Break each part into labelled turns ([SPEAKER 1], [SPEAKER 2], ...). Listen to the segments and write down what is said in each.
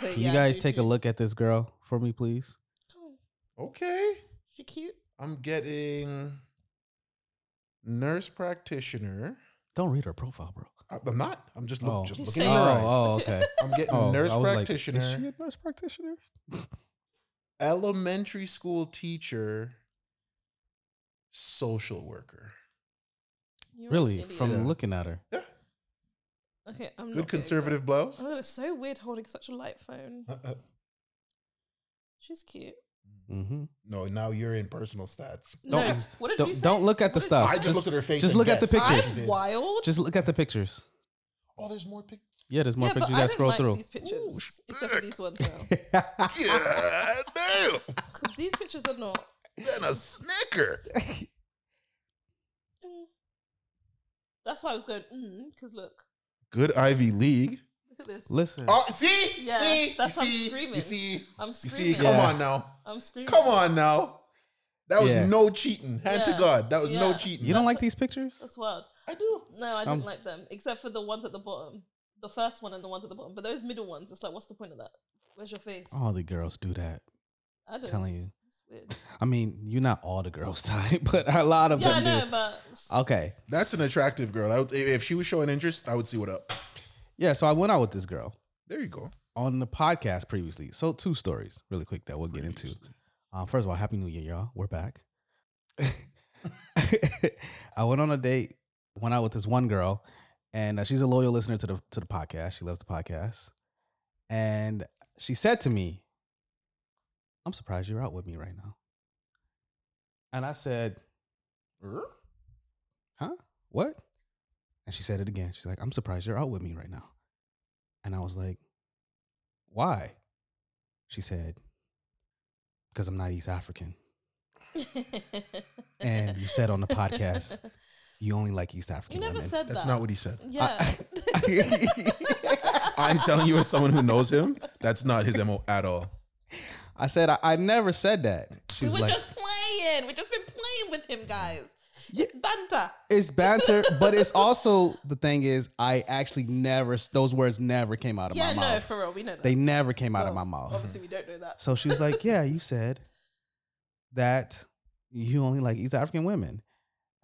[SPEAKER 1] So
[SPEAKER 2] Can you guys take a look at this girl for me, please?
[SPEAKER 3] Okay.
[SPEAKER 1] She cute.
[SPEAKER 3] I'm getting nurse practitioner.
[SPEAKER 2] Don't read her profile, bro.
[SPEAKER 3] I- I'm not. I'm just look,
[SPEAKER 2] Oh.
[SPEAKER 3] just
[SPEAKER 1] Just
[SPEAKER 3] looking in
[SPEAKER 1] saying.
[SPEAKER 3] her
[SPEAKER 2] Oh,
[SPEAKER 3] eyes.
[SPEAKER 2] oh, okay.
[SPEAKER 3] I'm getting
[SPEAKER 2] Oh,
[SPEAKER 3] nurse
[SPEAKER 2] I was like, is
[SPEAKER 3] practitioner,
[SPEAKER 2] she a nurse practitioner?
[SPEAKER 3] elementary school teacher, social worker.
[SPEAKER 1] Mm, You're an
[SPEAKER 2] Really?
[SPEAKER 1] idiot.
[SPEAKER 2] From
[SPEAKER 3] Yeah.
[SPEAKER 2] looking at her.
[SPEAKER 3] Yeah.
[SPEAKER 1] okay, I'm not
[SPEAKER 3] Good
[SPEAKER 1] getting
[SPEAKER 3] conservative
[SPEAKER 1] that.
[SPEAKER 3] blouse.
[SPEAKER 1] Oh, it's so weird holding such a light phone.
[SPEAKER 3] Uh, uh,
[SPEAKER 1] She's cute.
[SPEAKER 2] hmm
[SPEAKER 3] no, now you're in personal stats.
[SPEAKER 1] no,
[SPEAKER 2] Don't-
[SPEAKER 1] what did you
[SPEAKER 2] Don't,
[SPEAKER 1] say?
[SPEAKER 2] don't look at the
[SPEAKER 1] What did-
[SPEAKER 2] stuff.
[SPEAKER 3] I just, looked at her face.
[SPEAKER 2] just
[SPEAKER 3] and
[SPEAKER 2] look at the
[SPEAKER 3] guessed.
[SPEAKER 2] pictures.
[SPEAKER 1] I'm wild.
[SPEAKER 2] Just look at the pictures.
[SPEAKER 3] Oh, there's more pictures.
[SPEAKER 2] Yeah, there's more
[SPEAKER 1] yeah, but
[SPEAKER 2] pictures. You
[SPEAKER 1] I
[SPEAKER 2] gotta
[SPEAKER 1] don't
[SPEAKER 2] scroll
[SPEAKER 1] like
[SPEAKER 2] through.
[SPEAKER 1] these pictures,
[SPEAKER 3] she's
[SPEAKER 1] except for
[SPEAKER 3] big.
[SPEAKER 1] these ones now,
[SPEAKER 3] God damn.
[SPEAKER 1] because these pictures are not.
[SPEAKER 3] Then a snicker.
[SPEAKER 1] Mm. That's why I was going because look,
[SPEAKER 3] Good Ivy League.
[SPEAKER 1] look at this.
[SPEAKER 2] Listen.
[SPEAKER 3] Oh, see?
[SPEAKER 1] Yeah,
[SPEAKER 3] see?
[SPEAKER 1] that's
[SPEAKER 3] you
[SPEAKER 1] why I'm
[SPEAKER 3] see? You
[SPEAKER 1] screaming.
[SPEAKER 3] see?
[SPEAKER 1] I'm
[SPEAKER 3] You see?
[SPEAKER 1] screaming.
[SPEAKER 3] Come
[SPEAKER 2] Yeah.
[SPEAKER 3] on now.
[SPEAKER 1] I'm screaming.
[SPEAKER 3] Come on now. That was
[SPEAKER 2] Yeah.
[SPEAKER 3] no cheating. Hand to
[SPEAKER 1] Yeah.
[SPEAKER 3] God. That was no
[SPEAKER 1] Yeah.
[SPEAKER 3] cheating.
[SPEAKER 2] You don't like these pictures?
[SPEAKER 1] That's wild.
[SPEAKER 3] I do.
[SPEAKER 1] No, I didn't
[SPEAKER 2] Um,
[SPEAKER 1] like them except for the ones at the bottom, the first one and the ones at the bottom. But those middle ones, it's like, what's the point of that? Where's your face?
[SPEAKER 2] All the girls do that.
[SPEAKER 1] I don't.
[SPEAKER 2] Oh, telling you.
[SPEAKER 1] It's weird.
[SPEAKER 2] I mean, you're not all the girls type, but a lot of
[SPEAKER 1] Yeah, I
[SPEAKER 2] them
[SPEAKER 1] know,
[SPEAKER 2] do.
[SPEAKER 1] but
[SPEAKER 2] Okay.
[SPEAKER 3] That's an attractive girl. I would, if she was showing interest, I would see what up.
[SPEAKER 2] Yeah, so I went out with this girl
[SPEAKER 3] There you go.
[SPEAKER 2] on the podcast previously. So two stories really quick that we'll get into. Um, first of all, happy new year, y'all. We're back. I went on a date, went out with this one girl, and uh, she's a loyal listener to the to the podcast. She loves the podcast, and she said to me, "I'm surprised you're out with me right now." And I said, "Huh? What?" And she said it again. She's like, "I'm surprised you're out with me right now," and I was like, "Why?" She said, "Because I'm not East African." And you said on the podcast, You only like East
[SPEAKER 1] you
[SPEAKER 2] African
[SPEAKER 1] never
[SPEAKER 2] women.
[SPEAKER 1] said
[SPEAKER 3] That's
[SPEAKER 1] that.
[SPEAKER 3] not what he said.
[SPEAKER 1] Yeah.
[SPEAKER 3] I'm telling you, as someone who knows him, that's not his MO at all.
[SPEAKER 2] I said I, I never said that. She
[SPEAKER 1] we
[SPEAKER 2] was
[SPEAKER 1] were
[SPEAKER 2] like,
[SPEAKER 1] just playing. We've just been playing with him, guys.
[SPEAKER 2] Yeah.
[SPEAKER 1] It's banter.
[SPEAKER 2] "It's banter," but it's also the thing is, I actually never those words never came out of
[SPEAKER 1] Yeah,
[SPEAKER 2] my
[SPEAKER 1] no,
[SPEAKER 2] mouth.
[SPEAKER 1] for real, we know that.
[SPEAKER 2] they never came out of my
[SPEAKER 1] Well,
[SPEAKER 2] mouth.
[SPEAKER 1] Obviously, we don't know that.
[SPEAKER 2] So she was like, "Yeah, you said that you only like East African women,"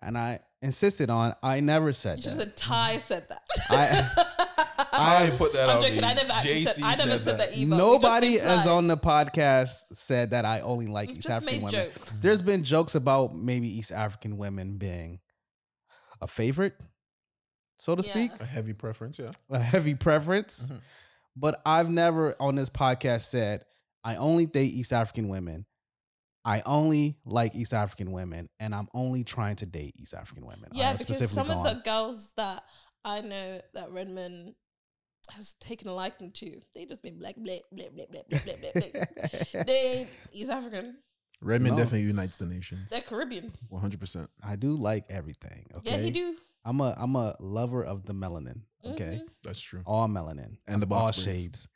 [SPEAKER 2] and I insisted on I never said
[SPEAKER 1] You should
[SPEAKER 2] that.
[SPEAKER 1] have said Ty said that.
[SPEAKER 2] I-
[SPEAKER 3] I put that
[SPEAKER 1] I'm
[SPEAKER 3] out.
[SPEAKER 1] joking.
[SPEAKER 3] me.
[SPEAKER 1] I never actually said.
[SPEAKER 3] JC
[SPEAKER 1] I never
[SPEAKER 3] said
[SPEAKER 1] said that, either.
[SPEAKER 2] Nobody
[SPEAKER 1] as
[SPEAKER 2] as on the podcast said that I only like
[SPEAKER 1] We've
[SPEAKER 2] East
[SPEAKER 1] just
[SPEAKER 2] African
[SPEAKER 1] made
[SPEAKER 2] women.
[SPEAKER 1] jokes.
[SPEAKER 2] There's been jokes about maybe East African women being a favorite, so to
[SPEAKER 1] Yeah. Mm-hmm.
[SPEAKER 2] speak,
[SPEAKER 3] A heavy preference, yeah.
[SPEAKER 2] a heavy preference.
[SPEAKER 3] Mhm.
[SPEAKER 2] But I've never on this podcast said I only date East African women. I only like East African women, and I'm only trying to date East African women. I
[SPEAKER 1] Yeah,
[SPEAKER 2] have
[SPEAKER 1] because
[SPEAKER 2] specifically
[SPEAKER 1] some of the
[SPEAKER 2] gone-
[SPEAKER 1] girls that I know that Redman has taken a liking to, they just been black, black, black, black, black, black, black, black, black. They ain't East African.
[SPEAKER 3] Redman
[SPEAKER 2] No.
[SPEAKER 3] definitely unites the nations.
[SPEAKER 1] They're Caribbean.
[SPEAKER 3] 100%.
[SPEAKER 2] I do like everything. Okay,
[SPEAKER 1] Yeah, he do.
[SPEAKER 2] I'm a I'm a lover of the melanin. Okay,
[SPEAKER 1] Mhm.
[SPEAKER 3] That's true.
[SPEAKER 2] all melanin
[SPEAKER 3] And the
[SPEAKER 2] all
[SPEAKER 3] box braids.
[SPEAKER 2] shades.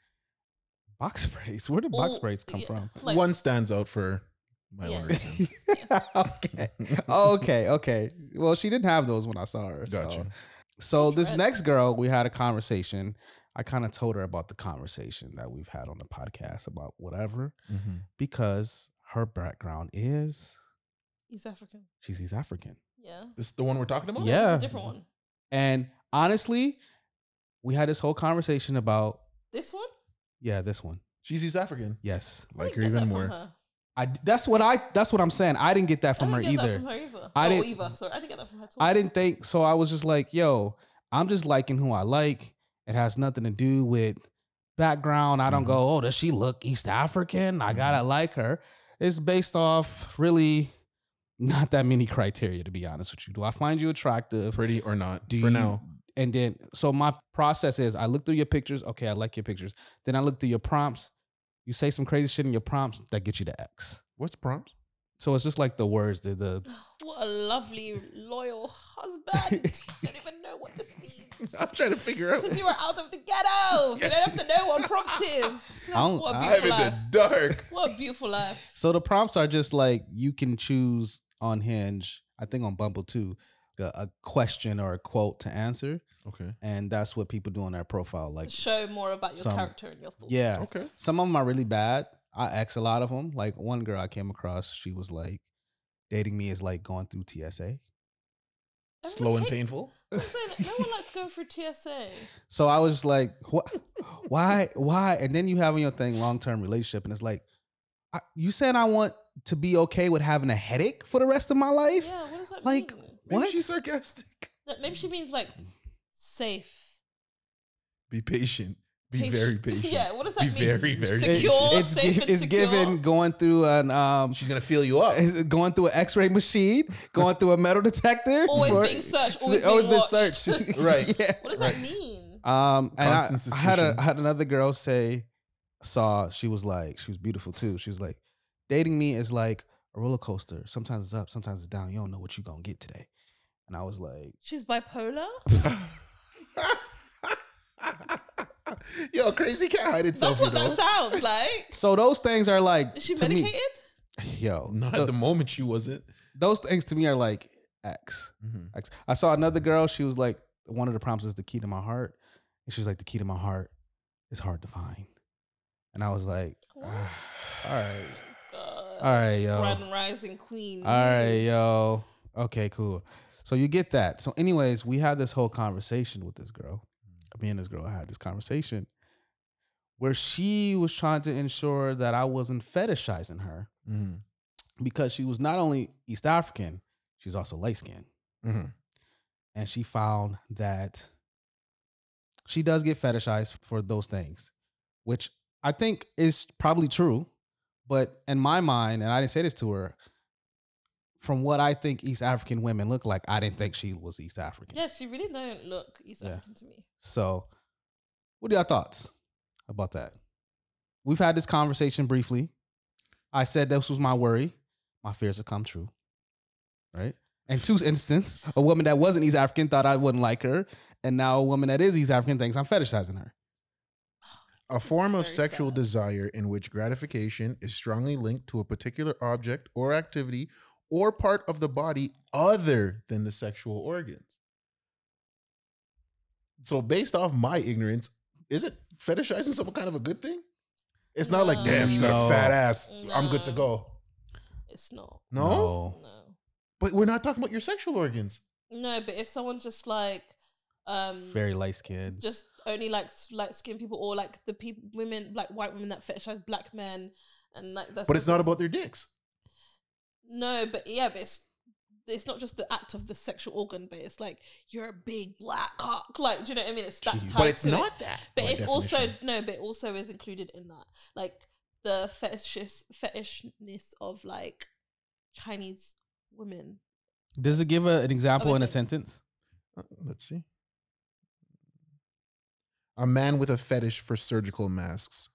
[SPEAKER 2] Box braids. Where did box
[SPEAKER 1] Ooh,
[SPEAKER 2] braids come
[SPEAKER 1] yeah,
[SPEAKER 2] from?
[SPEAKER 1] like-
[SPEAKER 3] One stands out for my
[SPEAKER 1] Yeah.
[SPEAKER 3] own reasons.
[SPEAKER 2] okay. okay. Okay. Well, she didn't have those when I saw her. so-
[SPEAKER 3] Gotcha.
[SPEAKER 2] So this
[SPEAKER 1] Dreads.
[SPEAKER 2] next girl, we had a conversation. I kind of told her about the conversation that we've had on the podcast about whatever
[SPEAKER 3] Mhm.
[SPEAKER 2] because her background is
[SPEAKER 1] East African.
[SPEAKER 2] she's East African.
[SPEAKER 1] Yeah.
[SPEAKER 3] This is the one we're talking about?
[SPEAKER 1] No, this is
[SPEAKER 2] Yeah.
[SPEAKER 1] a different one.
[SPEAKER 2] And honestly, we had this whole conversation about
[SPEAKER 1] This one.
[SPEAKER 2] yeah, this one.
[SPEAKER 3] She's East African.
[SPEAKER 2] Yes.
[SPEAKER 1] I
[SPEAKER 3] Like
[SPEAKER 1] didn't
[SPEAKER 3] her
[SPEAKER 1] get that
[SPEAKER 3] even
[SPEAKER 1] from
[SPEAKER 3] more.
[SPEAKER 1] her.
[SPEAKER 2] I that's what I that's what I'm saying. I didn't get that
[SPEAKER 1] I
[SPEAKER 2] from her
[SPEAKER 1] didn't get
[SPEAKER 2] either.
[SPEAKER 1] that from her either.
[SPEAKER 2] I
[SPEAKER 1] I
[SPEAKER 2] didn't-
[SPEAKER 1] didn't. Either. Sorry, I didn't get that from her. At all.
[SPEAKER 2] I didn't think so. I was just like, yo, I'm just liking who I like. It has nothing to do with background. I don't
[SPEAKER 3] Mhm.
[SPEAKER 2] go, oh, does she look East African? I gotta like her. It's based off really not that many criteria, to be honest with you. Do I find you attractive?
[SPEAKER 3] Pretty or not.
[SPEAKER 2] Do
[SPEAKER 3] for
[SPEAKER 2] you-
[SPEAKER 3] now.
[SPEAKER 2] And then, so my process is I look through your pictures. Okay, I like your pictures. Then I look through your prompts. You say some crazy shit in your prompts that get you to X.
[SPEAKER 3] What's prompt?
[SPEAKER 2] So it's just like the words, the, the
[SPEAKER 1] What a lovely, loyal husband. I don't even know what this means.
[SPEAKER 3] I'm trying to figure out.
[SPEAKER 1] Because you were out of the ghetto. You don't have to know what prompt is.
[SPEAKER 2] I don't-
[SPEAKER 1] What a
[SPEAKER 2] I
[SPEAKER 3] I'm
[SPEAKER 1] beautiful
[SPEAKER 3] in
[SPEAKER 1] life.
[SPEAKER 3] the dark.
[SPEAKER 1] What a beautiful life.
[SPEAKER 2] So the prompts are just like you can choose on Hinge, I think on Bumble too. a, a question or a quote to answer,
[SPEAKER 3] Okay.
[SPEAKER 2] and that's what people do on their profile. Like,
[SPEAKER 1] Show more about your
[SPEAKER 2] some-
[SPEAKER 1] character and your thoughts.
[SPEAKER 2] yeah,
[SPEAKER 3] Okay.
[SPEAKER 2] some of them are really bad. I ask a lot of them. Like one girl I came across, she was like, "Dating me is like going through TSA."
[SPEAKER 1] Everyone
[SPEAKER 3] Slow and
[SPEAKER 1] hate-
[SPEAKER 3] painful.
[SPEAKER 1] I'm saying, no one likes going through TSA.
[SPEAKER 2] So I was just like, "What? Why? Why?" And then you having your thing, long term relationship, and it's like, I, "You said I want to be okay with having a headache for the rest of my life."
[SPEAKER 1] Yeah, what does that
[SPEAKER 2] Like-
[SPEAKER 1] mean?
[SPEAKER 3] Maybe
[SPEAKER 2] What?
[SPEAKER 3] she's sarcastic.
[SPEAKER 1] That- Maybe she means like safe.
[SPEAKER 3] Be patient. Be
[SPEAKER 1] Patient.
[SPEAKER 3] very patient.
[SPEAKER 1] Yeah, what does that
[SPEAKER 3] Be
[SPEAKER 1] mean?
[SPEAKER 3] very, very
[SPEAKER 2] It-
[SPEAKER 1] secure,
[SPEAKER 3] patient.
[SPEAKER 2] it's
[SPEAKER 1] safe
[SPEAKER 2] gi-
[SPEAKER 1] and
[SPEAKER 2] it's
[SPEAKER 1] secure.
[SPEAKER 2] given going through an um,
[SPEAKER 3] She's gonna feel you up.
[SPEAKER 2] is going through an X-ray machine, going through a metal detector.
[SPEAKER 1] Always
[SPEAKER 2] for-
[SPEAKER 1] being searched,
[SPEAKER 2] She's
[SPEAKER 1] always, being, watched.
[SPEAKER 2] searched.
[SPEAKER 3] Right.
[SPEAKER 2] Yeah.
[SPEAKER 1] What does
[SPEAKER 3] Right.
[SPEAKER 1] that mean?
[SPEAKER 2] Um, and I,
[SPEAKER 3] Constant
[SPEAKER 2] I had a,
[SPEAKER 3] suspicion.
[SPEAKER 2] I had another girl say, saw she was like she was beautiful too. She was like, dating me is like a roller coaster. Sometimes it's up, sometimes it's down. You don't know what you gonna get today. And I was like,
[SPEAKER 1] She's bipolar.
[SPEAKER 3] Yo, crazy can't hide itself.
[SPEAKER 1] That's what
[SPEAKER 3] you know?
[SPEAKER 1] that sounds like.
[SPEAKER 2] so those things are like
[SPEAKER 1] Is she
[SPEAKER 2] to
[SPEAKER 1] medicated?
[SPEAKER 2] me, yo,
[SPEAKER 3] Not
[SPEAKER 1] Uh,
[SPEAKER 2] tho-
[SPEAKER 3] at the moment she wasn't.
[SPEAKER 2] those things to me are like X.
[SPEAKER 3] Mhm.
[SPEAKER 2] X. I saw another girl. She was like, one of the prompts is the key to my heart, and she was like, the key to my heart is hard to find. And I was like,
[SPEAKER 1] What?
[SPEAKER 2] all right,
[SPEAKER 1] God.
[SPEAKER 2] all right, yo.
[SPEAKER 1] Grand uh, rising queen.
[SPEAKER 2] All right, yo. Okay, cool. So you get that. So, anyways, we had this whole conversation with this girl. Me and this girl had this conversation where she was trying to ensure that I wasn't fetishizing her
[SPEAKER 3] Mhm.
[SPEAKER 2] because she was not only East African, she's also light skinned.
[SPEAKER 3] Mhm.
[SPEAKER 2] And she found that she does get fetishized for those things, which I think is probably true. But in my mind, and I didn't say this to her, from what I think East African women look like, I didn't think she was East African.
[SPEAKER 1] Yeah, she really don't look East
[SPEAKER 2] Yeah.
[SPEAKER 1] African to me.
[SPEAKER 2] So, what are your thoughts about that? We've had this conversation briefly. I said this was my worry. My fears have come true. Right? In two instances, a woman that wasn't East African thought I wouldn't like her. And now a woman that is East African thinks I'm fetishizing her.
[SPEAKER 3] A
[SPEAKER 1] This is
[SPEAKER 3] form of
[SPEAKER 1] very
[SPEAKER 3] sexual
[SPEAKER 1] sad.
[SPEAKER 3] desire in which gratification is strongly linked to a particular object or activity or part of the body other than the sexual organs. So, based off my ignorance, isn't fetishizing some kind of a good thing? It's not like, damn, she's got
[SPEAKER 2] No.
[SPEAKER 3] a fat ass. I'm good to
[SPEAKER 1] No.
[SPEAKER 3] go.
[SPEAKER 1] It's not.
[SPEAKER 3] No?
[SPEAKER 2] Oh.
[SPEAKER 1] No.
[SPEAKER 3] But we're not talking about your sexual organs.
[SPEAKER 1] No, but if someone's just like, um,
[SPEAKER 2] Very light skinned.
[SPEAKER 1] just only likes light skinned people or like the people women like white women that fetishize black men and like that's
[SPEAKER 3] But it's not about their dicks.
[SPEAKER 1] no but yeah but it's it's not just the act of the sexual organ but it's like you're a big black cock like do you know what i mean it's that
[SPEAKER 2] Jeez.
[SPEAKER 1] type
[SPEAKER 3] But it's
[SPEAKER 1] to it.
[SPEAKER 3] not that.
[SPEAKER 1] but
[SPEAKER 3] by
[SPEAKER 1] it's also
[SPEAKER 3] definition.
[SPEAKER 1] no but it also is included in that like the fetishist fetishness of like chinese women
[SPEAKER 2] Does it give a, an example in a
[SPEAKER 1] Okay.
[SPEAKER 2] sentence?
[SPEAKER 3] Uh, Let's see. A man with a fetish for surgical masks.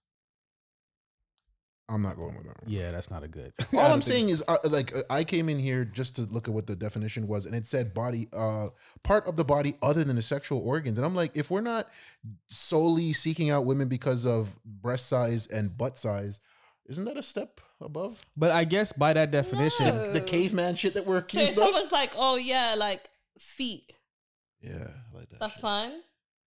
[SPEAKER 3] I'm not going with that. one.
[SPEAKER 2] Yeah, that's not a good.
[SPEAKER 3] All I'm saying is, uh, like, uh, I came in here just to look at what the definition was, and it said body, uh, part of the body other than the sexual organs. And I'm like, if we're not solely seeking out women because of breast size and butt size, isn't that a step above
[SPEAKER 2] But I guess by that definition,
[SPEAKER 1] No.
[SPEAKER 3] the caveman shit that we're
[SPEAKER 1] so if
[SPEAKER 3] accused of?
[SPEAKER 1] someone's like oh yeah like feet
[SPEAKER 3] Yeah, I like that.
[SPEAKER 1] that's
[SPEAKER 3] shit.
[SPEAKER 1] fine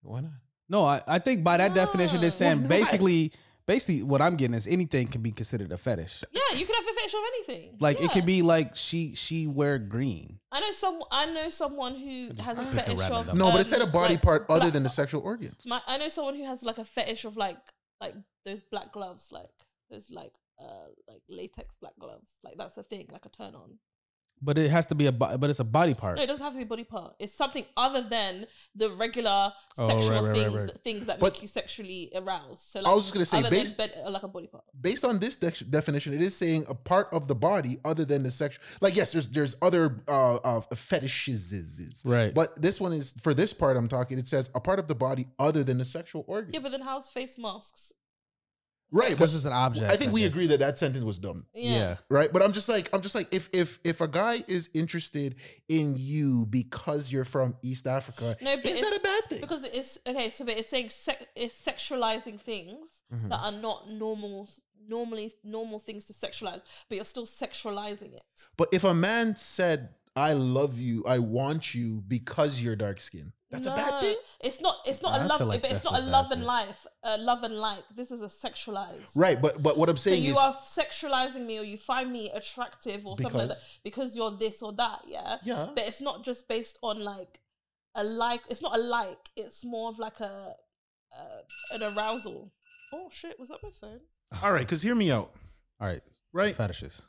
[SPEAKER 3] Why not?
[SPEAKER 2] No, I, I think by that definition,
[SPEAKER 1] No.
[SPEAKER 2] they're saying
[SPEAKER 3] Well, no, I-
[SPEAKER 2] basically, basically what I'm getting is anything can be considered a fetish.
[SPEAKER 1] yeah you could have a fetish of anything
[SPEAKER 2] Like it
[SPEAKER 1] Yeah.
[SPEAKER 2] could be like she she wear green.
[SPEAKER 1] I know some. I know someone who
[SPEAKER 2] just
[SPEAKER 1] has a
[SPEAKER 2] picked a
[SPEAKER 1] fetish
[SPEAKER 2] random
[SPEAKER 1] of
[SPEAKER 2] number.
[SPEAKER 3] No, but
[SPEAKER 1] um,
[SPEAKER 3] it said a body
[SPEAKER 1] like,
[SPEAKER 3] part other
[SPEAKER 1] black-
[SPEAKER 3] than the sexual organs.
[SPEAKER 1] My, I know someone who has like a fetish of like like those black gloves, like those like uh like latex black gloves. Like that's a thing, like a turn on.
[SPEAKER 2] But it has to be a bo- but it's a body part.
[SPEAKER 1] No, it doesn't have to be body part. It's something other than the regular
[SPEAKER 2] Oh,
[SPEAKER 1] sexual
[SPEAKER 2] right, right, right,
[SPEAKER 1] things,
[SPEAKER 2] right.
[SPEAKER 1] that- things that
[SPEAKER 3] But-
[SPEAKER 1] make you sexually aroused. So like,
[SPEAKER 3] I was just gonna say,
[SPEAKER 1] other
[SPEAKER 3] based
[SPEAKER 1] than bed, uh, like a body part.
[SPEAKER 3] based on this de- definition, it is saying a part of the body other than the sexual. Like yes, there's there's other uh, uh fetishes,
[SPEAKER 2] Right.
[SPEAKER 3] but this one is for this part I'm talking. It says a part of the body other than the sexual organ.
[SPEAKER 1] Yeah, but then how's face masks?
[SPEAKER 3] right,
[SPEAKER 2] because
[SPEAKER 3] but
[SPEAKER 2] it's an object.
[SPEAKER 3] I think we
[SPEAKER 2] guess.
[SPEAKER 3] agree that that sentence was dumb.
[SPEAKER 2] Yeah.
[SPEAKER 3] Right, but I'm just like I'm just like if if if a guy is interested in you because you're from East Africa,
[SPEAKER 1] No, but
[SPEAKER 3] is
[SPEAKER 1] it's-
[SPEAKER 3] that a bad thing?
[SPEAKER 1] Because it's okay, so but it's saying sex, it's sexualizing things
[SPEAKER 3] Mhm.
[SPEAKER 2] Mm-hmm.
[SPEAKER 1] that are not normal, normally normal things to sexualize, but you're still sexualizing it.
[SPEAKER 3] But if a man said, I love you. I want you because you're dark skinned. That's a bad
[SPEAKER 1] No,
[SPEAKER 3] thing.
[SPEAKER 1] It's not. It's not
[SPEAKER 2] I
[SPEAKER 1] a
[SPEAKER 2] feel
[SPEAKER 1] love.
[SPEAKER 2] like
[SPEAKER 1] but it's
[SPEAKER 2] that's
[SPEAKER 1] not
[SPEAKER 2] a
[SPEAKER 1] a
[SPEAKER 2] bad
[SPEAKER 1] love and
[SPEAKER 2] thing.
[SPEAKER 1] life. A love and like. This is a sexualized.
[SPEAKER 3] Right, but but what I'm
[SPEAKER 1] So
[SPEAKER 3] saying
[SPEAKER 1] you
[SPEAKER 3] is
[SPEAKER 1] are sexualizing me, or you find me attractive, or something like that
[SPEAKER 3] Because-
[SPEAKER 1] because you're this or that. Yeah.
[SPEAKER 3] yeah.
[SPEAKER 1] But it's not just based on like a like. It's not a like. It's more of like a uh, an arousal. Oh shit! Was that my phone?
[SPEAKER 3] All right, cuz hear me out,
[SPEAKER 2] All right,
[SPEAKER 3] right?
[SPEAKER 2] fetishes.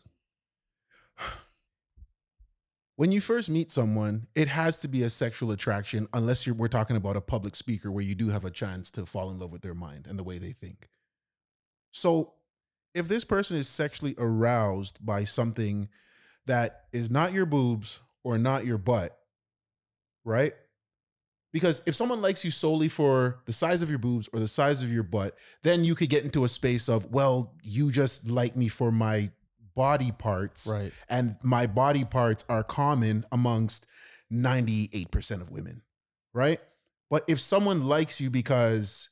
[SPEAKER 3] When you first meet someone, it has to be a sexual attraction unless you're we're talking about a public speaker where you do have a chance to fall in love with their mind and the way they think. So, if this person is sexually aroused by something that is not your boobs or not your butt, right? Because if someone likes you solely for the size of your boobs or the size of your butt, then you could get into a space of, well, you just like me for my body parts
[SPEAKER 2] Right.
[SPEAKER 3] and my body parts are common amongst 98% of women, right? But if someone likes you because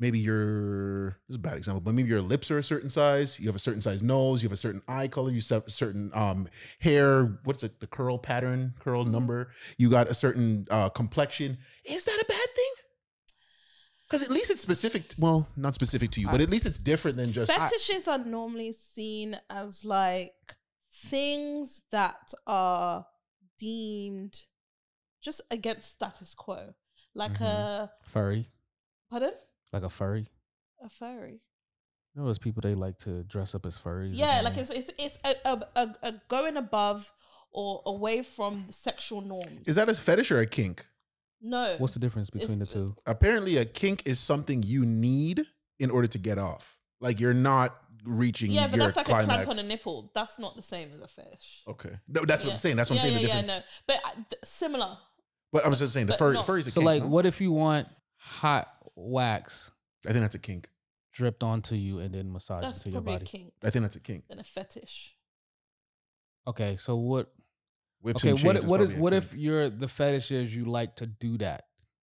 [SPEAKER 3] maybe you're, this is a bad example, but maybe your lips are a certain size, you have a certain size nose, you have a certain eye color, you have a certain um, hair, what's it, the curl pattern, curl number, you got a certain uh, complexion, is that a bad thing? Because at least it's specific, well, not specific to you, but at least it's different than just.
[SPEAKER 1] fetishes are normally seen as like things that are deemed just against status quo like
[SPEAKER 3] Mm-hmm.
[SPEAKER 1] a
[SPEAKER 2] Mhm. Furry,
[SPEAKER 1] pardon
[SPEAKER 2] like a furry.
[SPEAKER 1] a furry
[SPEAKER 2] You know those people they like to dress up as furries. and
[SPEAKER 1] yeah like
[SPEAKER 2] everything?
[SPEAKER 1] it's it's it's a, a, a, a going above or away from the sexual norms
[SPEAKER 3] is that a fetish or a kink?
[SPEAKER 1] no
[SPEAKER 2] What's the difference between the
[SPEAKER 1] It's-
[SPEAKER 2] two?
[SPEAKER 3] apparently a kink is something you need in order to get off. Like you're not reaching
[SPEAKER 1] yeah but
[SPEAKER 3] your
[SPEAKER 1] that's like
[SPEAKER 3] climax.
[SPEAKER 1] a clamp on a nipple that's not the same as a fetish
[SPEAKER 3] okay. No, that's what
[SPEAKER 1] Yeah.
[SPEAKER 3] I'm saying. Oh, That's what
[SPEAKER 1] yeah,
[SPEAKER 3] I'm saying. the
[SPEAKER 1] yeah, yeah,
[SPEAKER 3] difference.
[SPEAKER 1] no. But uh, th- similar.
[SPEAKER 3] But I'm just saying the
[SPEAKER 1] But
[SPEAKER 3] fur,
[SPEAKER 1] no.
[SPEAKER 3] fur is a
[SPEAKER 2] So
[SPEAKER 3] kink.
[SPEAKER 2] like,
[SPEAKER 3] no?
[SPEAKER 2] what if you want hot wax
[SPEAKER 3] I think that's a kink.
[SPEAKER 2] dripped onto you and then massaged
[SPEAKER 1] That's
[SPEAKER 2] into your
[SPEAKER 1] probably a
[SPEAKER 2] body?
[SPEAKER 1] kink
[SPEAKER 3] I think that's a kink.
[SPEAKER 1] than a fetish.
[SPEAKER 2] Okay, so what?
[SPEAKER 3] Whips
[SPEAKER 2] Okay,
[SPEAKER 3] and
[SPEAKER 2] what
[SPEAKER 3] chains
[SPEAKER 2] what is
[SPEAKER 3] probably a
[SPEAKER 2] what
[SPEAKER 3] kink.
[SPEAKER 2] if you're the fetish is you like to do that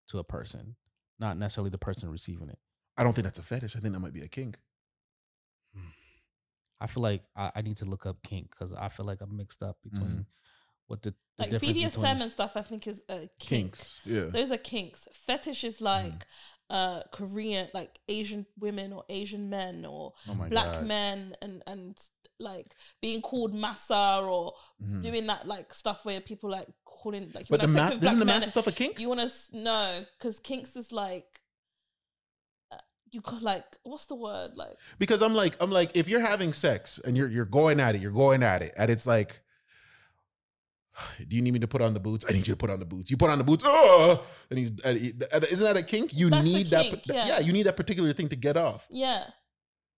[SPEAKER 2] to a person, not necessarily the person receiving it.
[SPEAKER 3] I don't think that's a fetish. I think that might be a kink.
[SPEAKER 2] I feel like I, I need to look up kink because I feel like I'm mixed up between what the, the
[SPEAKER 1] Like
[SPEAKER 2] difference
[SPEAKER 1] BDSM
[SPEAKER 2] between.
[SPEAKER 1] and stuff, I think is a kink.
[SPEAKER 3] Kinks. Yeah.
[SPEAKER 1] Those are kinks. Fetish is
[SPEAKER 2] Hmm.
[SPEAKER 1] like uh Korean, like Asian women or Asian men or
[SPEAKER 2] oh my
[SPEAKER 1] black men and and like being called massa or
[SPEAKER 2] Mm-hmm.
[SPEAKER 3] Mhm.
[SPEAKER 1] doing that like stuff where people like calling like you
[SPEAKER 3] But
[SPEAKER 1] wanna
[SPEAKER 3] the
[SPEAKER 1] have
[SPEAKER 3] ma-
[SPEAKER 1] sex with
[SPEAKER 3] isn't the
[SPEAKER 1] black men,
[SPEAKER 3] master stuff a kink?
[SPEAKER 1] You want to know because kinks is like uh, you got like what's the word like
[SPEAKER 3] Because I'm like, I'm like, if you're having sex and you're you're going at it, you're going at it, and it's like, do you need me to put on the boots? I need you to put on the boots. You put on the boots. Oh, and he's and he- and isn't that a kink? You
[SPEAKER 1] That's a
[SPEAKER 3] need that.
[SPEAKER 1] kink,
[SPEAKER 3] yeah.
[SPEAKER 1] yeah.
[SPEAKER 3] you need that particular thing to get off.
[SPEAKER 1] yeah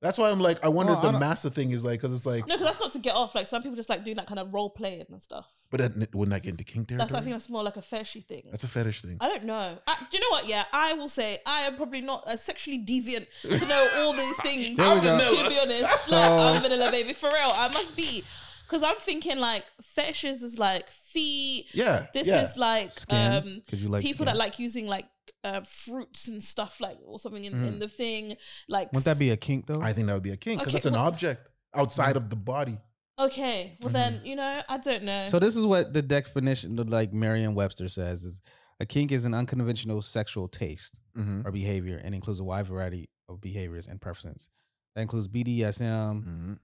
[SPEAKER 3] That's why I'm like, I wonder
[SPEAKER 2] Well, I
[SPEAKER 3] if the
[SPEAKER 2] don't-
[SPEAKER 3] massa thing is like, because it's like,
[SPEAKER 1] no because that's not to get off like some people just like doing that kind of role playing and stuff
[SPEAKER 3] but that, wouldn't that get into kink
[SPEAKER 1] that's I
[SPEAKER 3] territory?
[SPEAKER 1] think that's more like a fetishy thing
[SPEAKER 3] That's a fetish thing.
[SPEAKER 1] I don't know. I, do you know what? Yeah, I will say I am probably not a sexually deviant to know all these things.
[SPEAKER 2] There we go.
[SPEAKER 1] To be honest,
[SPEAKER 2] So-
[SPEAKER 1] like, I'm vanilla baby for real. I must be because I'm thinking like fetishes is like feet.
[SPEAKER 3] Yeah,
[SPEAKER 1] This
[SPEAKER 3] yeah.
[SPEAKER 1] is like
[SPEAKER 2] Skin,
[SPEAKER 1] um
[SPEAKER 2] 'cause you like
[SPEAKER 1] people
[SPEAKER 2] skin.
[SPEAKER 1] that like using like uh, fruits and stuff like or something in, in the thing. Like
[SPEAKER 2] Wouldn't that be a kink though?
[SPEAKER 3] I think that would be a kink because
[SPEAKER 1] Okay,
[SPEAKER 3] that's an
[SPEAKER 1] well-
[SPEAKER 3] object outside
[SPEAKER 2] Mm.
[SPEAKER 3] of the body.
[SPEAKER 1] okay? Well then you know I don't know.
[SPEAKER 2] So this is what the definition, of, like Merriam-Webster says, is a kink is an unconventional sexual taste
[SPEAKER 3] Mm-hmm.
[SPEAKER 2] or behavior and includes a wide variety of behaviors and preferences. That includes BDSM,
[SPEAKER 3] Mm-hmm.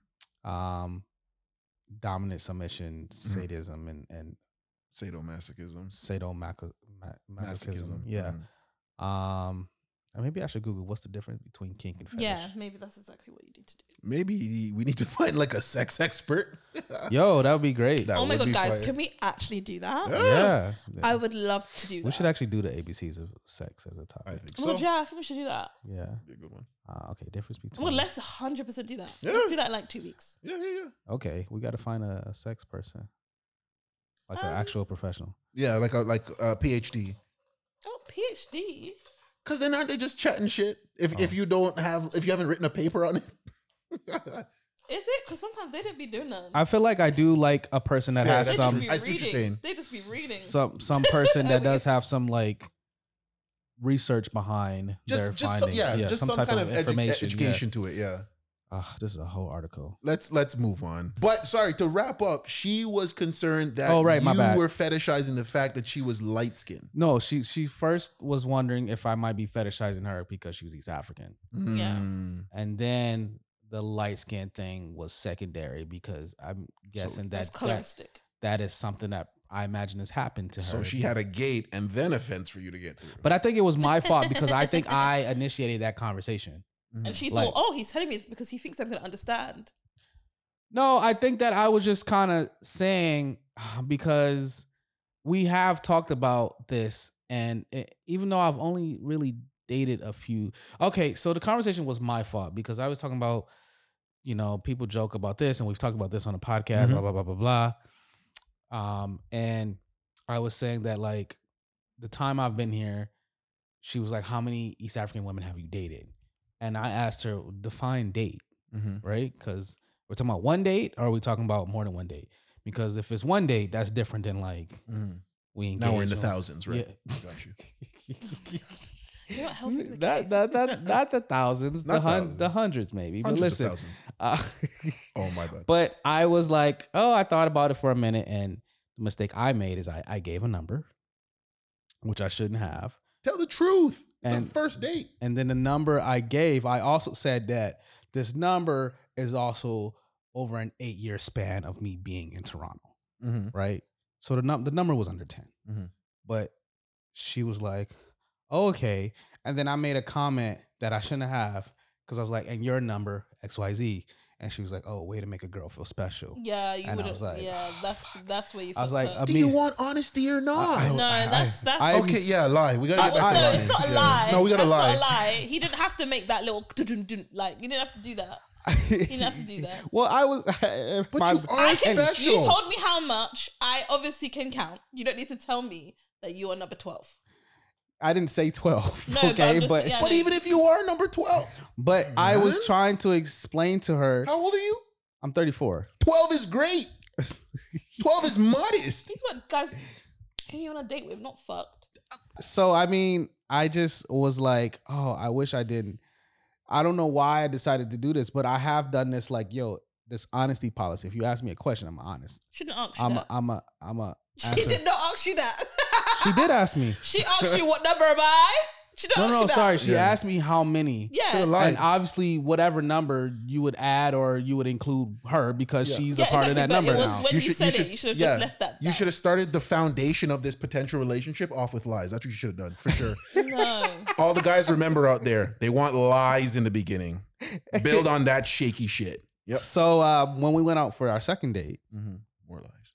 [SPEAKER 2] um, dominant submission, sadism, and and Mm-hmm.
[SPEAKER 3] Sadomasochism.
[SPEAKER 2] sadomasochism.
[SPEAKER 3] Masochism.
[SPEAKER 2] Yeah.
[SPEAKER 3] Mhm.
[SPEAKER 2] Um, and maybe I should Google what's the difference between kink and fetish.
[SPEAKER 1] yeah, maybe that's exactly what you need to do.
[SPEAKER 3] Maybe we need to find like a sex expert.
[SPEAKER 2] Yo, that would be great.
[SPEAKER 3] That
[SPEAKER 1] oh my
[SPEAKER 3] would
[SPEAKER 1] god,
[SPEAKER 3] be
[SPEAKER 1] guys,
[SPEAKER 3] fire.
[SPEAKER 1] can we actually do that?
[SPEAKER 2] yeah.
[SPEAKER 1] I would love to do that.
[SPEAKER 2] we should actually do the ABCs of sex as a
[SPEAKER 3] I
[SPEAKER 2] topic.
[SPEAKER 3] think so.
[SPEAKER 1] Well, yeah, I think we should do that.
[SPEAKER 2] Yeah.
[SPEAKER 3] Be a good one.
[SPEAKER 2] Uh, okay. Difference between.
[SPEAKER 1] Well, let's 100% do that.
[SPEAKER 3] Yeah.
[SPEAKER 1] Let's do that in like two weeks.
[SPEAKER 3] Yeah, yeah, yeah.
[SPEAKER 2] Okay, we got to find a, a sex person, like an
[SPEAKER 1] Um,
[SPEAKER 2] actual professional.
[SPEAKER 3] Yeah, like a like uh, a PhD.
[SPEAKER 1] Oh, PhD.
[SPEAKER 3] Cause then aren't they just chatting shit? If if you don't have if you haven't written a paper on it.
[SPEAKER 1] Is it? Because sometimes they don't be doing that.
[SPEAKER 2] I feel like I do like a person that
[SPEAKER 3] Fair,
[SPEAKER 2] has
[SPEAKER 1] they
[SPEAKER 3] that's
[SPEAKER 1] just
[SPEAKER 2] some
[SPEAKER 1] be
[SPEAKER 3] I see what you're
[SPEAKER 1] reading.
[SPEAKER 3] saying.
[SPEAKER 1] They just be reading.
[SPEAKER 2] some some person that does have some like research behind their
[SPEAKER 3] just just some,
[SPEAKER 2] findings.
[SPEAKER 3] yeah, just some, kind of, edu-
[SPEAKER 2] information. yeah.
[SPEAKER 3] education to it, yeah.
[SPEAKER 2] Ugh, this is a whole article.
[SPEAKER 3] Let's let's move on. But sorry to wrap up. She was concerned that
[SPEAKER 2] Oh, right,
[SPEAKER 3] you
[SPEAKER 2] my bad.
[SPEAKER 3] were fetishizing the fact that she was light skinned.
[SPEAKER 2] No, she she first was wondering if I might be fetishizing her because she was East African,
[SPEAKER 1] Yeah.
[SPEAKER 3] Mm.
[SPEAKER 2] and then the light skin thing was secondary because I'm guessing
[SPEAKER 1] That's
[SPEAKER 2] that, that
[SPEAKER 1] coloristic.
[SPEAKER 2] that is something that I imagine has happened to her.
[SPEAKER 3] So she had a gate and then a fence for you to get through.
[SPEAKER 2] But I think it was my fault because I think I initiated that conversation.
[SPEAKER 3] Mm,
[SPEAKER 1] And she
[SPEAKER 2] Like-
[SPEAKER 1] thought, oh, he's telling me it's because he thinks I'm going to understand.
[SPEAKER 2] No, I think that I was just kind of saying ah, because we have talked about this, and it, even though I've only really dated a few. Okay, so the conversation was my fault because I was talking about, you know, people joke about this, and we've talked about this on a podcast, blah blah blah blah blah. Um, and I was saying that like the time I've been here, she was like, "How many East African women have you dated?" And I asked her, "Define date."
[SPEAKER 3] Mhm.
[SPEAKER 2] right? Because we're talking about one date, or are we talking about more than one date? Because if it's one date, that's different than like
[SPEAKER 3] Mhm.
[SPEAKER 2] we engage.
[SPEAKER 3] Now we're in the
[SPEAKER 2] on-
[SPEAKER 3] thousands, right?
[SPEAKER 2] Yeah.
[SPEAKER 3] Got you.
[SPEAKER 1] You know what, help me with this.
[SPEAKER 2] Not, not, not, not the thousands, the,
[SPEAKER 3] Not
[SPEAKER 2] hun- the
[SPEAKER 3] thousands.
[SPEAKER 2] hundreds maybe. But
[SPEAKER 3] Hundreds of
[SPEAKER 2] listen,
[SPEAKER 3] thousands.
[SPEAKER 2] uh,
[SPEAKER 3] Oh my bad.
[SPEAKER 2] but I was like, oh, I thought about it for a minute, and the mistake I made is I, I gave a number, which I shouldn't have.
[SPEAKER 3] Tell the truth. It's a
[SPEAKER 2] And-
[SPEAKER 3] first date.
[SPEAKER 2] And then the number I gave, I also said that this number is also over an eight year span of me being in Toronto.
[SPEAKER 3] Mm-hmm.
[SPEAKER 2] right? So the num- the number was under 10.
[SPEAKER 3] Mhm.
[SPEAKER 2] But she was like, "Oh, okay. And then I made a comment that I shouldn't have because I was like, and your number, XYZ. And she was like, oh, way to make a girl feel special.
[SPEAKER 1] Yeah, you
[SPEAKER 2] And I
[SPEAKER 1] would
[SPEAKER 2] was
[SPEAKER 1] have.
[SPEAKER 2] like,
[SPEAKER 1] yeah, that's that's where you.
[SPEAKER 2] I was
[SPEAKER 1] fucked
[SPEAKER 2] like,
[SPEAKER 1] up.
[SPEAKER 2] I
[SPEAKER 3] Do you
[SPEAKER 2] mean-
[SPEAKER 3] want honesty or not?
[SPEAKER 2] I- I-
[SPEAKER 1] no, that's that's.
[SPEAKER 2] I-
[SPEAKER 3] okay, yeah, lie. We gotta
[SPEAKER 2] I-
[SPEAKER 3] get back
[SPEAKER 2] I-
[SPEAKER 3] to
[SPEAKER 1] no,
[SPEAKER 3] lying.
[SPEAKER 1] it's not a
[SPEAKER 3] Yeah.
[SPEAKER 1] lie.
[SPEAKER 3] No, we gotta
[SPEAKER 1] That's
[SPEAKER 3] lie.
[SPEAKER 1] Not a lie. He didn't have to make that little dun-dun-dun, like you didn't have to do that.
[SPEAKER 2] didn't
[SPEAKER 1] have to do that.
[SPEAKER 2] Well, I was.
[SPEAKER 3] But
[SPEAKER 2] my-
[SPEAKER 3] you are
[SPEAKER 1] I can-
[SPEAKER 3] special.
[SPEAKER 1] You told me how much. I obviously can count. You don't need to tell me that you are number twelve.
[SPEAKER 2] I didn't say 12.
[SPEAKER 1] No, but I'm
[SPEAKER 2] okay.
[SPEAKER 1] just-
[SPEAKER 2] But,
[SPEAKER 1] yeah.
[SPEAKER 2] but,
[SPEAKER 3] but even if you are number twelve,
[SPEAKER 2] I was
[SPEAKER 3] Huh?
[SPEAKER 2] trying to explain to her,
[SPEAKER 3] how old are you?
[SPEAKER 2] I'm 34.
[SPEAKER 3] Twelve is great. Twelve is modest.
[SPEAKER 1] These what guys who you on a date with, not fucked.
[SPEAKER 2] So I mean, I just was like, oh, I wish I didn't. I don't know why I decided to do this, but I have done this like, yo, this honesty policy. If you ask me a question, I'm honest.
[SPEAKER 1] Shouldn't ask you
[SPEAKER 2] I'm a,
[SPEAKER 1] that.
[SPEAKER 2] I'm a, I'm a.
[SPEAKER 1] she
[SPEAKER 2] answer.
[SPEAKER 1] did not ask you that.
[SPEAKER 2] She did ask me.
[SPEAKER 1] she asked you what number am I? She didn't
[SPEAKER 2] No,
[SPEAKER 1] ask
[SPEAKER 2] no,
[SPEAKER 1] you that.
[SPEAKER 2] sorry. She
[SPEAKER 3] Yeah.
[SPEAKER 2] asked me how many.
[SPEAKER 1] Yeah.
[SPEAKER 3] Should've
[SPEAKER 2] And
[SPEAKER 3] lied.
[SPEAKER 2] obviously, whatever number you would add or you would include her because
[SPEAKER 3] Yeah.
[SPEAKER 2] she's
[SPEAKER 1] yeah,
[SPEAKER 2] a part
[SPEAKER 1] exactly,
[SPEAKER 2] of that
[SPEAKER 1] but
[SPEAKER 2] number
[SPEAKER 1] It was
[SPEAKER 2] now.
[SPEAKER 1] when
[SPEAKER 3] You
[SPEAKER 1] you,
[SPEAKER 3] should- you
[SPEAKER 1] said
[SPEAKER 3] should-
[SPEAKER 1] it. You should have
[SPEAKER 3] yeah,
[SPEAKER 1] just left that.
[SPEAKER 3] You should have started the foundation of this potential relationship off with lies. That's what you should have done for sure.
[SPEAKER 1] have. No.
[SPEAKER 3] All the guys remember out there, they want lies in the beginning. Build on that shaky shit. Yep.
[SPEAKER 2] So uh, when we went out for our second date,
[SPEAKER 3] hmm More lies.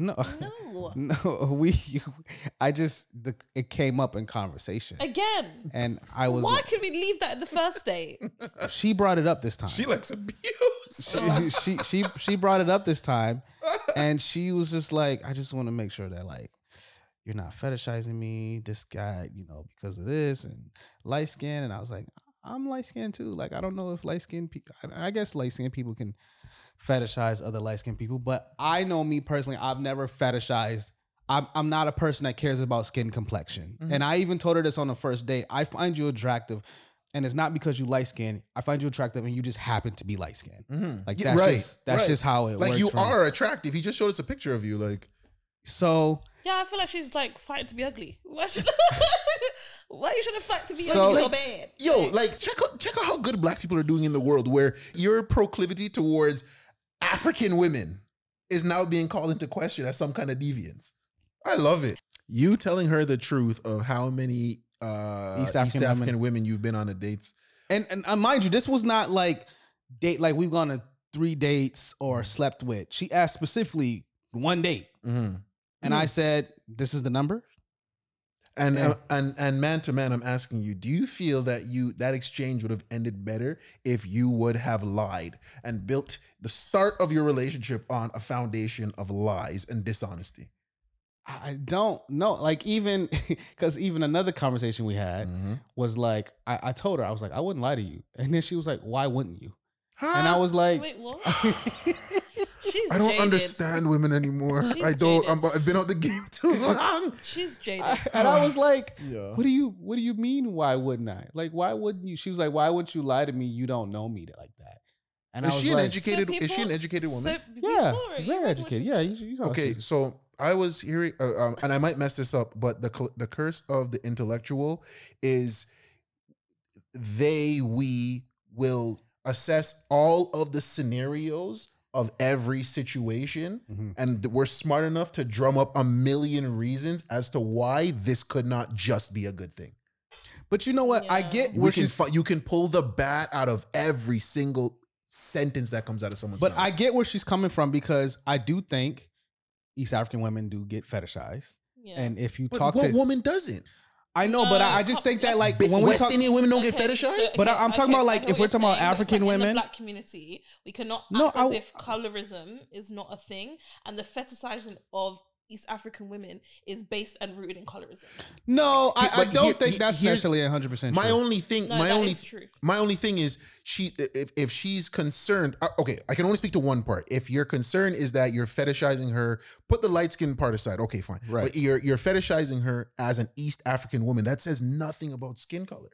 [SPEAKER 1] Mm-hmm.
[SPEAKER 2] no,
[SPEAKER 1] No.
[SPEAKER 2] no we, I just the, it came up in conversation.
[SPEAKER 1] Again.
[SPEAKER 2] and I was
[SPEAKER 1] Why could we leave that at the first date?
[SPEAKER 2] she brought it up this time.
[SPEAKER 3] She likes abuse.
[SPEAKER 2] she, she she she brought it up this time and she was just like, I just want to make sure that like you're not fetishizing me, this guy, you know, because of this and light skin. And I was like, I'm light skinned too. Like, I don't know if light skinned people, I I guess light skinned people can fetishize other light skinned people, but I know me personally, I've never fetishized. I'm, I'm not a person that cares about skin complexion.
[SPEAKER 3] Mhm.
[SPEAKER 2] And I even told her this on the first date. I find you attractive. And it's not because you light skinned. I find you attractive and you just happen to be light skinned.
[SPEAKER 3] Mhm.
[SPEAKER 2] Like
[SPEAKER 3] Yeah,
[SPEAKER 2] that's just that's
[SPEAKER 3] right.
[SPEAKER 2] just how it
[SPEAKER 3] like
[SPEAKER 2] works.
[SPEAKER 3] you
[SPEAKER 2] for me.
[SPEAKER 3] are attractive. He just showed us a picture of you. Like
[SPEAKER 2] So
[SPEAKER 1] Yeah, I feel like she's like fighting to be ugly. Why, should, why you should have fight to be
[SPEAKER 2] So-
[SPEAKER 1] ugly so bad?
[SPEAKER 3] yo, like check out check out how good black people are doing in the world where your proclivity towards African women is now being called into question as some kind of deviance. I love it. You telling her the truth of how many uh, East
[SPEAKER 2] East
[SPEAKER 3] African,
[SPEAKER 2] African
[SPEAKER 3] women. you've been on a dates.
[SPEAKER 2] and and uh, mind you, this was not like date like we've gone to three dates or slept with. She asked specifically one date,
[SPEAKER 3] Mm-hmm.
[SPEAKER 2] and I said, "This is the number."
[SPEAKER 3] And,
[SPEAKER 2] Yeah.
[SPEAKER 3] uh, and and man to man, I'm asking you: Do you feel that you that exchange would have ended better if you would have lied and built the start of your relationship on a foundation of lies and dishonesty?
[SPEAKER 2] I I don't know. Like even because even another conversation we had
[SPEAKER 3] Mm-hmm.
[SPEAKER 2] was like I, I told her I was like I wouldn't lie to you, and then she was like, "Why wouldn't you?"
[SPEAKER 3] Huh?
[SPEAKER 2] And I was like,
[SPEAKER 1] Wait, what?
[SPEAKER 2] "But
[SPEAKER 1] She's
[SPEAKER 3] I don't
[SPEAKER 1] jaded.
[SPEAKER 3] understand women anymore.
[SPEAKER 1] She's
[SPEAKER 3] I don't.
[SPEAKER 1] jaded.
[SPEAKER 3] I'm, I've been out the game too long.
[SPEAKER 1] She's jaded.
[SPEAKER 2] I- and I was like,
[SPEAKER 3] Yeah.
[SPEAKER 2] what do you what do you mean why wouldn't I? Like why wouldn't you? She was like, why wouldn't you lie to me? You don't know me like that. And
[SPEAKER 3] is
[SPEAKER 2] I was
[SPEAKER 3] she an
[SPEAKER 2] like,
[SPEAKER 3] educated?
[SPEAKER 1] So
[SPEAKER 3] is she an
[SPEAKER 1] people-
[SPEAKER 3] educated woman?
[SPEAKER 1] So
[SPEAKER 2] Yeah,
[SPEAKER 1] before, you read
[SPEAKER 2] very
[SPEAKER 1] what
[SPEAKER 2] educated.
[SPEAKER 1] she
[SPEAKER 2] Yeah,
[SPEAKER 1] said.
[SPEAKER 2] you, you saw
[SPEAKER 3] Okay, so I was hearing, uh, um, and I might mess this up, but the cl- the curse of the intellectual is they we will assess all of the scenarios of every situation,
[SPEAKER 2] hmm
[SPEAKER 3] and we're smart enough to drum up a million reasons as to why this could not just be a good thing.
[SPEAKER 2] But you know what? I
[SPEAKER 1] Yeah.
[SPEAKER 2] get
[SPEAKER 3] We
[SPEAKER 2] where
[SPEAKER 3] can
[SPEAKER 2] she's.
[SPEAKER 3] fi- you can pull the bat out of every single sentence that comes out of someone's
[SPEAKER 2] But
[SPEAKER 3] mouth.
[SPEAKER 2] I get where she's coming from because I do think East African women do get fetishized,
[SPEAKER 1] Yeah.
[SPEAKER 2] and if you
[SPEAKER 3] But
[SPEAKER 2] talk
[SPEAKER 3] what
[SPEAKER 2] to,
[SPEAKER 3] woman doesn't?
[SPEAKER 2] I know, but I,
[SPEAKER 1] No,
[SPEAKER 2] I just think that
[SPEAKER 1] let's-
[SPEAKER 2] like
[SPEAKER 3] Uh, Bi-
[SPEAKER 2] when we
[SPEAKER 3] West
[SPEAKER 2] talk,
[SPEAKER 3] Indian women don't get
[SPEAKER 1] Okay, so-
[SPEAKER 3] fetishized.
[SPEAKER 2] But I- I'm
[SPEAKER 1] okay,
[SPEAKER 2] talking about,
[SPEAKER 1] I
[SPEAKER 2] like,
[SPEAKER 1] know
[SPEAKER 2] if
[SPEAKER 1] what
[SPEAKER 2] we're
[SPEAKER 1] you're
[SPEAKER 2] talking
[SPEAKER 1] saying, but
[SPEAKER 2] about
[SPEAKER 1] it's
[SPEAKER 2] African
[SPEAKER 1] like in the
[SPEAKER 2] women-
[SPEAKER 1] black community, we cannot
[SPEAKER 2] No,
[SPEAKER 1] act
[SPEAKER 2] I
[SPEAKER 1] as
[SPEAKER 2] w-
[SPEAKER 1] if colorism is not a thing, and the fetishizing of East African women is based and rooted in colorism.
[SPEAKER 2] no, I,
[SPEAKER 3] He-
[SPEAKER 2] I
[SPEAKER 3] but
[SPEAKER 2] don't
[SPEAKER 3] here-
[SPEAKER 2] think
[SPEAKER 3] he-
[SPEAKER 2] that's
[SPEAKER 3] here's-
[SPEAKER 2] necessarily 100 percent
[SPEAKER 3] My only thing,
[SPEAKER 1] No,
[SPEAKER 3] my
[SPEAKER 1] that
[SPEAKER 3] only,
[SPEAKER 1] is true.
[SPEAKER 3] my only thing is she. If if she's concerned, uh, okay, I can only speak to one part. If your concern is that you're fetishizing her, put the light skin part aside. Okay, fine.
[SPEAKER 2] Right.
[SPEAKER 3] But you're you're fetishizing her as an East African woman. That says nothing about skin color.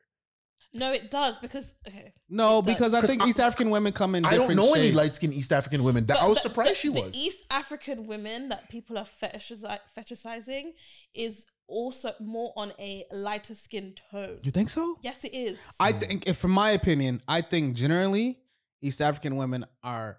[SPEAKER 1] No, it does because okay.
[SPEAKER 2] No,
[SPEAKER 1] It does.
[SPEAKER 2] because I think East African women come in.
[SPEAKER 3] I don't
[SPEAKER 2] different
[SPEAKER 3] know any
[SPEAKER 2] shades.
[SPEAKER 3] light skinned East African women. That
[SPEAKER 1] But
[SPEAKER 3] I was
[SPEAKER 1] the-
[SPEAKER 3] surprised
[SPEAKER 1] the-
[SPEAKER 3] she
[SPEAKER 1] the E
[SPEAKER 3] was.
[SPEAKER 1] East African women that people are fetishizi- fetishizing is also more on a lighter skin tone.
[SPEAKER 2] You think so?
[SPEAKER 1] Yes, it is.
[SPEAKER 2] I think, if from my opinion, I think generally East African women are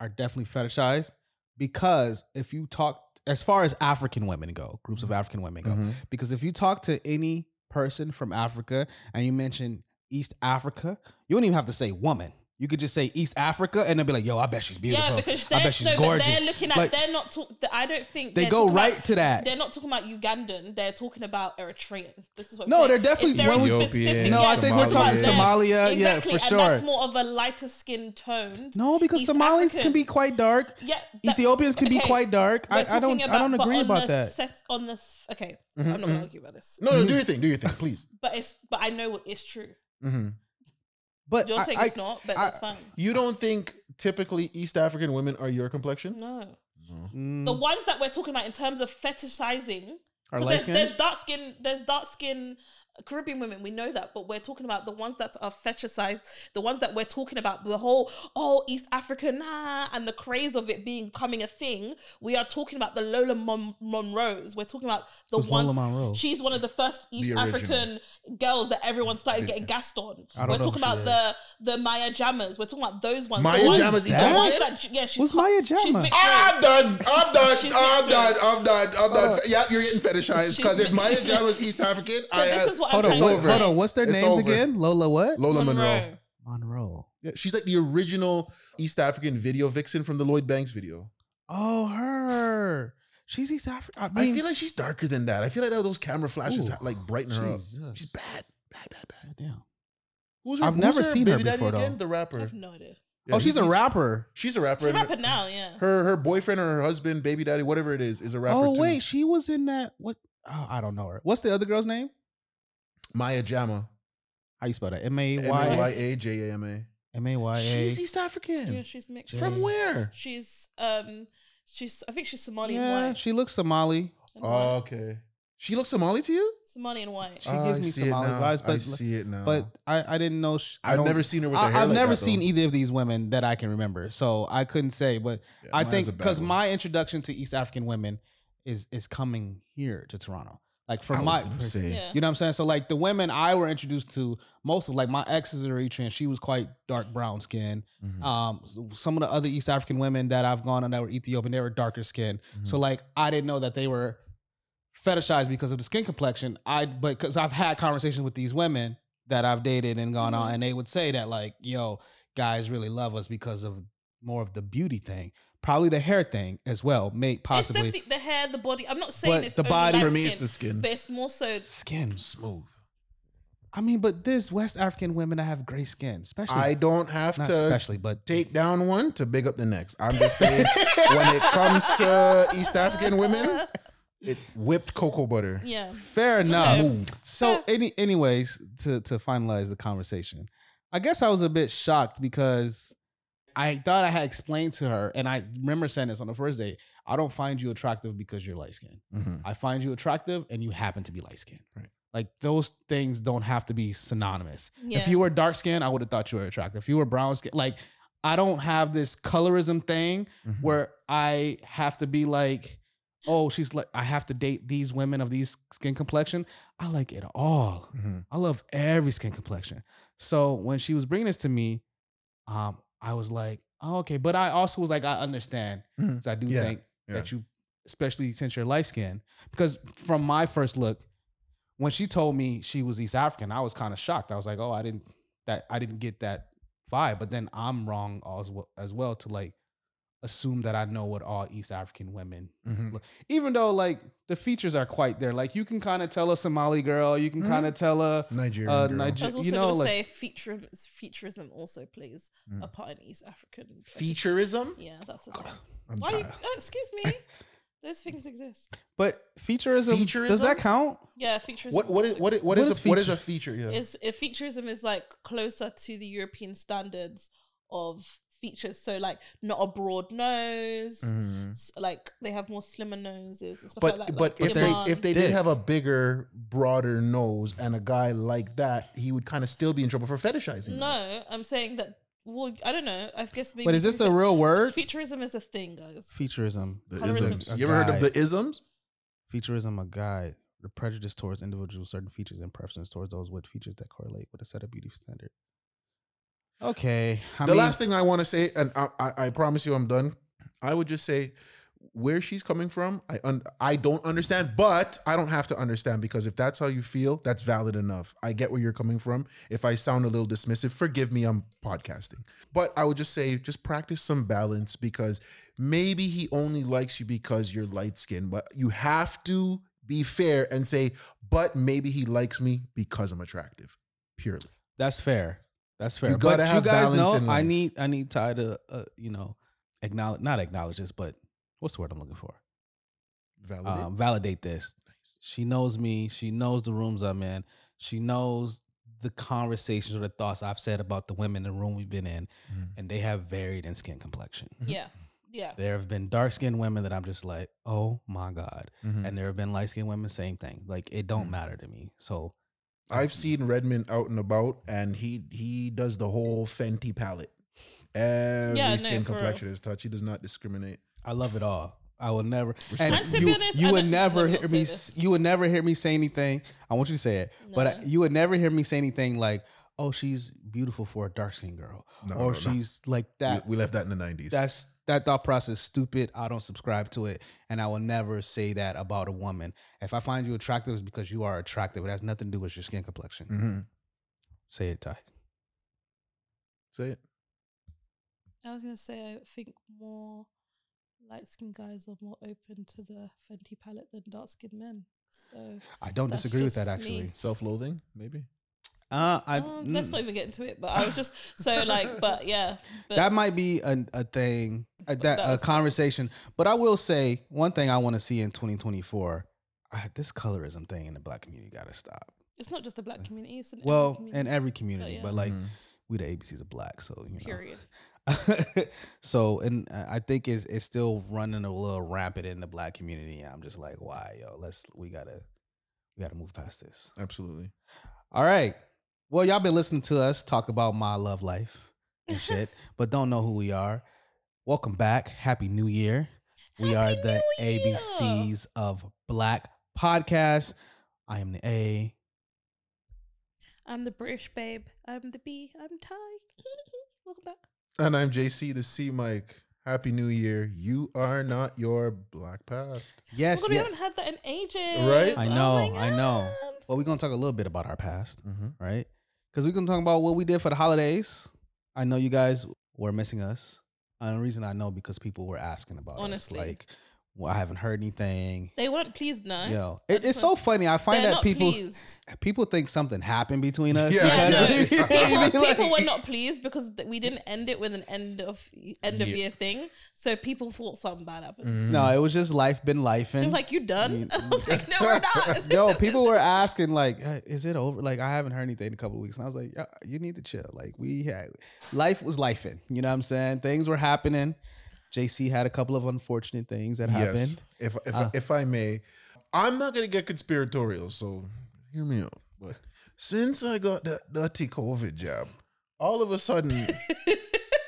[SPEAKER 2] are definitely fetishized because if you talk as far as African women go, groups of African women go,
[SPEAKER 3] Mhm.
[SPEAKER 2] because if you talk to any person from Africa and you mention East Africa, you don't even have to say woman. You could just say East Africa, and they'll be like, "Yo, I bet she's beautiful.
[SPEAKER 1] Yeah, because
[SPEAKER 2] I
[SPEAKER 1] they're,
[SPEAKER 2] bet she's
[SPEAKER 1] no, but
[SPEAKER 2] gorgeous."
[SPEAKER 1] they're looking at.
[SPEAKER 2] Like,
[SPEAKER 1] they're not talk. I don't think
[SPEAKER 2] they
[SPEAKER 1] they're
[SPEAKER 2] go
[SPEAKER 1] talking about-
[SPEAKER 2] right to that.
[SPEAKER 1] They're not talking about Ugandan. They're talking about Eritrean. This is what. I'm
[SPEAKER 2] No,
[SPEAKER 1] saying.
[SPEAKER 2] they're definitely-
[SPEAKER 1] If there is
[SPEAKER 2] Ethiopian,
[SPEAKER 1] specific-
[SPEAKER 2] No, I think we're talking
[SPEAKER 1] them.
[SPEAKER 2] Somalia, yeah,
[SPEAKER 1] Exactly,
[SPEAKER 2] for
[SPEAKER 1] And
[SPEAKER 2] sure.
[SPEAKER 1] that's more of a lighter skin toned.
[SPEAKER 2] no, because
[SPEAKER 1] East
[SPEAKER 2] Somalis can be
[SPEAKER 1] Africans.
[SPEAKER 2] quite dark.
[SPEAKER 1] Yeah, that-
[SPEAKER 2] Ethiopians can be
[SPEAKER 1] okay,
[SPEAKER 2] quite dark.
[SPEAKER 1] we're
[SPEAKER 2] I, I don't.
[SPEAKER 1] talking
[SPEAKER 2] I don't
[SPEAKER 1] but
[SPEAKER 2] agree
[SPEAKER 1] on
[SPEAKER 2] about
[SPEAKER 1] the
[SPEAKER 2] that. Mm-hmm,
[SPEAKER 1] Set on this. Okay,
[SPEAKER 3] Mhm,
[SPEAKER 1] I'm not
[SPEAKER 3] mhm.
[SPEAKER 1] gonna argue about this.
[SPEAKER 3] No, no, do your thing, do your thing, please.
[SPEAKER 1] But it's. But I know what is true.
[SPEAKER 3] Mm-hmm.
[SPEAKER 2] But
[SPEAKER 1] You're
[SPEAKER 2] I-
[SPEAKER 1] saying
[SPEAKER 2] I-
[SPEAKER 1] it's not, but
[SPEAKER 2] I-
[SPEAKER 1] that's fine.
[SPEAKER 3] You don't think typically East African women are your complexion?
[SPEAKER 1] No,
[SPEAKER 2] Mm,
[SPEAKER 1] the ones that we're talking about in terms of fetishizing.
[SPEAKER 2] are
[SPEAKER 1] 'Cause
[SPEAKER 2] light
[SPEAKER 1] there's, there's
[SPEAKER 2] skinned?
[SPEAKER 1] dark skin, there's dark skin Caribbean women. We know that, but we're talking about the ones that are fetishized, the ones that we're talking about. The whole oh East Africa nah, and the craze of it being becoming a thing. We are talking about the Lola Mon- Monroes. We're talking about the
[SPEAKER 2] Who's Lola
[SPEAKER 1] ones.
[SPEAKER 2] Monroe?
[SPEAKER 1] She's one of the first East
[SPEAKER 3] original.
[SPEAKER 1] African girls that everyone started
[SPEAKER 3] The-
[SPEAKER 1] getting gassed on.
[SPEAKER 2] I don't
[SPEAKER 1] We're
[SPEAKER 2] know
[SPEAKER 1] talking
[SPEAKER 2] if she
[SPEAKER 1] about the the Maya Jammers. We're talking about those ones.
[SPEAKER 3] Maya
[SPEAKER 1] the ones,
[SPEAKER 3] Jama's
[SPEAKER 1] the
[SPEAKER 2] East
[SPEAKER 1] ones
[SPEAKER 3] African?
[SPEAKER 1] that- yeah, she's
[SPEAKER 2] Who's
[SPEAKER 1] hot-
[SPEAKER 2] Maya
[SPEAKER 1] she's
[SPEAKER 2] Jama?
[SPEAKER 1] mixed
[SPEAKER 3] I'm
[SPEAKER 1] race.
[SPEAKER 3] done. I'm done.
[SPEAKER 1] She's
[SPEAKER 3] I'm
[SPEAKER 1] mixed
[SPEAKER 3] done.
[SPEAKER 1] race.
[SPEAKER 3] I'm done. I'm
[SPEAKER 2] Oh.
[SPEAKER 3] done. Yeah, you're getting fetishized.
[SPEAKER 1] She's
[SPEAKER 3] Because if Maya
[SPEAKER 1] mixed.
[SPEAKER 3] Jam was East African,
[SPEAKER 1] So
[SPEAKER 3] I
[SPEAKER 1] this
[SPEAKER 3] have
[SPEAKER 1] is what I'm
[SPEAKER 2] Hold on.
[SPEAKER 1] trying
[SPEAKER 2] What,
[SPEAKER 1] to
[SPEAKER 3] over.
[SPEAKER 1] say.
[SPEAKER 2] hold on. What's their
[SPEAKER 3] It's
[SPEAKER 2] names
[SPEAKER 3] over.
[SPEAKER 2] again? Lola what?
[SPEAKER 3] Lola Monroe.
[SPEAKER 2] Monroe.
[SPEAKER 3] Yeah, she's like the original East African video vixen from the Lloyd Banks video.
[SPEAKER 2] Oh, her. She's East African. I,
[SPEAKER 3] I,
[SPEAKER 2] mean,
[SPEAKER 3] feel like she's darker than that. I feel like that those camera flashes
[SPEAKER 2] Ooh.
[SPEAKER 3] like brighten her up.
[SPEAKER 2] Jesus.
[SPEAKER 3] She's bad, bad, bad, bad.
[SPEAKER 2] Goddamn.
[SPEAKER 3] Who's her?
[SPEAKER 2] I've
[SPEAKER 3] who's
[SPEAKER 2] never
[SPEAKER 3] her
[SPEAKER 2] seen her
[SPEAKER 3] baby daddy
[SPEAKER 2] before, though.
[SPEAKER 3] again? The
[SPEAKER 1] I
[SPEAKER 3] rapper.
[SPEAKER 1] have no idea.
[SPEAKER 3] Yeah,
[SPEAKER 2] oh, she's
[SPEAKER 3] he's-
[SPEAKER 2] a rapper.
[SPEAKER 3] She's a rapper.
[SPEAKER 1] She's
[SPEAKER 3] and her-
[SPEAKER 1] rapping now, yeah.
[SPEAKER 3] Her her boyfriend or her husband, baby daddy, whatever it is, is a rapper.
[SPEAKER 2] Oh
[SPEAKER 3] too.
[SPEAKER 2] wait, she was in that. What? Oh, I don't know her. What's the other girl's name?
[SPEAKER 3] Maya Jama.
[SPEAKER 2] How you spell that? M A
[SPEAKER 3] M
[SPEAKER 2] Y
[SPEAKER 3] A Y A J A M
[SPEAKER 2] M A
[SPEAKER 3] A.
[SPEAKER 2] Y A.
[SPEAKER 3] She's East
[SPEAKER 1] yeah,
[SPEAKER 3] African.
[SPEAKER 1] she's mixed.
[SPEAKER 2] Yeah.
[SPEAKER 3] From
[SPEAKER 1] race.
[SPEAKER 3] where?
[SPEAKER 1] She's um, she's I think she's Somali and
[SPEAKER 2] Yeah,
[SPEAKER 1] white.
[SPEAKER 2] she looks Somali.
[SPEAKER 1] And
[SPEAKER 3] Oh,
[SPEAKER 1] white.
[SPEAKER 3] okay. She looks Somali to you?
[SPEAKER 1] Somali and white.
[SPEAKER 2] She gives
[SPEAKER 3] I
[SPEAKER 2] me
[SPEAKER 3] see it
[SPEAKER 2] Somali
[SPEAKER 3] now.
[SPEAKER 2] vibes,
[SPEAKER 3] I
[SPEAKER 2] but-
[SPEAKER 3] see it now.
[SPEAKER 2] But I, I didn't know. She, I
[SPEAKER 3] Uh-huh. I've
[SPEAKER 2] don't-
[SPEAKER 3] never seen her with her
[SPEAKER 2] I,
[SPEAKER 3] hair.
[SPEAKER 2] have
[SPEAKER 3] like
[SPEAKER 2] never
[SPEAKER 3] that, though.
[SPEAKER 2] seen either of these women that I can remember, so I couldn't say. But
[SPEAKER 3] Yeah,
[SPEAKER 2] I
[SPEAKER 3] mine's
[SPEAKER 2] think
[SPEAKER 3] a bad
[SPEAKER 2] because
[SPEAKER 3] one.
[SPEAKER 2] my introduction to East African women is is coming here to Toronto, like
[SPEAKER 3] I
[SPEAKER 2] from
[SPEAKER 3] was
[SPEAKER 2] my.
[SPEAKER 3] gonna
[SPEAKER 2] pers-
[SPEAKER 3] say.
[SPEAKER 1] Yeah.
[SPEAKER 2] You know what I'm saying? So like the women I were introduced to, most of like my ex is Eritrean. She was quite dark brown skin.
[SPEAKER 3] Mhm.
[SPEAKER 2] Um, s- some of the other East African women that I've gone on that were Ethiopian, they were darker skinned.
[SPEAKER 3] mm-hmm. Mm.
[SPEAKER 2] So like I didn't know that they were fetishized because of the skin complexion. I but because I've had conversations with these women that I've dated and gone on,
[SPEAKER 1] Mhm.
[SPEAKER 2] and they would say that like, yo, guys really love us because of more of the beauty thing, probably the hair thing as well, made
[SPEAKER 1] It's
[SPEAKER 2] possibly
[SPEAKER 1] definitely the hair, the body. I'm not saying
[SPEAKER 2] But
[SPEAKER 1] it's
[SPEAKER 2] the
[SPEAKER 1] only
[SPEAKER 2] body-
[SPEAKER 1] light
[SPEAKER 3] For me, it's the
[SPEAKER 1] skin,
[SPEAKER 3] skin.
[SPEAKER 1] but it's more so.
[SPEAKER 2] skin.
[SPEAKER 3] Smooth.
[SPEAKER 2] I mean, but there's West African women that have gray skin, especially
[SPEAKER 3] I don't have
[SPEAKER 2] not
[SPEAKER 3] to
[SPEAKER 2] especially, but
[SPEAKER 3] take down one to big up the next. I'm just saying, when it comes to East African women, it whipped cocoa butter.
[SPEAKER 1] Yeah.
[SPEAKER 2] fair enough.
[SPEAKER 3] Smooth.
[SPEAKER 2] So any anyways, to to finalize the conversation, I guess I was a bit shocked because I thought I had explained to her, and I remember saying this on the first day. I don't find you attractive because you're light skinned.
[SPEAKER 3] Mhm.
[SPEAKER 2] I find you attractive and you happen to be light skinned.
[SPEAKER 3] Right.
[SPEAKER 2] Like those things don't have to be synonymous.
[SPEAKER 1] Yeah.
[SPEAKER 2] If you were dark skinned, I would have thought you were attractive. If you were brown skinned, like I don't have this colorism thing
[SPEAKER 3] mm-hmm,
[SPEAKER 2] where I have to be like, oh, she's like, I have to date these women of these skin complexion. I like it all.
[SPEAKER 3] Mhm.
[SPEAKER 2] I love every skin complexion. So when she was bringing this to me, um, I was like, oh, okay. But I also was like, I understand.
[SPEAKER 3] Mhm.
[SPEAKER 2] Because I do
[SPEAKER 3] Yeah,
[SPEAKER 2] think
[SPEAKER 3] yeah.
[SPEAKER 2] that you, especially since you're light skinned, because from my first look, when she told me she was East African, I was kind of shocked. I was like, oh, I didn't that I didn't get that vibe. But then I'm wrong as well, as well to like assume that I know what all East African women,
[SPEAKER 3] Mhm.
[SPEAKER 2] even though like the features are quite there. Like you can kind of tell a Somali girl, you can
[SPEAKER 3] Mhm.
[SPEAKER 2] kind of tell a
[SPEAKER 3] Nigerian.
[SPEAKER 2] Uh,
[SPEAKER 3] girl.
[SPEAKER 2] Niger-
[SPEAKER 1] I was
[SPEAKER 2] you
[SPEAKER 1] also
[SPEAKER 2] know,
[SPEAKER 1] gonna
[SPEAKER 2] like-
[SPEAKER 1] say featurism, featurism also plays
[SPEAKER 3] Mm.
[SPEAKER 1] a part in East African fetish.
[SPEAKER 3] Featureism.
[SPEAKER 1] Yeah, that's the thing.
[SPEAKER 3] I'm
[SPEAKER 1] Why? You,
[SPEAKER 3] not-
[SPEAKER 1] oh, excuse me. Those things exist.
[SPEAKER 2] But featureism, does that
[SPEAKER 3] Featureism?
[SPEAKER 2] count?
[SPEAKER 1] Yeah, featurism.
[SPEAKER 3] What what is
[SPEAKER 1] also
[SPEAKER 3] what is,
[SPEAKER 2] What
[SPEAKER 3] what is,
[SPEAKER 2] is
[SPEAKER 3] a, what is a feature? Yeah.
[SPEAKER 1] is if featurism is like closer to the European standards of features. So like not a broad nose.
[SPEAKER 3] Mhm.
[SPEAKER 1] s- Like they have more slimmer noses and stuff
[SPEAKER 3] But
[SPEAKER 1] like that.
[SPEAKER 3] but
[SPEAKER 1] like
[SPEAKER 3] if
[SPEAKER 1] Iman.
[SPEAKER 3] they if they did
[SPEAKER 2] Dick.
[SPEAKER 3] have a bigger, broader nose and a guy like that, he would kind of still be in trouble for fetishizing. that.
[SPEAKER 1] no, I'm saying that. Well, I don't know. I guess maybe.
[SPEAKER 2] But is this
[SPEAKER 1] because
[SPEAKER 2] a real word?
[SPEAKER 1] featurism is a thing, guys?
[SPEAKER 2] Featureism.
[SPEAKER 3] The
[SPEAKER 1] Colorism.
[SPEAKER 3] isms.
[SPEAKER 2] A
[SPEAKER 3] You ever heard of
[SPEAKER 2] guy.
[SPEAKER 3] the isms?
[SPEAKER 2] Featureism, a guide, the prejudice towards individuals, certain features, and preference towards those with features that correlate with a set of beauty standard. Okay, I
[SPEAKER 3] the last thing I want to say, and I, I, I promise you, I'm done. I would just say where she's coming from. I un, I don't understand, but I don't have to understand because if that's how you feel, that's valid enough. I get where you're coming from. If I sound a little dismissive, forgive me. I'm podcasting, but I would just say just practice some balance because maybe he only likes you because you're light skinned, but you have to be fair and say, but maybe he likes me because I'm attractive. Purely.
[SPEAKER 2] that's fair. That's fair.
[SPEAKER 3] You gotta
[SPEAKER 2] but
[SPEAKER 3] have
[SPEAKER 2] you guys
[SPEAKER 3] balance
[SPEAKER 2] know,
[SPEAKER 3] in
[SPEAKER 2] I
[SPEAKER 3] life.
[SPEAKER 2] need I need Ty to uh, you know acknowledge not acknowledge this, but what's the word I'm looking for?
[SPEAKER 3] Valid.
[SPEAKER 2] Um, validate this. She knows me. She knows the rooms I'm in. She knows the conversations or the thoughts I've said about the women in the room we've been in,
[SPEAKER 3] Mhm.
[SPEAKER 2] and they have varied in skin complexion.
[SPEAKER 3] Mm. mm-hmm.
[SPEAKER 1] Yeah, yeah.
[SPEAKER 2] There have been dark skinned women that I'm just like, oh my God.
[SPEAKER 3] Mm-hmm. Mm.
[SPEAKER 2] And there have been light skinned women, same thing. Like it don't
[SPEAKER 3] Mhm.
[SPEAKER 2] matter to me. So
[SPEAKER 3] I've seen Redmond out and about, and he he does the whole Fenty palette. Every
[SPEAKER 1] Yeah, no,
[SPEAKER 3] skin
[SPEAKER 1] for real.
[SPEAKER 3] complexion is touched. He does not discriminate.
[SPEAKER 2] I love it all. I will never
[SPEAKER 3] Respect.
[SPEAKER 2] and
[SPEAKER 1] And to
[SPEAKER 2] you,
[SPEAKER 1] be honest,
[SPEAKER 2] you
[SPEAKER 1] I
[SPEAKER 2] would
[SPEAKER 1] don't-
[SPEAKER 2] never
[SPEAKER 1] let me
[SPEAKER 2] hear
[SPEAKER 1] not
[SPEAKER 2] me
[SPEAKER 1] say
[SPEAKER 2] s-
[SPEAKER 1] this.
[SPEAKER 2] you would never hear me say anything. I want you to say it. But I-
[SPEAKER 1] No.
[SPEAKER 2] you would never hear me say anything like, oh, she's beautiful for a dark skinned girl.
[SPEAKER 3] No,
[SPEAKER 2] or
[SPEAKER 3] no, no.
[SPEAKER 2] Oh, she's like that.
[SPEAKER 3] we, we left that in the nineties.
[SPEAKER 2] That's that thought process is stupid. I don't subscribe to it, and I will never say that about a woman. If I find you attractive, it's because you are attractive. It has nothing to do with your skin complexion.
[SPEAKER 3] hmm
[SPEAKER 2] Say it, Ty.
[SPEAKER 3] Say it.
[SPEAKER 1] I was gonna say I think more light skinned guys are more open to the Fenty palette than dark skinned men. So
[SPEAKER 2] I don't
[SPEAKER 1] That's
[SPEAKER 2] disagree with that
[SPEAKER 1] just
[SPEAKER 2] actually.
[SPEAKER 1] me.
[SPEAKER 3] Self-loathing, maybe.
[SPEAKER 2] Uh, I
[SPEAKER 1] um, let's
[SPEAKER 2] mm,
[SPEAKER 1] not even get into it. But I was just so like, but yeah, but
[SPEAKER 2] that might be a, a thing a,
[SPEAKER 1] But
[SPEAKER 2] that a
[SPEAKER 1] that's-
[SPEAKER 2] conversation. But I will say one thing I want to see in 2024. Uh, this colorism thing in the black community got to stop.
[SPEAKER 1] it's not just the black community. It's an every
[SPEAKER 2] Well,
[SPEAKER 1] community,
[SPEAKER 2] in every community,
[SPEAKER 1] yeah.
[SPEAKER 2] but like
[SPEAKER 3] Mm. Mm-hmm.
[SPEAKER 2] we the ABCs of black, so you know.
[SPEAKER 1] period.
[SPEAKER 2] so and uh, I I think it's it's still running a little rampant in the black community. And I'm just like, why, yo? Let's we gotta we gotta move past this.
[SPEAKER 3] absolutely.
[SPEAKER 2] All right. Well, y'all been listening to us talk about my love life and shit, but don't know who we are. Welcome back. Happy New Year. We
[SPEAKER 1] Happy
[SPEAKER 2] are the
[SPEAKER 1] New Year.
[SPEAKER 2] ABCs of Black Podcast. I am the A.
[SPEAKER 1] I'm the British babe. I'm the B. I'm Thai. Welcome back.
[SPEAKER 3] And I'm JC the C Mike. Happy New Year. You are not your black past.
[SPEAKER 2] Yes,
[SPEAKER 1] oh my God,
[SPEAKER 2] yeah.
[SPEAKER 1] we haven't had that in ages.
[SPEAKER 3] Right?
[SPEAKER 2] I
[SPEAKER 1] Oh
[SPEAKER 2] know,
[SPEAKER 1] my
[SPEAKER 2] I know.
[SPEAKER 1] God.
[SPEAKER 2] Well, we're gonna talk a little bit about our past.
[SPEAKER 3] Mm-hmm.
[SPEAKER 2] right? Because we can talk about what we did for the holidays. I know you guys were missing us. And the reason I know because people were asking about
[SPEAKER 1] Honestly.
[SPEAKER 2] us. Like, well, I haven't heard anything.
[SPEAKER 1] They weren't pleased now.
[SPEAKER 2] Yo,
[SPEAKER 1] I
[SPEAKER 2] it,
[SPEAKER 1] just
[SPEAKER 2] it's so
[SPEAKER 1] want-
[SPEAKER 2] funny. I find
[SPEAKER 1] They're
[SPEAKER 2] that
[SPEAKER 1] not
[SPEAKER 2] people
[SPEAKER 1] pleased.
[SPEAKER 2] people think something happened between us.
[SPEAKER 3] Yeah,
[SPEAKER 1] Yeah, no.
[SPEAKER 2] because-
[SPEAKER 3] yeah.
[SPEAKER 2] You know
[SPEAKER 1] people,
[SPEAKER 2] what I mean? Like-
[SPEAKER 1] people were not pleased because th- we didn't end it with an end of end of
[SPEAKER 3] Yeah.
[SPEAKER 1] year thing. So people thought something bad happened.
[SPEAKER 3] Mm-hmm.
[SPEAKER 2] No, it was just life been life.
[SPEAKER 1] They
[SPEAKER 2] And
[SPEAKER 1] was like, "You done?"
[SPEAKER 2] Mm.
[SPEAKER 1] I was like, "No, we're not."
[SPEAKER 2] yo, people were asking like, "Uh, is it over? Like, I haven't heard anything in a couple of weeks, and I was like, yeah, you need to chill. Like, we had life was life in. You know what I'm saying? Things were happening. JC had a couple of unfortunate things that happened.
[SPEAKER 3] If if
[SPEAKER 2] Uh.
[SPEAKER 3] if I may, I'm not gonna get conspiratorial, so hear me out. But since I got that dirty COVID jab, all of a sudden,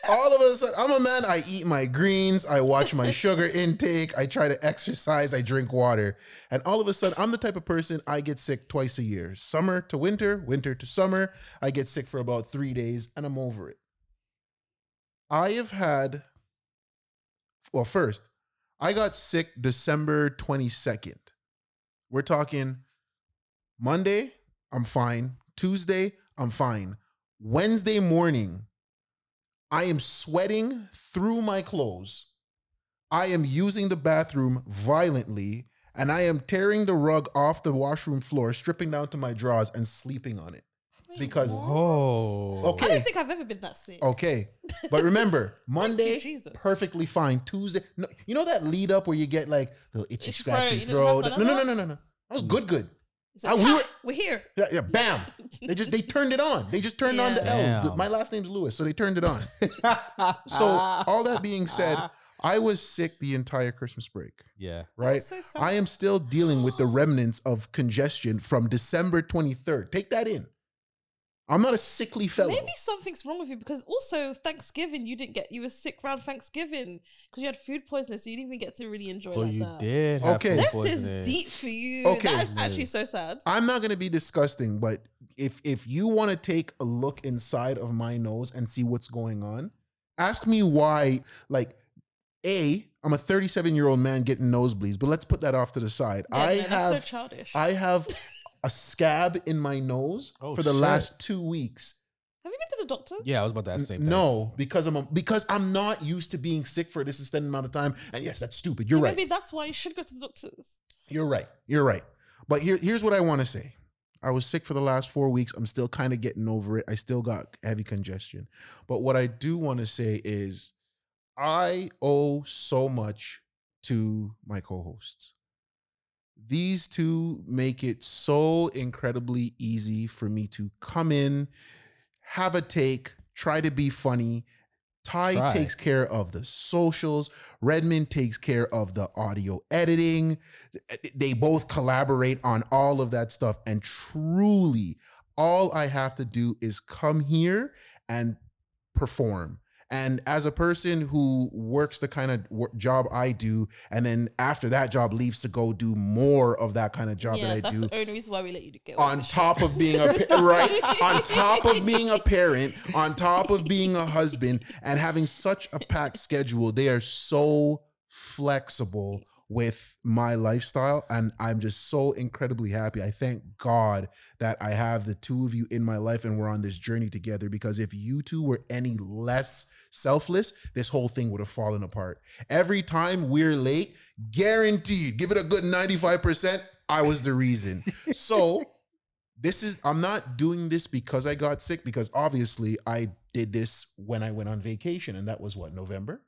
[SPEAKER 3] all of a sudden, I'm a man. I eat my greens. I watch my sugar intake. I try to exercise. I drink water. And all of a sudden, I'm the type of person I get sick twice a year summer to winter, winter to summer. I get sick for about three days and I'm over it. I have had, well, first, I got sick December 22nd. We're talking Monday, I'm fine. Tuesday, I'm fine. Wednesday morning, I am sweating through my clothes. I am using the bathroom violently, and I am tearing the rug off the washroom floor, stripping down to my drawers, and sleeping on it. Because-
[SPEAKER 2] Whoa. Oh,
[SPEAKER 1] I
[SPEAKER 3] Okay.
[SPEAKER 1] don't think I've ever been that sick.
[SPEAKER 3] Okay. But remember,
[SPEAKER 1] Thank you,
[SPEAKER 3] Monday,
[SPEAKER 1] Jesus.
[SPEAKER 3] perfectly fine. Tuesday, no, you know that lead up where you get like little itchy,
[SPEAKER 1] Itchy
[SPEAKER 3] scratchy
[SPEAKER 1] throat,
[SPEAKER 3] throat?
[SPEAKER 1] you don't
[SPEAKER 3] No,
[SPEAKER 1] have
[SPEAKER 3] no, no,
[SPEAKER 1] none
[SPEAKER 3] no, no, no. That was good, good.
[SPEAKER 1] It's like,
[SPEAKER 3] I- we
[SPEAKER 1] ha,
[SPEAKER 3] were-
[SPEAKER 1] we're here.
[SPEAKER 3] Yeah, yeah, bam. They just they turned it on. They just turned on the
[SPEAKER 2] Yeah.
[SPEAKER 3] L's. The-
[SPEAKER 2] Damn.
[SPEAKER 3] my last name's Lewis, so they turned it on. So all that being said, I was sick the entire Christmas break,
[SPEAKER 2] yeah.
[SPEAKER 3] right?
[SPEAKER 1] So sorry.
[SPEAKER 3] I am still dealing with the remnants of congestion from December 23rd. Take that in. I'm not a sickly fellow.
[SPEAKER 1] Maybe something's wrong with you because also Thanksgiving you didn't get you were sick around Thanksgiving because you had food poisoning, so you didn't even get to really enjoy
[SPEAKER 2] Oh,
[SPEAKER 1] like
[SPEAKER 2] you
[SPEAKER 1] that.
[SPEAKER 2] did. have
[SPEAKER 3] Okay.
[SPEAKER 2] food
[SPEAKER 1] This
[SPEAKER 2] poisoning.
[SPEAKER 1] is deep for you.
[SPEAKER 3] Okay.
[SPEAKER 1] That is
[SPEAKER 2] Yeah.
[SPEAKER 1] actually so sad.
[SPEAKER 3] I'm not going to be disgusting, but if if you want to take a look inside of my nose and see what's going on, ask me why. Like, a I'm a 37 year old man getting nosebleeds, but let's put that off to the side.
[SPEAKER 1] Yeah,
[SPEAKER 3] I
[SPEAKER 1] no,
[SPEAKER 3] have
[SPEAKER 1] that's so childish.
[SPEAKER 3] I have a scab in my nose
[SPEAKER 2] Oh,
[SPEAKER 3] for the
[SPEAKER 2] shit.
[SPEAKER 3] last two weeks.
[SPEAKER 1] have you been to the doctor?
[SPEAKER 2] Yeah, I was about to ask the same
[SPEAKER 3] N- No, because I'm a, because I'm not used to being sick for this extended amount of time. And yes, that's stupid. You're
[SPEAKER 1] So
[SPEAKER 3] right.
[SPEAKER 1] Maybe that's why you should go to the doctors.
[SPEAKER 3] You're right. You're right. But here, here's what I want to say. I was sick for the last four weeks. I'm still kind of getting over it. I still got heavy congestion. But what I do want to say is I owe so much to my co hosts. These two make it so incredibly easy for me to come in, have a take, try to be funny. Ty
[SPEAKER 2] Try.
[SPEAKER 3] takes care of the socials. Redmond takes care of the audio editing. They both collaborate on all of that stuff. And truly, all I have to do is come here and perform. And as a person who works the kind of wor- job I do, and then after that job leaves to go do more of that kind of job
[SPEAKER 1] yeah,
[SPEAKER 3] that I
[SPEAKER 1] that's
[SPEAKER 3] do,
[SPEAKER 1] the only reason why we let you get away Uh,
[SPEAKER 3] on
[SPEAKER 1] with the
[SPEAKER 3] top
[SPEAKER 1] shit.
[SPEAKER 3] of being a pa- right on top of being a parent on top of being a husband and having such a packed schedule they are so flexible with my lifestyle and i'm just so incredibly happy i thank god that i have the two of you in my life and we're on this journey together because if you two were any less selfless this whole thing would have fallen apart every time we're late guaranteed give it a good 95% i was the reason so this is I'm not doing this because I got sick because obviously I did this when I went on vacation and that was what November.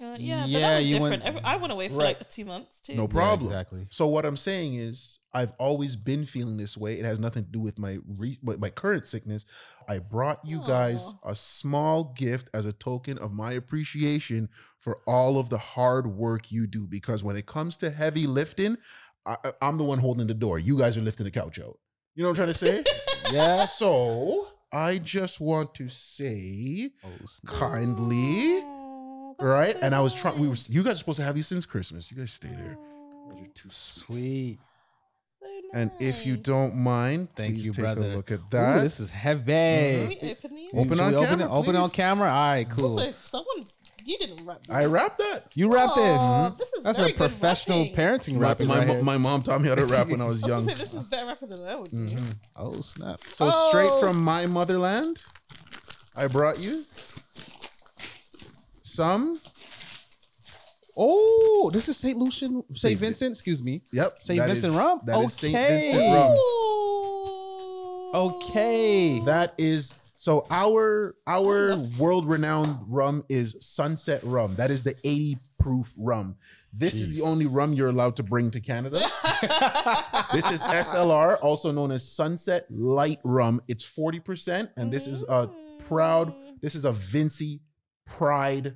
[SPEAKER 1] Uh, yeah, but
[SPEAKER 2] Yeah,
[SPEAKER 1] that was
[SPEAKER 2] you
[SPEAKER 1] different.
[SPEAKER 2] went-
[SPEAKER 1] Every- I went away for
[SPEAKER 3] Right.
[SPEAKER 1] like two months too.
[SPEAKER 3] No
[SPEAKER 2] Yeah,
[SPEAKER 3] problem.
[SPEAKER 2] exactly.
[SPEAKER 3] So what I'm saying is I've always been feeling this way. It has nothing to do with my re- with my current sickness. I brought you guys
[SPEAKER 1] Aw.
[SPEAKER 3] a small gift as a token of my appreciation for all of the hard work you do because when it comes to heavy lifting, I, I- I'm the one holding the door. You guys are lifting the couch out. You know what I'm trying to say?
[SPEAKER 2] Yeah.
[SPEAKER 3] So I just want to say
[SPEAKER 2] Oh, snap.
[SPEAKER 3] kindly,
[SPEAKER 1] Aw, that's
[SPEAKER 3] right?
[SPEAKER 1] so
[SPEAKER 3] And I was trying. We were.
[SPEAKER 1] nice.
[SPEAKER 3] You guys are supposed to have these since Christmas. You guys stay there.
[SPEAKER 1] Aw,
[SPEAKER 3] You're too
[SPEAKER 2] Sweet.
[SPEAKER 3] sweet.
[SPEAKER 1] so
[SPEAKER 3] And if you
[SPEAKER 1] nice.
[SPEAKER 3] don't mind,
[SPEAKER 2] Thank
[SPEAKER 3] please
[SPEAKER 2] you,
[SPEAKER 3] take
[SPEAKER 2] brother.
[SPEAKER 3] a look at
[SPEAKER 2] Ooh,
[SPEAKER 3] that.
[SPEAKER 2] this is heavy.
[SPEAKER 1] Can we
[SPEAKER 3] it-
[SPEAKER 1] open these?
[SPEAKER 3] Open
[SPEAKER 2] Should
[SPEAKER 3] on
[SPEAKER 2] we open
[SPEAKER 3] camera,
[SPEAKER 2] It, open it on
[SPEAKER 3] please.
[SPEAKER 2] camera. All right, cool.
[SPEAKER 1] Also, someone you didn't wrap.
[SPEAKER 3] I
[SPEAKER 1] this.
[SPEAKER 3] wrapped that.
[SPEAKER 2] you wrap
[SPEAKER 1] Aw,
[SPEAKER 2] this.
[SPEAKER 1] This is
[SPEAKER 2] Mm-hmm. That's
[SPEAKER 1] very
[SPEAKER 2] a
[SPEAKER 1] good
[SPEAKER 2] professional
[SPEAKER 1] wrapping.
[SPEAKER 2] parenting
[SPEAKER 3] My,
[SPEAKER 2] wrap.
[SPEAKER 3] my,
[SPEAKER 2] right here.
[SPEAKER 3] my mom taught me how to rap when I was
[SPEAKER 1] I was
[SPEAKER 3] young.
[SPEAKER 1] gonna say, this is better wrapping than I would do.
[SPEAKER 3] Mhm.
[SPEAKER 2] oh snap!
[SPEAKER 3] So straight from my motherland, I brought you some.
[SPEAKER 2] Oh, this is Saint Lucian,
[SPEAKER 3] Saint
[SPEAKER 2] Saint
[SPEAKER 3] Vin-
[SPEAKER 2] Vincent. Excuse me.
[SPEAKER 3] Yep,
[SPEAKER 2] Saint
[SPEAKER 3] that
[SPEAKER 2] Vincent
[SPEAKER 3] is-
[SPEAKER 2] rum.
[SPEAKER 3] That is Saint
[SPEAKER 2] Okay.
[SPEAKER 3] Vincent rum.
[SPEAKER 2] Okay.
[SPEAKER 3] That is so our
[SPEAKER 1] I
[SPEAKER 3] our
[SPEAKER 1] love-
[SPEAKER 3] world renowned rum is Sunset Rum. That is the 80 proof rum. This is the
[SPEAKER 2] Jeez.
[SPEAKER 3] only rum you're allowed to bring to Canada. this is SLR, also known as Sunset Light Rum. It's 40% and this is a proud
[SPEAKER 1] Mm.
[SPEAKER 3] this is a Vinci Pride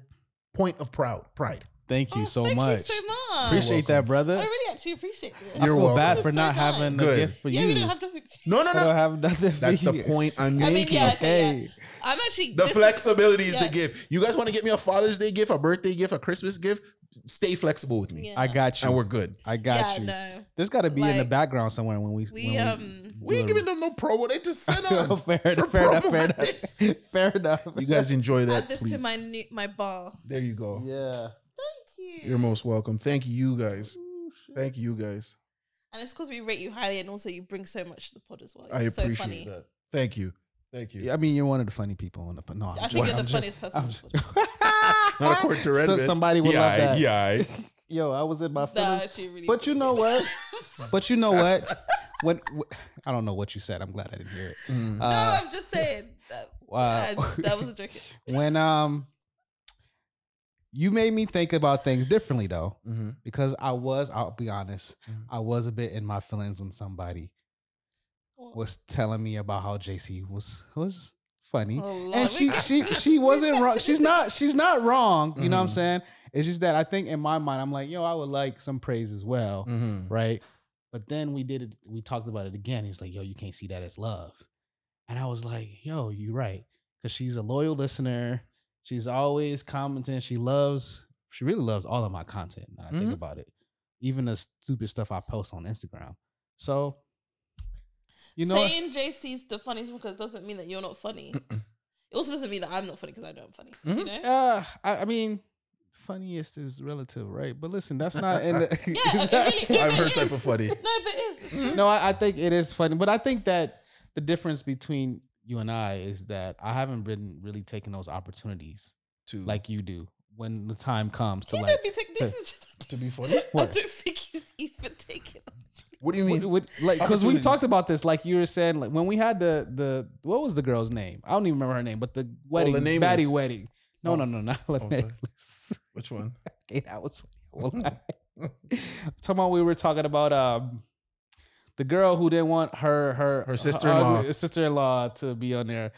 [SPEAKER 3] point of proud pride.
[SPEAKER 2] Thank you
[SPEAKER 1] Oh,
[SPEAKER 2] so
[SPEAKER 1] thank
[SPEAKER 2] much.
[SPEAKER 1] You so much.
[SPEAKER 2] Appreciate that,
[SPEAKER 3] welcome.
[SPEAKER 2] brother.
[SPEAKER 1] I really actually appreciate this.
[SPEAKER 2] I
[SPEAKER 3] You're
[SPEAKER 2] feel
[SPEAKER 3] welcome.
[SPEAKER 2] bad
[SPEAKER 1] This
[SPEAKER 2] for
[SPEAKER 1] is
[SPEAKER 2] not
[SPEAKER 1] so
[SPEAKER 2] having
[SPEAKER 3] nice.
[SPEAKER 2] a
[SPEAKER 3] Good.
[SPEAKER 2] gift for
[SPEAKER 1] yeah,
[SPEAKER 2] you.
[SPEAKER 1] we don't have to.
[SPEAKER 3] No, no,
[SPEAKER 2] I don't
[SPEAKER 3] no.
[SPEAKER 2] have nothing for
[SPEAKER 3] That's the
[SPEAKER 2] you.
[SPEAKER 3] point I'm
[SPEAKER 1] I mean,
[SPEAKER 3] making.
[SPEAKER 1] yeah, okay,
[SPEAKER 2] Hey,
[SPEAKER 1] I'm actually
[SPEAKER 3] The
[SPEAKER 1] this-
[SPEAKER 3] flexibility is
[SPEAKER 1] Yeah.
[SPEAKER 3] the gift. You guys want to get me a Father's Day gift, a birthday gift, a Christmas gift? Stay flexible with me,
[SPEAKER 1] Yeah.
[SPEAKER 2] I got
[SPEAKER 3] and we're
[SPEAKER 2] you.
[SPEAKER 3] good.
[SPEAKER 2] I got
[SPEAKER 1] yeah,
[SPEAKER 2] you.
[SPEAKER 1] No.
[SPEAKER 2] There's got to be in the
[SPEAKER 1] Like,
[SPEAKER 2] background somewhere when we.
[SPEAKER 1] we,
[SPEAKER 2] when
[SPEAKER 1] um,
[SPEAKER 2] do
[SPEAKER 3] We ain't
[SPEAKER 2] the-
[SPEAKER 3] giving them no promo. They just sent
[SPEAKER 2] Oh,
[SPEAKER 3] on.
[SPEAKER 2] fair, enough,
[SPEAKER 3] for
[SPEAKER 2] fair enough. Fair
[SPEAKER 3] promo
[SPEAKER 2] enough. Fair enough.
[SPEAKER 3] You guys enjoy that.
[SPEAKER 1] Add this
[SPEAKER 3] please.
[SPEAKER 1] to my new, my bar.
[SPEAKER 3] there you go.
[SPEAKER 2] Yeah.
[SPEAKER 1] Thank you.
[SPEAKER 3] You're most welcome. Thank you guys. Thank you guys.
[SPEAKER 1] and it's because we rate you highly, and also you bring so much to the pod as well.
[SPEAKER 3] I
[SPEAKER 1] You're so
[SPEAKER 3] appreciate
[SPEAKER 1] funny.
[SPEAKER 3] that. Thank you. Thank you.
[SPEAKER 2] I mean, you're one of the funny people on the. po- No, I'm
[SPEAKER 1] I think
[SPEAKER 2] joking.
[SPEAKER 1] you're
[SPEAKER 2] I'm
[SPEAKER 1] the
[SPEAKER 2] joking.
[SPEAKER 1] funniest person.
[SPEAKER 2] I'm
[SPEAKER 1] on the
[SPEAKER 2] j-
[SPEAKER 1] pod.
[SPEAKER 3] Not according to
[SPEAKER 2] So
[SPEAKER 3] Redbit.
[SPEAKER 2] somebody would love that.
[SPEAKER 3] yeah.
[SPEAKER 2] Yo, I was in my
[SPEAKER 1] Nah,
[SPEAKER 2] feelings.
[SPEAKER 1] she really
[SPEAKER 2] But you know
[SPEAKER 1] appreciates it.
[SPEAKER 2] But you know what? When wh- I don't know what you said. I'm glad I didn't hear it.
[SPEAKER 3] Mm-hmm.
[SPEAKER 1] no,
[SPEAKER 2] Uh,
[SPEAKER 1] I'm just saying. That,
[SPEAKER 2] uh,
[SPEAKER 1] I- that was a joke.
[SPEAKER 2] when um, you made me think about things differently though,
[SPEAKER 3] Mm-hmm.
[SPEAKER 2] because I was. I'll be honest.
[SPEAKER 3] Mhm.
[SPEAKER 2] I was a bit in my feelings when somebody was telling me about how JC was was funny.
[SPEAKER 1] Oh, Lord,
[SPEAKER 2] and
[SPEAKER 1] we
[SPEAKER 2] she
[SPEAKER 1] got-
[SPEAKER 2] she she wasn't wrong. She's not she's not wrong. You know what I'm
[SPEAKER 3] Mhm.
[SPEAKER 2] saying? It's just that I think in my mind I'm like, yo, I would like some praise as well,
[SPEAKER 3] Mm. Mm-hmm.
[SPEAKER 2] right? But then we did it. We talked about it again. He's like, yo, you can't see that as love, and I was like, yo, you're right, because she's a loyal listener. She's always commenting. She loves. She really loves all of my content. Now I think
[SPEAKER 3] Mhm.
[SPEAKER 2] about it, even the stupid stuff I post on Instagram. So, you know,
[SPEAKER 1] saying JC's the funniest because it doesn't mean that you're not funny.
[SPEAKER 3] Mm-mm.
[SPEAKER 1] It also doesn't mean that I'm not funny because I know I'm funny. You
[SPEAKER 3] Mhm.
[SPEAKER 1] know?
[SPEAKER 2] Uh, I, I mean, funniest is relative, right? But listen, that's not in the.
[SPEAKER 1] Yeah, it really- it
[SPEAKER 3] I've
[SPEAKER 1] really
[SPEAKER 3] heard
[SPEAKER 1] is.
[SPEAKER 3] type of funny.
[SPEAKER 1] No, but it is. It's
[SPEAKER 3] Mm-hmm.
[SPEAKER 1] true.
[SPEAKER 2] Mm-hmm. no, I, I think it is funny, but I think that the difference between you and I is that I haven't been really taking those opportunities
[SPEAKER 3] To
[SPEAKER 2] like you do when the time comes to
[SPEAKER 1] You
[SPEAKER 2] like.
[SPEAKER 1] don't be taking
[SPEAKER 2] so-
[SPEAKER 1] this. is-
[SPEAKER 3] to be funny.
[SPEAKER 1] I
[SPEAKER 2] What?
[SPEAKER 1] don't think he's even taking.
[SPEAKER 3] What do you
[SPEAKER 2] What,
[SPEAKER 3] mean?
[SPEAKER 2] what, like, because we
[SPEAKER 3] Opportunities.
[SPEAKER 2] talked about this, like you were saying, like when we had the the what was the girl's name? I don't even remember her name, but
[SPEAKER 3] Oh,
[SPEAKER 2] the wedding,
[SPEAKER 3] Lenaeus.
[SPEAKER 2] baddie wedding. No,
[SPEAKER 3] Oh.
[SPEAKER 2] no, no, not
[SPEAKER 3] sorry.
[SPEAKER 2] Lenaeus.
[SPEAKER 3] Which one?
[SPEAKER 2] eight hours. Talking about we were talking about um the girl who didn't want her her
[SPEAKER 3] Her sister-in-law.
[SPEAKER 2] sister in law to be on there,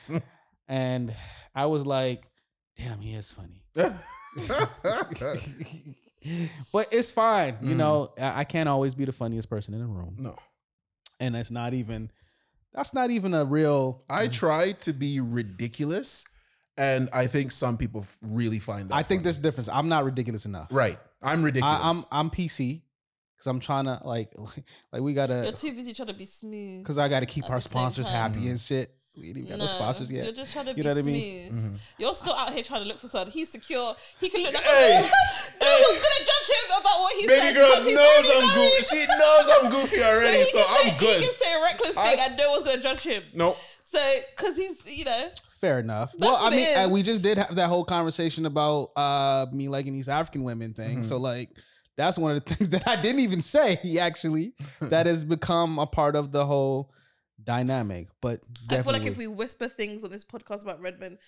[SPEAKER 2] and I was like, "Damn, he is funny." but it's fine, you
[SPEAKER 3] Mm.
[SPEAKER 2] know. I I can't always be the funniest person in the room,
[SPEAKER 3] no.
[SPEAKER 2] and that's not even that's not even a real. uh,
[SPEAKER 3] I try to be ridiculous, and I think some people f- really find that.
[SPEAKER 2] I think
[SPEAKER 3] funny.
[SPEAKER 2] there's a difference. I'm not ridiculous enough.
[SPEAKER 3] right. I'm ridiculous.
[SPEAKER 2] I, I'm I'm PC because I'm trying to like like, we gotta.
[SPEAKER 1] You're too busy trying to be smooth.
[SPEAKER 2] because I got to keep
[SPEAKER 1] At
[SPEAKER 2] our
[SPEAKER 1] the same
[SPEAKER 2] sponsors
[SPEAKER 1] time.
[SPEAKER 2] happy and shit. We didn't got no, sponsors
[SPEAKER 1] You're
[SPEAKER 2] yet.
[SPEAKER 1] just trying to
[SPEAKER 2] You
[SPEAKER 1] be
[SPEAKER 2] know what I
[SPEAKER 1] smooth.
[SPEAKER 2] mean?
[SPEAKER 3] Mhm.
[SPEAKER 1] You're still out here trying to look for someone. He's secure. He can look like
[SPEAKER 3] Hey!
[SPEAKER 1] no one's gonna judge him about what he said.
[SPEAKER 3] Baby girl
[SPEAKER 1] because he's
[SPEAKER 3] knows
[SPEAKER 1] already
[SPEAKER 3] I'm
[SPEAKER 1] married.
[SPEAKER 3] goofy. She knows I'm goofy already,
[SPEAKER 1] he
[SPEAKER 3] so,
[SPEAKER 1] can say,
[SPEAKER 3] I'm good.
[SPEAKER 1] He can say a reckless
[SPEAKER 3] I-
[SPEAKER 1] thing and no one's gonna judge him.
[SPEAKER 3] Nope.
[SPEAKER 1] So, because he's, you know,
[SPEAKER 2] Fair enough. well, I
[SPEAKER 1] what it
[SPEAKER 2] mean, uh,
[SPEAKER 1] is.
[SPEAKER 2] we just did have that whole conversation about uh me liking East African women thing.
[SPEAKER 3] Mhm.
[SPEAKER 2] So like, that's one of the things that I didn't even say actually. that has become a part of the whole dynamic. But definitely,
[SPEAKER 1] I feel like if we whisper things on this podcast about Redmond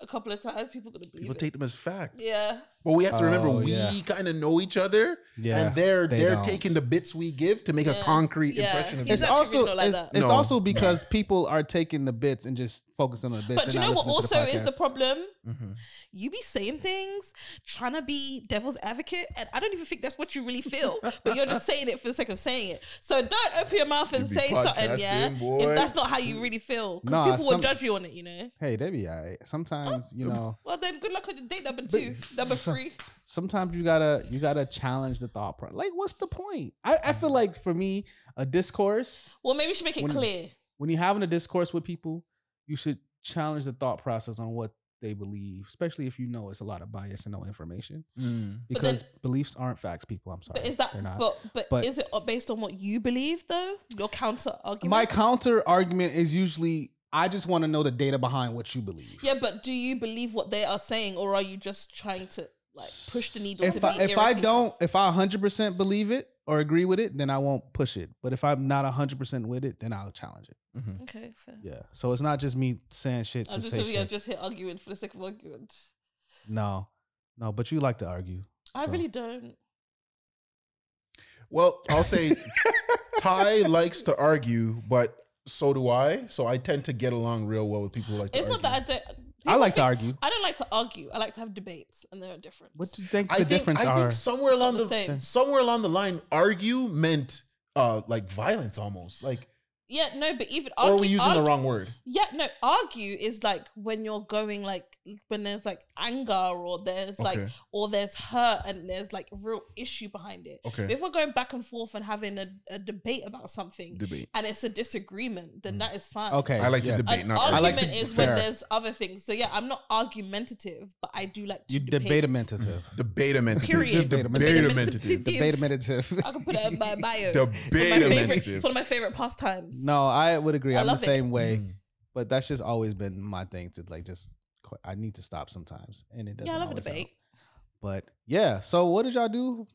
[SPEAKER 1] a couple of times, people are gonna believe
[SPEAKER 3] People
[SPEAKER 1] it.
[SPEAKER 3] take them as fact.
[SPEAKER 1] yeah,
[SPEAKER 3] But we have to remember
[SPEAKER 2] Oh,
[SPEAKER 3] we
[SPEAKER 2] yeah.
[SPEAKER 3] kind of know each other,
[SPEAKER 2] yeah,
[SPEAKER 3] and they're
[SPEAKER 2] they
[SPEAKER 3] they are they are
[SPEAKER 2] don't.
[SPEAKER 3] taking the bits we give to make a
[SPEAKER 1] Yeah.
[SPEAKER 3] concrete
[SPEAKER 1] Yeah.
[SPEAKER 3] impression of
[SPEAKER 1] He's
[SPEAKER 2] it's
[SPEAKER 3] you.
[SPEAKER 1] actually
[SPEAKER 2] also
[SPEAKER 1] really not like
[SPEAKER 2] it's,
[SPEAKER 1] that.
[SPEAKER 2] it's
[SPEAKER 3] No.
[SPEAKER 2] also because people are taking the bits and just focusing on the bits.
[SPEAKER 1] but
[SPEAKER 2] They're
[SPEAKER 1] you
[SPEAKER 2] not
[SPEAKER 1] know what?
[SPEAKER 2] listening to
[SPEAKER 1] Also, is the
[SPEAKER 2] podcast. Mm-hmm.
[SPEAKER 1] problem
[SPEAKER 3] Mhm.
[SPEAKER 1] you be saying things trying to be devil's advocate, and I don't even think that's what you really feel, but you're just saying it for the sake of saying it. So don't open your mouth and
[SPEAKER 3] be
[SPEAKER 1] say something, yeah,
[SPEAKER 3] podcasting, boy.
[SPEAKER 1] if that's not how you really feel, because
[SPEAKER 2] Nah,
[SPEAKER 1] people
[SPEAKER 2] some-
[SPEAKER 1] will judge you on it, you know.
[SPEAKER 2] hey, they be all right. Sometimes you know.
[SPEAKER 1] Well, then good luck on your date number two, number
[SPEAKER 2] so-
[SPEAKER 1] three.
[SPEAKER 2] sometimes you gotta you gotta challenge the thought process. Like, what's the point? I, I
[SPEAKER 1] Mm-hmm.
[SPEAKER 2] feel like for me, a discourse
[SPEAKER 1] Well, maybe we should make it
[SPEAKER 2] When-
[SPEAKER 1] clear.
[SPEAKER 2] when you're having a discourse with people, you should challenge the thought process on what they believe, especially if you know it's a lot of bias and no information.
[SPEAKER 1] But
[SPEAKER 2] Because
[SPEAKER 1] then-
[SPEAKER 2] beliefs aren't facts, people. I'm sorry,
[SPEAKER 1] But is that
[SPEAKER 2] they're not.
[SPEAKER 1] but, but
[SPEAKER 2] But-
[SPEAKER 1] is it based on what you believe though? Your counter argument.
[SPEAKER 2] My counter argument is usually I just want to know the data behind what you believe.
[SPEAKER 1] yeah, but do you believe what they are saying, or are you just trying to like push the needle?
[SPEAKER 2] If
[SPEAKER 1] to
[SPEAKER 2] I,
[SPEAKER 1] be
[SPEAKER 2] if I
[SPEAKER 1] irritated?
[SPEAKER 2] don't, if I 100% believe it or agree with it, then I won't push it. But if I'm not 100% with it, then I'll challenge it.
[SPEAKER 3] Mhm.
[SPEAKER 1] okay, fair.
[SPEAKER 2] Yeah. So it's not just me saying shit
[SPEAKER 1] I'm
[SPEAKER 2] to
[SPEAKER 1] Oh, just
[SPEAKER 2] say
[SPEAKER 1] yeah,
[SPEAKER 2] shit.
[SPEAKER 1] just here arguing for the sake of argument.
[SPEAKER 2] no, no. But you like to argue.
[SPEAKER 1] I
[SPEAKER 2] So-
[SPEAKER 1] really don't.
[SPEAKER 3] Well, I'll say Ty likes to argue, but so do I. So I tend to get along real well with people who like to
[SPEAKER 1] It's not
[SPEAKER 3] argue.
[SPEAKER 1] that I don't.
[SPEAKER 2] I
[SPEAKER 1] people
[SPEAKER 2] like to
[SPEAKER 1] think-
[SPEAKER 2] argue.
[SPEAKER 1] I don't like to argue. I like to have debates, and there are different.
[SPEAKER 2] What do you think the
[SPEAKER 3] I think,
[SPEAKER 2] difference
[SPEAKER 3] I
[SPEAKER 2] are?
[SPEAKER 3] think somewhere
[SPEAKER 1] It's not
[SPEAKER 3] along
[SPEAKER 1] the
[SPEAKER 3] the,
[SPEAKER 1] same.
[SPEAKER 3] somewhere along the line, argue meant uh like violence almost. Like
[SPEAKER 1] Yeah, no, but even
[SPEAKER 3] or
[SPEAKER 1] argue,
[SPEAKER 3] are we using
[SPEAKER 1] argue,
[SPEAKER 3] the wrong word?
[SPEAKER 1] Yeah, no, argue is like when you're going like when there's like anger or there's like
[SPEAKER 3] Okay.
[SPEAKER 1] or there's hurt and there's like real issue behind it.
[SPEAKER 3] Okay.
[SPEAKER 1] If we're going back and forth and having a, a debate about something
[SPEAKER 3] Debate.
[SPEAKER 1] and it's a disagreement, then
[SPEAKER 3] Mm.
[SPEAKER 1] that is fine.
[SPEAKER 2] okay,
[SPEAKER 3] I like to
[SPEAKER 2] yeah.
[SPEAKER 3] debate,
[SPEAKER 1] An
[SPEAKER 3] not
[SPEAKER 1] argument
[SPEAKER 2] I like to-
[SPEAKER 1] is
[SPEAKER 2] fair.
[SPEAKER 1] when there's other things. So yeah, I'm not argumentative, but I do like to
[SPEAKER 2] You debate amentative.
[SPEAKER 3] Debate
[SPEAKER 1] Period. Debate-
[SPEAKER 2] Debate amentative.
[SPEAKER 1] I can put it in my bio. It's one of my favorite-
[SPEAKER 3] Debate
[SPEAKER 1] It's one of my favorite pastimes.
[SPEAKER 2] No, I would agree.
[SPEAKER 1] I
[SPEAKER 2] I'm the
[SPEAKER 1] love it.
[SPEAKER 2] same way,
[SPEAKER 3] Mm.
[SPEAKER 2] but that's just always been my thing to like just. qu- I need to stop sometimes, and it doesn't.
[SPEAKER 1] yeah, I love a
[SPEAKER 2] always help.
[SPEAKER 1] debate.
[SPEAKER 2] But yeah, so what did y'all do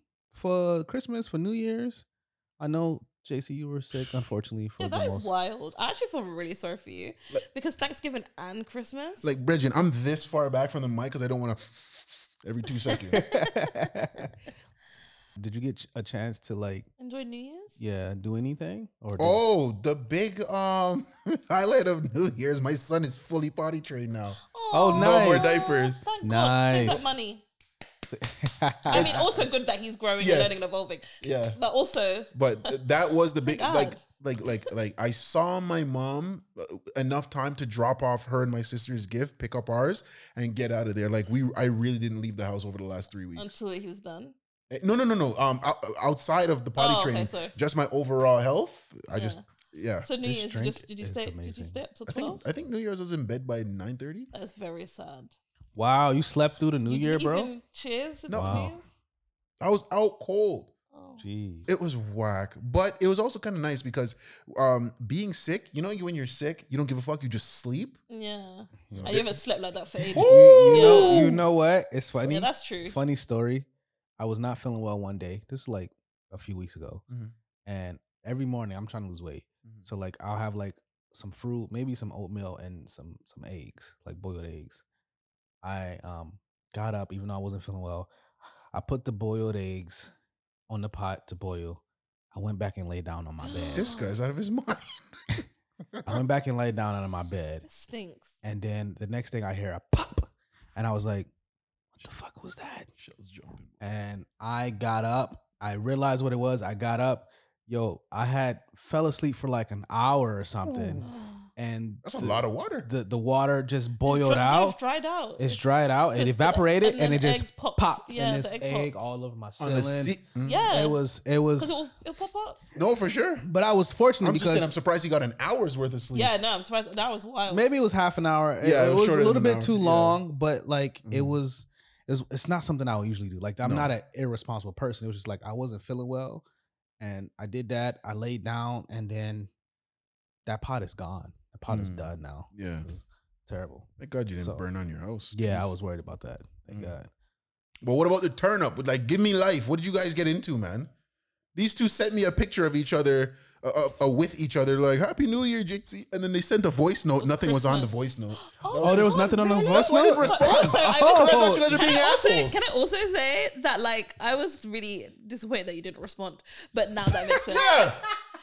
[SPEAKER 2] for Christmas for New Year's? I know JC, you were sick, unfortunately. For
[SPEAKER 1] Yeah,
[SPEAKER 2] the
[SPEAKER 1] that is
[SPEAKER 2] most.
[SPEAKER 1] wild. I actually feel really sorry for you because Thanksgiving and Christmas.
[SPEAKER 3] Like Bridget, I'm this far back from the mic because I don't want to every two seconds.
[SPEAKER 2] did you get a chance to like,
[SPEAKER 1] enjoy New Year's.
[SPEAKER 2] yeah, do anything? Or did-
[SPEAKER 3] oh, the big um highlight of New Year's. My son is fully potty trained now.
[SPEAKER 2] Oh,
[SPEAKER 3] No more
[SPEAKER 2] nice.
[SPEAKER 3] diapers.
[SPEAKER 1] Thank God. Save
[SPEAKER 2] Nice.
[SPEAKER 1] that money. I mean, oh, also good that he's growing and
[SPEAKER 3] Yes.
[SPEAKER 1] learning and evolving.
[SPEAKER 3] Yeah.
[SPEAKER 1] But also,
[SPEAKER 3] but th- that was the big
[SPEAKER 1] Oh God.
[SPEAKER 3] like like like like I saw my mom uh, enough time to drop off her and my sister's gift, pick up ours, and get out of there. Like we, I really didn't leave the house over the last three weeks.
[SPEAKER 1] until he was done.
[SPEAKER 3] Eh, No, no, no, no. Um, ou- outside of the potty
[SPEAKER 1] Oh, okay,
[SPEAKER 3] training,
[SPEAKER 1] sorry.
[SPEAKER 3] just my overall health. I
[SPEAKER 1] Yeah.
[SPEAKER 3] just yeah.
[SPEAKER 1] So New
[SPEAKER 2] This
[SPEAKER 1] Year's, you
[SPEAKER 2] drink
[SPEAKER 1] just did you
[SPEAKER 2] is
[SPEAKER 1] stay? Did you
[SPEAKER 2] amazing.
[SPEAKER 1] stay up till
[SPEAKER 3] I think
[SPEAKER 1] twelve?
[SPEAKER 3] I think New Year's was in bed by nine thirty.
[SPEAKER 1] That's very sad.
[SPEAKER 2] wow, you slept through the New
[SPEAKER 1] You
[SPEAKER 2] Year,
[SPEAKER 1] didn't
[SPEAKER 2] bro.
[SPEAKER 1] even Cheers.
[SPEAKER 3] No.
[SPEAKER 2] Wow.
[SPEAKER 3] I was out cold.
[SPEAKER 1] Oh.
[SPEAKER 2] Jeez.
[SPEAKER 3] It was whack, but it was also kind of nice because um, being sick, you know, you when you're sick, you don't give a fuck. You just sleep.
[SPEAKER 1] Yeah.
[SPEAKER 2] You
[SPEAKER 1] I
[SPEAKER 2] know,
[SPEAKER 1] haven't slept like that for ages.
[SPEAKER 2] you, you know,
[SPEAKER 1] Yeah.
[SPEAKER 2] you know what? It's funny.
[SPEAKER 1] Yeah, that's true.
[SPEAKER 2] funny story. I was not feeling well one day. This is like a few weeks ago,
[SPEAKER 3] Mhm.
[SPEAKER 2] and every morning I'm trying to lose weight.
[SPEAKER 3] Mhm.
[SPEAKER 2] So like I'll have like some fruit, maybe some oatmeal and some some eggs, like boiled eggs. I um got up even though I wasn't feeling well. I put the boiled eggs on the pot to boil. I went back and laid down on my bed.
[SPEAKER 3] This guy's out of his mind.
[SPEAKER 2] I went back and laid down on my bed.
[SPEAKER 1] It stinks.
[SPEAKER 2] And then the next thing I hear a pop and I was like, what the fuck was that?
[SPEAKER 3] Shells jumping.
[SPEAKER 2] and I got up. I realized what it was. I got up. Yo, I had fell asleep for like an hour or something, and
[SPEAKER 3] That's a
[SPEAKER 2] the-
[SPEAKER 3] lot of water.
[SPEAKER 2] The the water just
[SPEAKER 1] It's
[SPEAKER 2] boiled
[SPEAKER 1] dri- no, It's
[SPEAKER 2] out.
[SPEAKER 1] dried out.
[SPEAKER 2] It's dried out.
[SPEAKER 1] so
[SPEAKER 2] It
[SPEAKER 1] it's-
[SPEAKER 2] evaporated, and,
[SPEAKER 1] then
[SPEAKER 2] it
[SPEAKER 1] the
[SPEAKER 2] just
[SPEAKER 1] eggs pops.
[SPEAKER 2] popped.
[SPEAKER 1] Yeah,
[SPEAKER 2] and
[SPEAKER 1] the
[SPEAKER 2] this egg,
[SPEAKER 1] egg pops.
[SPEAKER 2] all over my
[SPEAKER 3] on a
[SPEAKER 2] ceiling.
[SPEAKER 3] se- Mm.
[SPEAKER 1] Yeah.
[SPEAKER 2] It was. It
[SPEAKER 1] Because
[SPEAKER 2] was.
[SPEAKER 1] it'll, it'll pop up.
[SPEAKER 3] No, for sure.
[SPEAKER 2] But I was fortunate
[SPEAKER 3] I'm just saying, I'm
[SPEAKER 2] because
[SPEAKER 3] surprised he got an hour's worth of sleep.
[SPEAKER 1] Yeah, no, I'm surprised. That was wild.
[SPEAKER 2] maybe it was half an hour. It-
[SPEAKER 3] Yeah,
[SPEAKER 2] it,
[SPEAKER 3] it was
[SPEAKER 2] was,
[SPEAKER 3] shorter
[SPEAKER 2] a little
[SPEAKER 3] than
[SPEAKER 2] bit
[SPEAKER 3] an hour.
[SPEAKER 2] too
[SPEAKER 3] Yeah.
[SPEAKER 2] long, but like it
[SPEAKER 3] Mhm.
[SPEAKER 2] was. It's, it's not something I would usually do. Like I'm
[SPEAKER 3] No.
[SPEAKER 2] not an irresponsible person. It was just like I wasn't feeling well, and I did that. I laid down, and then that pot is gone. The pot is
[SPEAKER 3] Mm.
[SPEAKER 2] done now.
[SPEAKER 3] Yeah.
[SPEAKER 2] It was terrible.
[SPEAKER 3] Thank God you didn't
[SPEAKER 2] So-
[SPEAKER 3] burn on your house.
[SPEAKER 2] Yeah, I
[SPEAKER 3] Jeez.
[SPEAKER 2] was worried about that. Thank
[SPEAKER 3] Mm.
[SPEAKER 2] God.
[SPEAKER 3] But what about the turn up? Like, give me life. What did you guys get into, man? These two sent me a picture of each other, uh, uh, uh, with each other, like "Happy New Year, Jixie," and then they sent a voice note.
[SPEAKER 1] was
[SPEAKER 3] Nothing was on the
[SPEAKER 1] Christmas.
[SPEAKER 3] voice note.
[SPEAKER 2] Oh, there was nothing on the
[SPEAKER 1] really?
[SPEAKER 2] voice
[SPEAKER 3] That's why I didn't
[SPEAKER 2] note?
[SPEAKER 1] But
[SPEAKER 3] respond.
[SPEAKER 1] also, I
[SPEAKER 2] Oh.
[SPEAKER 3] I
[SPEAKER 1] was-
[SPEAKER 3] thought you guys were
[SPEAKER 1] Can
[SPEAKER 3] being
[SPEAKER 1] I, also,
[SPEAKER 3] assholes.
[SPEAKER 1] can I also say that like I was really disappointed that you didn't respond, but now that makes sense.
[SPEAKER 3] yeah,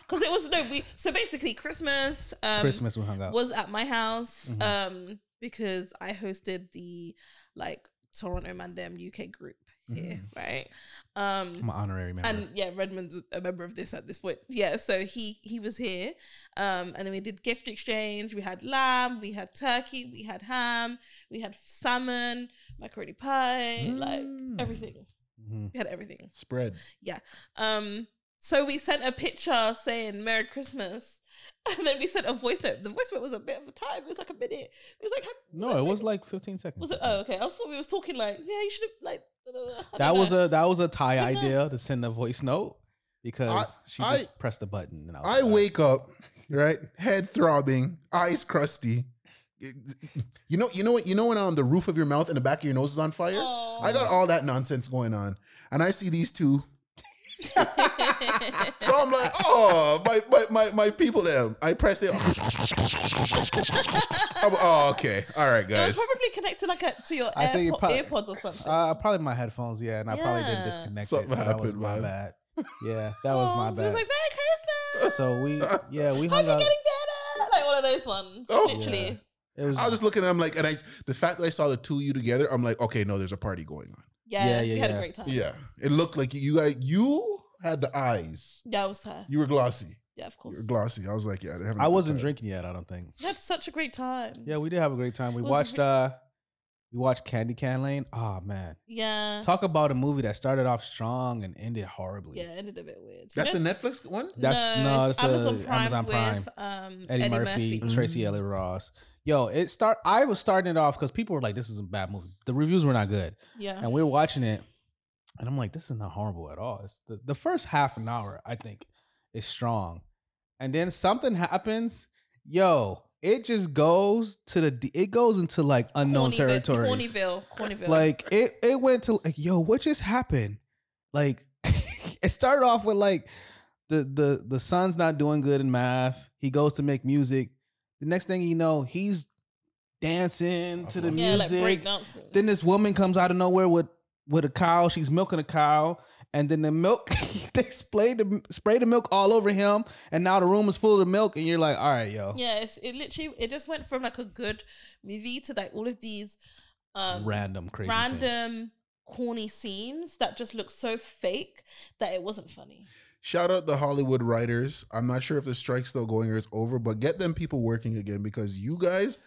[SPEAKER 1] Because it was no we so basically Christmas um
[SPEAKER 2] Christmas we hung out.
[SPEAKER 1] was at my house
[SPEAKER 2] Mhm.
[SPEAKER 1] um because I hosted the like Toronto Mandem UK group here, right? Um
[SPEAKER 2] Mm-hmm. I'm an honorary member.
[SPEAKER 1] and yeah redmond's a member of this at this point yeah so he he was here um and then we did gift exchange we had lamb we had turkey we had ham we had salmon macaroni pie
[SPEAKER 3] Mm.
[SPEAKER 1] like everything
[SPEAKER 2] Mhm.
[SPEAKER 1] we had everything
[SPEAKER 3] spread.
[SPEAKER 1] um so we sent a picture saying merry christmas and then we sent a voice note the voice note was a bit of a time it was like a minute it was like how-
[SPEAKER 2] No, it was like 15 seconds.
[SPEAKER 1] was it
[SPEAKER 2] I
[SPEAKER 1] oh
[SPEAKER 2] think.
[SPEAKER 1] okay i was thought we was talking like yeah you should have like da, da, da. I
[SPEAKER 2] That
[SPEAKER 1] don't
[SPEAKER 2] was
[SPEAKER 1] know.
[SPEAKER 2] a that was a Thai
[SPEAKER 1] Didn't I-
[SPEAKER 2] idea to send a voice note because she
[SPEAKER 3] I-
[SPEAKER 2] just pressed the button and I, was
[SPEAKER 3] I
[SPEAKER 2] like, "All right."
[SPEAKER 3] wake up, right, head throbbing, eyes crusty. You know, you know what? You know when on the roof of your mouth and the back of your nose is on fire.
[SPEAKER 1] Oh.
[SPEAKER 3] I got all that nonsense going on, and I see these two.
[SPEAKER 1] Aw.
[SPEAKER 3] So I'm like, oh, my my my, my people there. I press it. I'm- oh, okay, all right,
[SPEAKER 1] It was
[SPEAKER 3] guys.
[SPEAKER 1] probably connected like a, to your
[SPEAKER 2] I think it
[SPEAKER 1] AirPod-
[SPEAKER 2] probably-
[SPEAKER 1] AirPods or something.
[SPEAKER 2] Uh, probably my headphones, yeah, and I probably
[SPEAKER 1] Yeah.
[SPEAKER 2] didn't disconnect it.
[SPEAKER 3] Something
[SPEAKER 2] So that was
[SPEAKER 3] happened,
[SPEAKER 2] my
[SPEAKER 3] man.
[SPEAKER 2] bad. Yeah, that was
[SPEAKER 1] Oh,
[SPEAKER 2] my
[SPEAKER 1] It was
[SPEAKER 2] bad.
[SPEAKER 1] like Merry Christmas.
[SPEAKER 2] so we, yeah, we
[SPEAKER 1] How's
[SPEAKER 2] hung
[SPEAKER 1] it
[SPEAKER 2] out.
[SPEAKER 1] getting better? Like one of those ones.
[SPEAKER 3] Oh.
[SPEAKER 1] Literally.
[SPEAKER 2] It was,
[SPEAKER 3] I was just looking at him like, and I the fact that I saw the two of you together, I'm like, okay, no, there's a party going on.
[SPEAKER 1] Yeah,
[SPEAKER 2] Yeah,
[SPEAKER 1] we
[SPEAKER 2] yeah,
[SPEAKER 1] had a
[SPEAKER 2] yeah.
[SPEAKER 1] great time.
[SPEAKER 3] Yeah, it looked like you guys, you had the eyes.
[SPEAKER 1] Yeah, it was her.
[SPEAKER 3] You were glossy.
[SPEAKER 1] Yeah, of
[SPEAKER 3] You
[SPEAKER 1] course.
[SPEAKER 3] were glossy. I was like, yeah, they're having a
[SPEAKER 2] I
[SPEAKER 3] good
[SPEAKER 2] wasn't
[SPEAKER 3] time.
[SPEAKER 2] drinking yet. I don't think.
[SPEAKER 1] we had such a great time.
[SPEAKER 2] Yeah, we did have a great time. We
[SPEAKER 1] Was it
[SPEAKER 2] watched.
[SPEAKER 1] re-
[SPEAKER 2] uh We watched Candy Can Lane. Oh man,
[SPEAKER 1] Yeah.
[SPEAKER 2] talk about a movie that started off strong and ended horribly.
[SPEAKER 1] yeah, it ended a bit weird.
[SPEAKER 3] That's the
[SPEAKER 1] No,
[SPEAKER 3] Netflix one.
[SPEAKER 2] That's no,
[SPEAKER 1] it's
[SPEAKER 2] it's
[SPEAKER 1] Amazon
[SPEAKER 2] the
[SPEAKER 1] Prime
[SPEAKER 2] Amazon Prime.
[SPEAKER 1] with um,
[SPEAKER 2] Eddie, Murphy, Tracy
[SPEAKER 3] Mm.
[SPEAKER 2] Elliott Ross. Yo, it start. I was starting it off because people were like, "This is a bad movie." The reviews were not good,
[SPEAKER 1] Yeah.
[SPEAKER 2] and we were watching it, and I'm like, "This is not horrible at all." It's the, the first half an hour, I think, is strong, and then something happens. Yo, it just goes to the. d- It goes into like
[SPEAKER 1] Corny
[SPEAKER 2] unknown
[SPEAKER 1] bit-
[SPEAKER 2] territories.
[SPEAKER 1] Cornyville. Cornyville.
[SPEAKER 2] Like it, it went to like, yo, what just happened? Like, it started off with like, the the the son's not doing good in math. He goes to make music. The next thing you know, he's dancing to the
[SPEAKER 1] yeah, like
[SPEAKER 2] music.
[SPEAKER 1] breakdancing.
[SPEAKER 2] then this woman comes out of nowhere with with a cow. She's milking a cow, and then the milk they spray the spray the milk all over him, and now the room is full of milk. And you're like, all right, yo,
[SPEAKER 1] yeah, it's, it literally it just went from like a good movie to like all of these um
[SPEAKER 2] random crazy, things.
[SPEAKER 1] random corny scenes that just look so fake that it wasn't funny.
[SPEAKER 3] Shout out the Hollywood writers. I'm not sure if the strike's still going or it's over, but get them people working again because you guys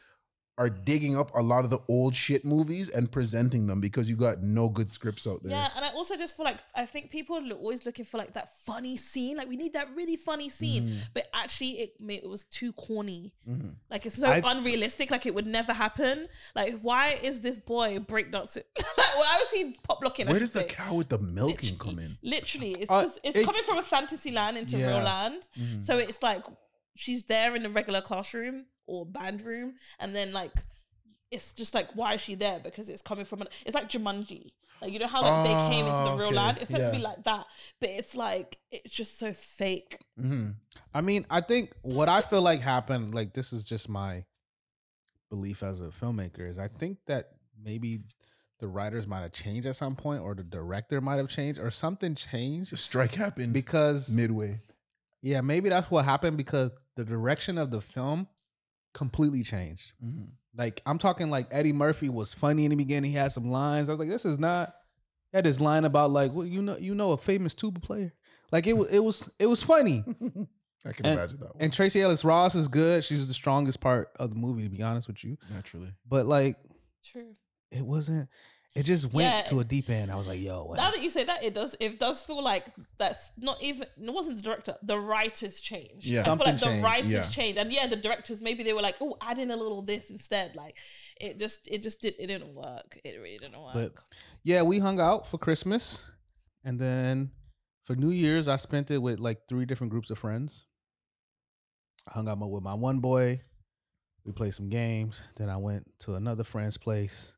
[SPEAKER 3] are digging up a lot of the old shit movies and presenting them because you got no good scripts out there.
[SPEAKER 1] Yeah, and I also just feel like I think people are always looking for like that funny scene. Like we need that really funny scene,
[SPEAKER 3] Mm.
[SPEAKER 1] but actually it ma- it was too corny.
[SPEAKER 3] Mhm.
[SPEAKER 1] Like it's so
[SPEAKER 2] I-
[SPEAKER 1] unrealistic. Like it would never happen. Like why is this boy breakdancing? like when I was seeing pop locking. I
[SPEAKER 3] Where
[SPEAKER 1] should
[SPEAKER 3] does the
[SPEAKER 1] say.
[SPEAKER 3] cow with the milking
[SPEAKER 1] Literally-
[SPEAKER 3] come in?
[SPEAKER 1] Literally, it's
[SPEAKER 2] Uh,
[SPEAKER 1] 'cause it's
[SPEAKER 2] it-
[SPEAKER 1] coming from a fantasy land into real
[SPEAKER 2] Yeah.
[SPEAKER 1] land.
[SPEAKER 3] Mhm.
[SPEAKER 1] So it's like she's there in the regular classroom or band room, and then like it's just like why is she there? Because it's coming from an it's like Jumanji. Like you know how like they came into
[SPEAKER 3] Ah,
[SPEAKER 1] the real
[SPEAKER 3] okay.
[SPEAKER 1] land. It's meant to be
[SPEAKER 3] Yeah.
[SPEAKER 1] like that, but it's like it's just so fake.
[SPEAKER 3] Mhm.
[SPEAKER 2] I mean, I think what I feel like happened, like this is just my belief as a filmmaker, is I think that maybe the writers might have changed at some point, or the director might have changed, or something
[SPEAKER 3] The
[SPEAKER 2] changed
[SPEAKER 3] strike happened
[SPEAKER 2] because
[SPEAKER 3] midway.
[SPEAKER 2] yeah, maybe that's what happened because the direction of the film completely changed.
[SPEAKER 3] Mhm.
[SPEAKER 2] Like I'm talking like Eddie Murphy was funny in the beginning. He had some lines. I was like, this is not. He had this line about like, well, you know, you know, a famous tuba player. Like it was, it was, it was funny.
[SPEAKER 3] I
[SPEAKER 2] And-
[SPEAKER 3] can imagine that one.
[SPEAKER 2] And Tracy Ellis Ross is good. She's the strongest part of the movie, to be honest with you.
[SPEAKER 3] Naturally.
[SPEAKER 2] But like,
[SPEAKER 1] True.
[SPEAKER 2] it wasn't. It just went
[SPEAKER 1] Yeah.
[SPEAKER 2] to a deep end. I was like, "Yo, what?
[SPEAKER 1] Now that you say that, it does it does feel like that's not even it wasn't the director. The writers changed.
[SPEAKER 3] Yeah.
[SPEAKER 1] I feel like
[SPEAKER 2] Something
[SPEAKER 1] the
[SPEAKER 2] changed,
[SPEAKER 1] writers
[SPEAKER 3] yeah.
[SPEAKER 1] changed, and yeah, the directors maybe they were like, oh, add in a little this instead. Like it just it just did it didn't work. It really didn't work.
[SPEAKER 2] But yeah, we hung out for Christmas, and then for New Year's, I spent it with like three different groups of friends. I hung out mo- with my one boy. We played some games. Then I went to another friend's place.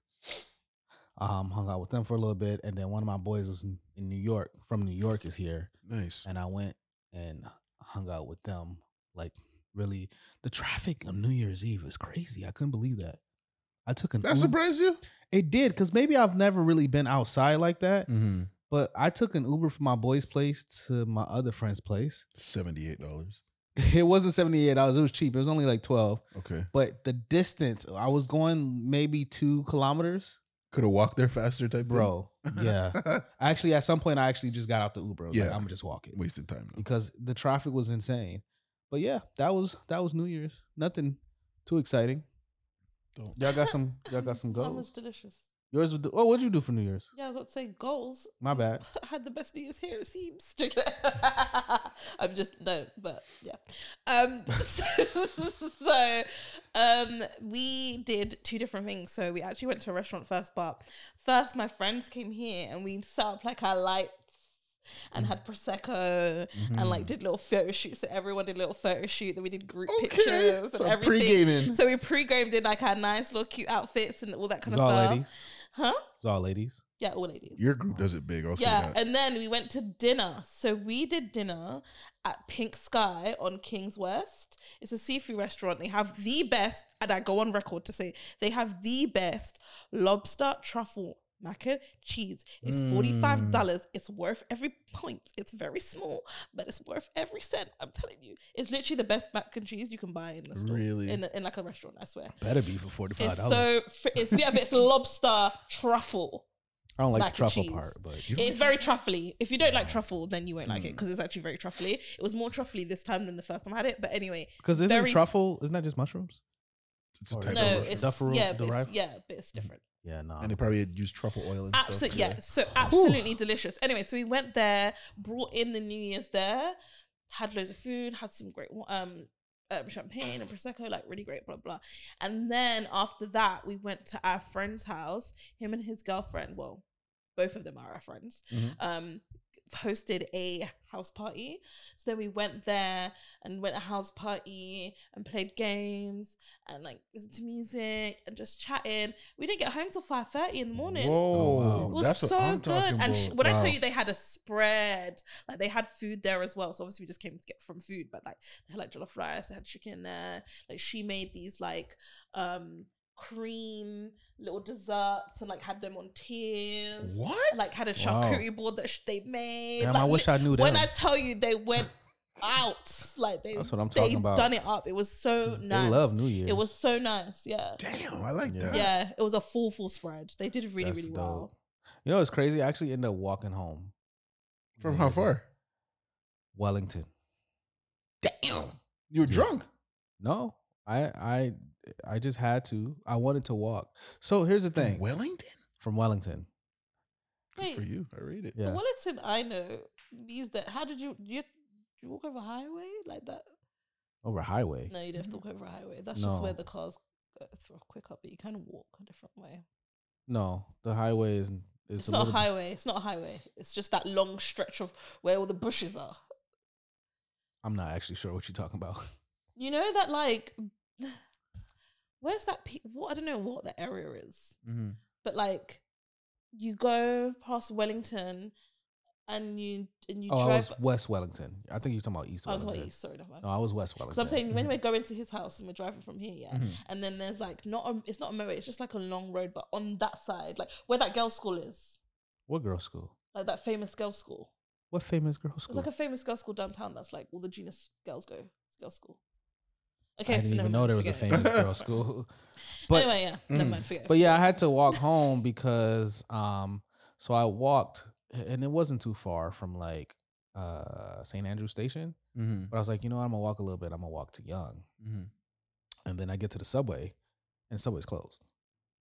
[SPEAKER 2] Um, hung out with them for a little bit, and then one of my boys was in in New York. From New York is here.
[SPEAKER 3] Nice.
[SPEAKER 2] and I went and hung out with them. Like really, the traffic on New Year's Eve is crazy. I couldn't believe that. I took an
[SPEAKER 3] That
[SPEAKER 2] Uber.
[SPEAKER 3] surprised you?
[SPEAKER 2] it did because maybe I've never really been outside like that.
[SPEAKER 3] Mm-hmm.
[SPEAKER 2] But I took an Uber from my boy's place to my other friend's place.
[SPEAKER 3] Seventy-eight dollars.
[SPEAKER 2] It wasn't seventy eight dollars. It was cheap. It was only like twelve.
[SPEAKER 3] Okay.
[SPEAKER 2] But the distance, I was going maybe two kilometers,
[SPEAKER 3] Could have walked there faster, type. thing?
[SPEAKER 2] bro. Yeah. Actually, at some point, I actually just got out the Uber. I was
[SPEAKER 3] Yeah.
[SPEAKER 2] like, I'm gonna just walk it.
[SPEAKER 3] Wasted time. though.
[SPEAKER 2] because the traffic was insane. But yeah, that was that was New Year's. Nothing too exciting.
[SPEAKER 3] Don't.
[SPEAKER 2] Y'all got some y'all got some
[SPEAKER 1] That was
[SPEAKER 2] goals.
[SPEAKER 1] delicious.
[SPEAKER 2] Yours was oh, what'd you do for New Year's?
[SPEAKER 1] Yeah, I was about to say goals.
[SPEAKER 2] My bad.
[SPEAKER 1] I had the best New Year's here, it seems. I'm just no, but yeah. Um so um we did two different things. So we actually went to a restaurant first, but first my friends came here and we set up like our lights and had prosecco
[SPEAKER 3] Hmm.
[SPEAKER 1] and like did little photo shoots. So everyone did a little photo shoot. Then we did group pictures and
[SPEAKER 3] Mm-hmm. So
[SPEAKER 1] everything.
[SPEAKER 3] pre-gaming.
[SPEAKER 1] So we pre-game did like our nice little cute outfits and all that kind
[SPEAKER 2] It's
[SPEAKER 1] of
[SPEAKER 2] all
[SPEAKER 1] stuff.
[SPEAKER 2] ladies.
[SPEAKER 1] Huh?
[SPEAKER 2] It's all ladies.
[SPEAKER 1] Yeah, all ladies.
[SPEAKER 3] Your group does it big. I'll
[SPEAKER 1] Yeah,
[SPEAKER 3] say that.
[SPEAKER 1] and then we went to dinner. So we did dinner at Pink Sky on King's West. It's a seafood restaurant. They have the best, and I go on record to say they have the best lobster truffle mac and cheese. It's
[SPEAKER 3] Hmm.
[SPEAKER 1] $45. It's worth every point. It's very small, but it's worth every cent. I'm telling you. It's literally the best mac and cheese you can buy in the store.
[SPEAKER 3] Really?
[SPEAKER 1] In, a- in like a restaurant, I swear.
[SPEAKER 2] Better be for forty five
[SPEAKER 1] It's
[SPEAKER 2] dollars.
[SPEAKER 1] so, fr- it's, yeah, but it's lobster truffle.
[SPEAKER 2] I don't like
[SPEAKER 1] mac
[SPEAKER 2] the
[SPEAKER 1] and
[SPEAKER 2] truffle
[SPEAKER 1] cheese.
[SPEAKER 2] part, but you
[SPEAKER 1] It's very truffly. If you don't like truffle, then you won't like it because it's actually very truffly. It was more truffly this time than the first time I had it. But anyway,
[SPEAKER 2] because isn't
[SPEAKER 1] very- truffle-
[SPEAKER 2] truffle? Isn't that just mushrooms?
[SPEAKER 3] It's a
[SPEAKER 2] Or Like
[SPEAKER 3] type
[SPEAKER 1] no,
[SPEAKER 3] of
[SPEAKER 2] a
[SPEAKER 3] mushroom.
[SPEAKER 1] it's
[SPEAKER 2] duffer-
[SPEAKER 1] yeah, but it's,
[SPEAKER 2] derived-
[SPEAKER 1] yeah, but it's different.
[SPEAKER 2] Yeah, no.
[SPEAKER 3] and they probably had used truffle oil and
[SPEAKER 1] Absolutely,
[SPEAKER 3] stuff.
[SPEAKER 1] yeah. So absolutely delicious. Anyway, so we went there, brought in the New Year's there, had loads of food, had some great um um, champagne and prosecco, like really great, blah blah. And then after that, we went to our friend's house. Him and his girlfriend, well, both of them are our friends,
[SPEAKER 3] Mhm.
[SPEAKER 1] um, hosted a house party. So then we went there and went to house party and played games and like listened to music and just chatting. We didn't get home till five thirty in the morning.
[SPEAKER 2] Oh,
[SPEAKER 3] Whoa,
[SPEAKER 2] wow.
[SPEAKER 1] It was
[SPEAKER 3] that's
[SPEAKER 1] so
[SPEAKER 3] what I'm
[SPEAKER 1] good.
[SPEAKER 3] talking
[SPEAKER 1] And sh-
[SPEAKER 3] about.
[SPEAKER 1] when I
[SPEAKER 3] Wow.
[SPEAKER 1] tell you they had a spread, like they had food there as well. So obviously we just came to get from food, but like they had like jollof rice, they had chicken there. Like she made these like um cream little desserts and like had them on tiers.
[SPEAKER 3] what?
[SPEAKER 1] Like had a
[SPEAKER 2] Wow.
[SPEAKER 1] charcuterie board that sh- they made.
[SPEAKER 2] Damn,
[SPEAKER 1] like,
[SPEAKER 2] I wish I knew that.
[SPEAKER 1] when I tell you they went out, like they
[SPEAKER 2] That's what I'm
[SPEAKER 1] they
[SPEAKER 2] talking about.
[SPEAKER 1] done it up. It was so nice.
[SPEAKER 2] They love New Year's.
[SPEAKER 1] it was so nice. Yeah,
[SPEAKER 3] Damn, I like
[SPEAKER 2] Yeah.
[SPEAKER 3] that.
[SPEAKER 1] yeah. It was a full full spread. They did really
[SPEAKER 2] That's
[SPEAKER 1] really
[SPEAKER 2] dope.
[SPEAKER 1] well.
[SPEAKER 2] You know, it's crazy. I actually ended up walking home
[SPEAKER 3] From
[SPEAKER 2] New
[SPEAKER 3] how
[SPEAKER 2] Year's Eve.
[SPEAKER 3] far?
[SPEAKER 2] Wellington.
[SPEAKER 3] Damn, you were
[SPEAKER 2] Yeah.
[SPEAKER 3] drunk.
[SPEAKER 2] No, I I I just had to. I wanted to walk. So here's the
[SPEAKER 3] From
[SPEAKER 2] thing
[SPEAKER 3] Wellington.
[SPEAKER 2] from Wellington.
[SPEAKER 3] Good
[SPEAKER 1] Wait,
[SPEAKER 3] for you. I read it.
[SPEAKER 1] The
[SPEAKER 2] Yeah.
[SPEAKER 1] Wellington I know means that. How did you you, you walk over a highway like that?
[SPEAKER 2] Over a highway.
[SPEAKER 1] No, you don't have to walk over a highway. That's just where
[SPEAKER 2] No.
[SPEAKER 1] the cars go through quicker, but you can walk a different way.
[SPEAKER 2] No, the highway is is
[SPEAKER 1] It's,
[SPEAKER 2] a
[SPEAKER 1] not a
[SPEAKER 2] little bit-
[SPEAKER 1] highway. It's not a highway. It's just that long stretch of where all the bushes are.
[SPEAKER 2] I'm not actually sure what you're talking about.
[SPEAKER 1] You know that like, where's that? Pe- what I don't know what the area is, but like, you go past Wellington, and you and you
[SPEAKER 2] oh, I
[SPEAKER 1] drive. oh,
[SPEAKER 2] was West Wellington. I think you're talking about East
[SPEAKER 1] I was,
[SPEAKER 2] Wellington.
[SPEAKER 1] east. Sorry, never mind.
[SPEAKER 2] No, I was Mm-hmm. West Wellington.
[SPEAKER 1] Because I'm saying when
[SPEAKER 3] Mhm.
[SPEAKER 1] we're going to his house and we're driving from here, yeah, and then there's like not a, it's not a motorway, it's just like a long road, but on that side, like where that girl school is,
[SPEAKER 2] what girls' school?
[SPEAKER 1] like that famous girl school.
[SPEAKER 2] What famous girls' school?
[SPEAKER 1] It's like a famous girl school downtown. That's like all the genius girls go girl school.
[SPEAKER 2] I didn't
[SPEAKER 1] never
[SPEAKER 2] even
[SPEAKER 1] mind,
[SPEAKER 2] know there was a
[SPEAKER 1] forget it.
[SPEAKER 2] famous girls' school. But
[SPEAKER 1] anyway, yeah, never
[SPEAKER 3] Mm.
[SPEAKER 1] mind, forget. it.
[SPEAKER 2] but yeah, I had to walk home because um so I walked and it wasn't too far from like uh St. Andrew Station.
[SPEAKER 3] Mm-hmm.
[SPEAKER 2] But I was like, you know what, I'm gonna walk a little bit, I'm gonna walk to Young.
[SPEAKER 3] Mm-hmm.
[SPEAKER 2] And then I get to the subway and subway's closed.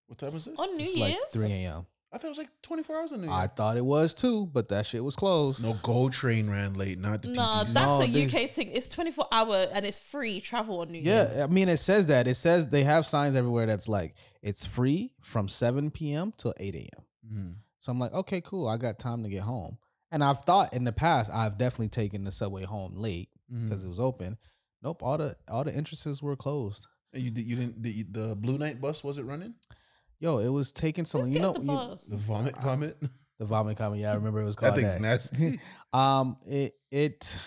[SPEAKER 3] What time is this?
[SPEAKER 1] on New
[SPEAKER 2] it's
[SPEAKER 1] Year's,
[SPEAKER 2] like three AM.
[SPEAKER 3] I thought it was like 24 hours on New Year.
[SPEAKER 2] I thought it was too, but that shit was closed.
[SPEAKER 3] no, Go Train ran late, not the
[SPEAKER 1] nah,
[SPEAKER 3] TTs.
[SPEAKER 1] that's
[SPEAKER 2] No,
[SPEAKER 1] a
[SPEAKER 2] they-
[SPEAKER 1] UK thing. It's 24 hour and it's free travel on New
[SPEAKER 2] Yeah,
[SPEAKER 1] Year's.
[SPEAKER 2] I mean it says that. It says they have signs everywhere that's like it's free from seven PM till eight AM.
[SPEAKER 3] Mhm.
[SPEAKER 2] So I'm like, okay, cool. I got time to get home. And I've thought in the past, I've definitely taken the subway home late because
[SPEAKER 3] Mhm.
[SPEAKER 2] it was open. Nope, all the all the entrances were closed.
[SPEAKER 3] And you, did, you didn't, the, the Blue Night bus, was it running?
[SPEAKER 2] Yo, it was taking so
[SPEAKER 1] Let's
[SPEAKER 2] long. You
[SPEAKER 1] get
[SPEAKER 2] know,
[SPEAKER 1] the
[SPEAKER 2] you-
[SPEAKER 1] bus.
[SPEAKER 3] The vomit vomit?
[SPEAKER 2] the vomit coming. Yeah, I remember it was
[SPEAKER 3] that
[SPEAKER 2] called
[SPEAKER 3] thing's
[SPEAKER 2] that.
[SPEAKER 3] nasty.
[SPEAKER 2] Um, it it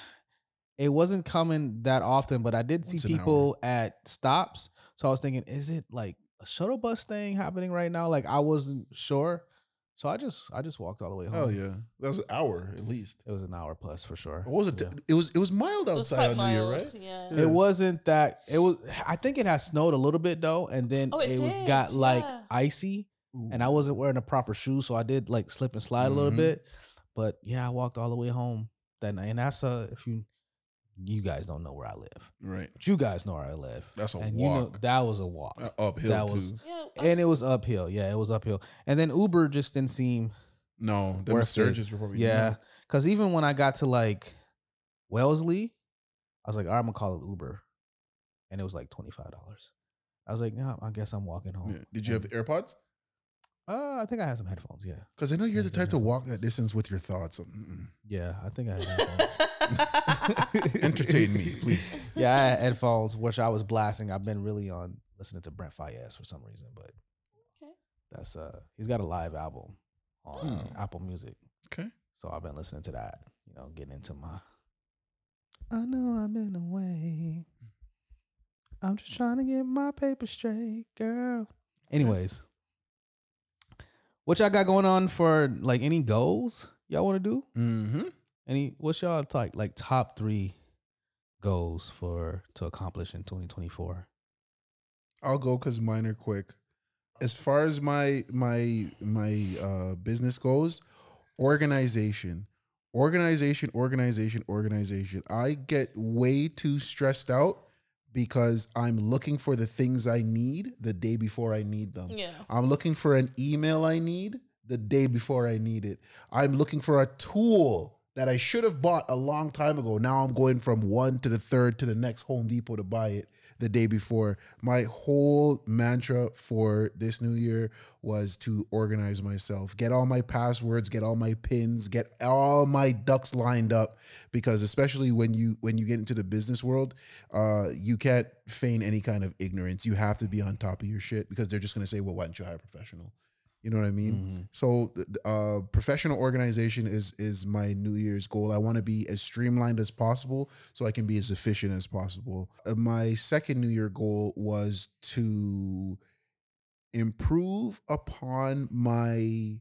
[SPEAKER 2] it wasn't coming that often, but I did see
[SPEAKER 3] Once an hour.
[SPEAKER 2] people at stops. So I was thinking, is it like a shuttle bus thing happening right now? Like I wasn't sure, so I just I just walked all the way home.
[SPEAKER 3] Hell Oh, yeah. That was an hour at least.
[SPEAKER 2] It was an hour plus for sure.
[SPEAKER 3] What was it?
[SPEAKER 2] Yeah.
[SPEAKER 3] It was it was mild
[SPEAKER 1] It was
[SPEAKER 3] outside on
[SPEAKER 1] quite
[SPEAKER 3] New Year,
[SPEAKER 1] mild,
[SPEAKER 3] right?
[SPEAKER 1] Yeah.
[SPEAKER 3] Yeah.
[SPEAKER 2] It wasn't that it was I think it had snowed a little bit though and then
[SPEAKER 1] Oh,
[SPEAKER 2] it,
[SPEAKER 1] it did,
[SPEAKER 2] got like
[SPEAKER 1] yeah.
[SPEAKER 2] icy and I wasn't wearing the proper shoes so I did like slip and slide a little
[SPEAKER 3] Mhm.
[SPEAKER 2] bit but yeah I walked all the way home that night and that's uh if you you guys don't know where I live
[SPEAKER 3] right.
[SPEAKER 2] but you guys know where I live
[SPEAKER 3] That's a
[SPEAKER 2] and you know
[SPEAKER 3] walk.
[SPEAKER 2] that was a walk
[SPEAKER 3] Uh, uphill
[SPEAKER 2] that
[SPEAKER 3] too.
[SPEAKER 2] was-
[SPEAKER 1] Yeah,
[SPEAKER 2] and it was uphill yeah it was uphill and then Uber just didn't seem
[SPEAKER 3] no, them
[SPEAKER 2] worth it.
[SPEAKER 3] surges were probably
[SPEAKER 2] Yeah.
[SPEAKER 3] nuts.
[SPEAKER 2] Cause even when I got to like Wellesley, I was like, all right, I'm gonna call it Uber. And it was like twenty five dollars. I was like, no, I guess I'm walking home.
[SPEAKER 3] Yeah. Did you have AirPods?
[SPEAKER 2] Uh, I think I had some headphones. Yeah,
[SPEAKER 3] Because I know you're the
[SPEAKER 2] Yes, I
[SPEAKER 3] type to
[SPEAKER 2] know.
[SPEAKER 3] walk that distance with your thoughts. Mm-mm.
[SPEAKER 2] yeah, I think I had headphones.
[SPEAKER 3] Entertain me, please.
[SPEAKER 2] yeah, I had headphones, which I was blasting. I've been really on listening to Brent Fayez for some reason, but
[SPEAKER 1] Okay.
[SPEAKER 2] that's uh, he's got a live album on uh,
[SPEAKER 3] Hmm.
[SPEAKER 2] Apple Music.
[SPEAKER 3] Okay.
[SPEAKER 2] So I've been listening to that, you know, getting into my. I know I've been away. I'm just trying to get my paper straight, girl. Anyways, What y'all got going on for like any goals y'all want to do?
[SPEAKER 3] Mm-hmm.
[SPEAKER 2] Any what's y'all like like top three goals for to accomplish in 2024?
[SPEAKER 3] I'll go because mine are quick. As far as my my my uh, business goes, organization, organization, organization, organization. I get way too stressed out because I'm looking for the things I need the day before I need them.
[SPEAKER 1] Yeah.
[SPEAKER 3] I'm looking for an email I need the day before I need it. I'm looking for a tool that I should have bought a long time ago. Now I'm going from one to the third to the next Home Depot to buy it the day before. My whole mantra for this new year was to organize myself, get all my passwords, get all my pins, get all my ducks lined up because especially when you when you get into the business world, uh, you can't feign any kind of ignorance. You have to be on top of your shit because they're just gonna say, "Well, why didn't you hire a professional?" You know what I mean? Mm. So, th- th- uh, professional organization is is my New Year's goal. I want to be as streamlined as possible, so I can be as efficient as possible. Uh, my second New Year goal was to improve upon my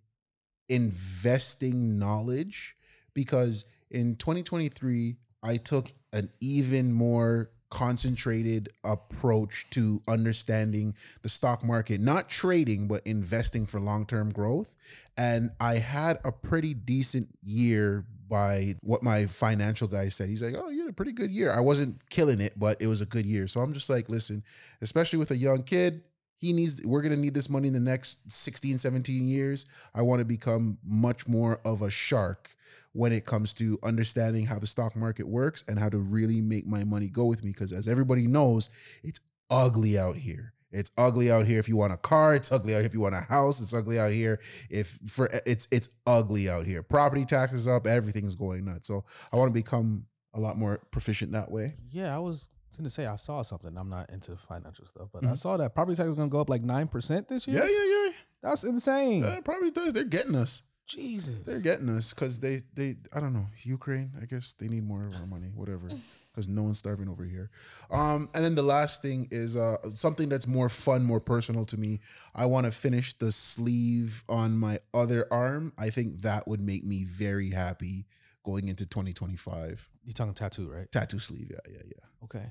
[SPEAKER 3] investing knowledge because in 2023 I took an even more concentrated approach to understanding the stock market, not trading but investing for long-term growth, and I had a pretty decent year by what my financial guy said. He's like, "Oh, you had a pretty good year." I wasn't killing it, but it was a good year. So I'm just like, "Listen, especially with a young kid, he needs we're going to need this money in the next 16 17 years i want to become much more of a shark when it comes to understanding how the stock market works and how to really make my money go with me because as everybody knows it's ugly out here it's ugly out here if you want a car it's ugly out here if you want a house it's ugly out here if for it's it's ugly out here property taxes up everything's going nuts so i want to become a lot more proficient that way
[SPEAKER 2] Yeah, I was gonna say I saw something. I'm not into financial stuff, but I
[SPEAKER 3] Mhm.
[SPEAKER 2] saw that property tax is gonna go up like nine percent this year.
[SPEAKER 3] yeah yeah
[SPEAKER 2] That's insane.
[SPEAKER 3] yeah, yeah probably does they're getting us
[SPEAKER 2] Jesus.
[SPEAKER 3] They're getting us because they they I don't know Ukraine. I guess they need more of our money, whatever. Because no one's starving over here. Um, and then the last thing is uh, something that's more fun, more personal to me. I want to finish the sleeve on my other arm. I think that would make me very happy going into 2025.
[SPEAKER 2] you talking tattoo, right?
[SPEAKER 3] Tattoo sleeve, yeah, yeah, yeah.
[SPEAKER 2] Okay.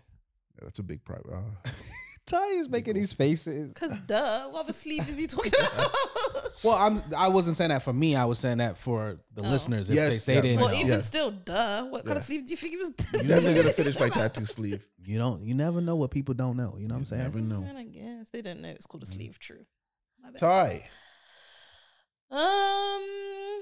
[SPEAKER 3] Yeah, That's a big private. Uh,
[SPEAKER 2] Ty is making these faces.
[SPEAKER 1] Because duh, what other sleeve is he talking about?
[SPEAKER 2] Well, I'm I wasn't saying that for me. I was saying that for the
[SPEAKER 1] Oh.
[SPEAKER 2] listeners if
[SPEAKER 3] Yes,
[SPEAKER 2] they,
[SPEAKER 3] yeah,
[SPEAKER 2] they didn't.
[SPEAKER 1] well,
[SPEAKER 3] know.
[SPEAKER 1] even
[SPEAKER 3] Yeah.
[SPEAKER 1] still, duh. What kind of
[SPEAKER 3] Yeah.
[SPEAKER 1] sleeve do you think he was?
[SPEAKER 3] I'm definitely gonna finish my tattoo sleeve.
[SPEAKER 2] You don't. You never know what people don't know. You know Mm. what I'm saying?
[SPEAKER 3] Never know.
[SPEAKER 1] Man, I guess they didn't know it's called a sleeve. True. My bad.
[SPEAKER 3] Ty,
[SPEAKER 1] Um,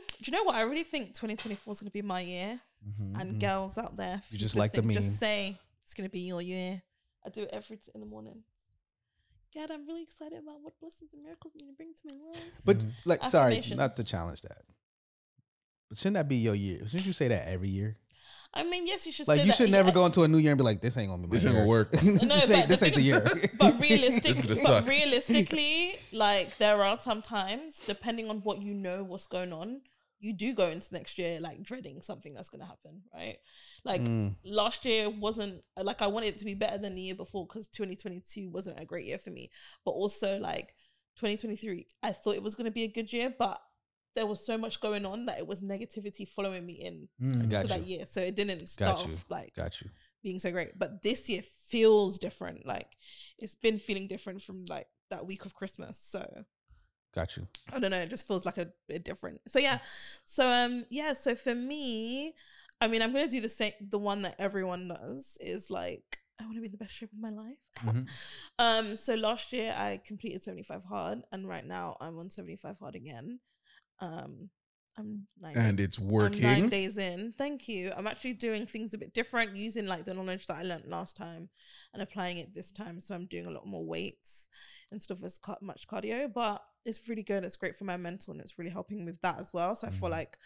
[SPEAKER 1] do you know what? I really think 2024 is going to be my year.
[SPEAKER 3] Mm-hmm.
[SPEAKER 1] And girls out there, if
[SPEAKER 2] You just
[SPEAKER 1] can
[SPEAKER 2] like the
[SPEAKER 1] think-
[SPEAKER 2] meme.
[SPEAKER 1] Just say it's going to be your year. I do it every t- in the morning. God, I'm really excited about what blessings and miracles you're going to bring to my life.
[SPEAKER 2] but
[SPEAKER 3] Mm-hmm.
[SPEAKER 2] like, sorry, not
[SPEAKER 1] Affirmations.
[SPEAKER 2] to challenge that. But shouldn't that be your year? Shouldn't you say that every year?
[SPEAKER 1] I mean, yes, you should.
[SPEAKER 2] Like
[SPEAKER 1] say
[SPEAKER 2] you
[SPEAKER 1] that
[SPEAKER 2] should never
[SPEAKER 1] yeah,
[SPEAKER 2] go into a new year and be like, "This ain't gonna be my
[SPEAKER 3] This
[SPEAKER 2] year.
[SPEAKER 3] ain't gonna work.
[SPEAKER 2] this
[SPEAKER 1] No,
[SPEAKER 2] ain't,
[SPEAKER 1] but
[SPEAKER 2] this
[SPEAKER 1] the
[SPEAKER 2] ain't the
[SPEAKER 1] thing
[SPEAKER 2] year.
[SPEAKER 1] is- But
[SPEAKER 3] This is
[SPEAKER 1] realistically,
[SPEAKER 3] gonna
[SPEAKER 1] but
[SPEAKER 3] suck.
[SPEAKER 1] realistically, like there are sometimes, depending on what you know, what's going on, you do go into next year like dreading something that's going to happen, right? Like
[SPEAKER 2] Mm,
[SPEAKER 1] last year wasn't like I wanted it to be better than the year before because 2022 wasn't a great year for me. But also like 2023, I thought it was going to be a good year, but there was so much going on that it was negativity following me in
[SPEAKER 3] Mm,
[SPEAKER 2] I
[SPEAKER 1] to
[SPEAKER 2] got
[SPEAKER 1] that
[SPEAKER 2] you.
[SPEAKER 1] year, so it didn't start
[SPEAKER 2] you.
[SPEAKER 1] off like
[SPEAKER 2] Got you.
[SPEAKER 1] being so great. But this year feels different. Like it's been feeling different from like that week of Christmas. So
[SPEAKER 2] Got you.
[SPEAKER 1] I don't know. It just feels like a bit different. So yeah. So um yeah. So for me, I mean, I'm gonna do the same. The one that everyone does is like I want to be in the best shape of my life.
[SPEAKER 3] Mhm.
[SPEAKER 1] um. So last year I completed 75 hard, and right now I'm on 75 hard again. Um. I'm nine
[SPEAKER 3] and it's
[SPEAKER 1] I'm nine
[SPEAKER 3] working.
[SPEAKER 1] days in. Thank you. I'm actually doing things a bit different, using like the knowledge that I learned last time and applying it this time. So I'm doing a lot more weights and stuff as ca- much cardio, but it's really good. It's great for my mental and it's really helping me with that as well. So I feel
[SPEAKER 3] Mhm.
[SPEAKER 1] like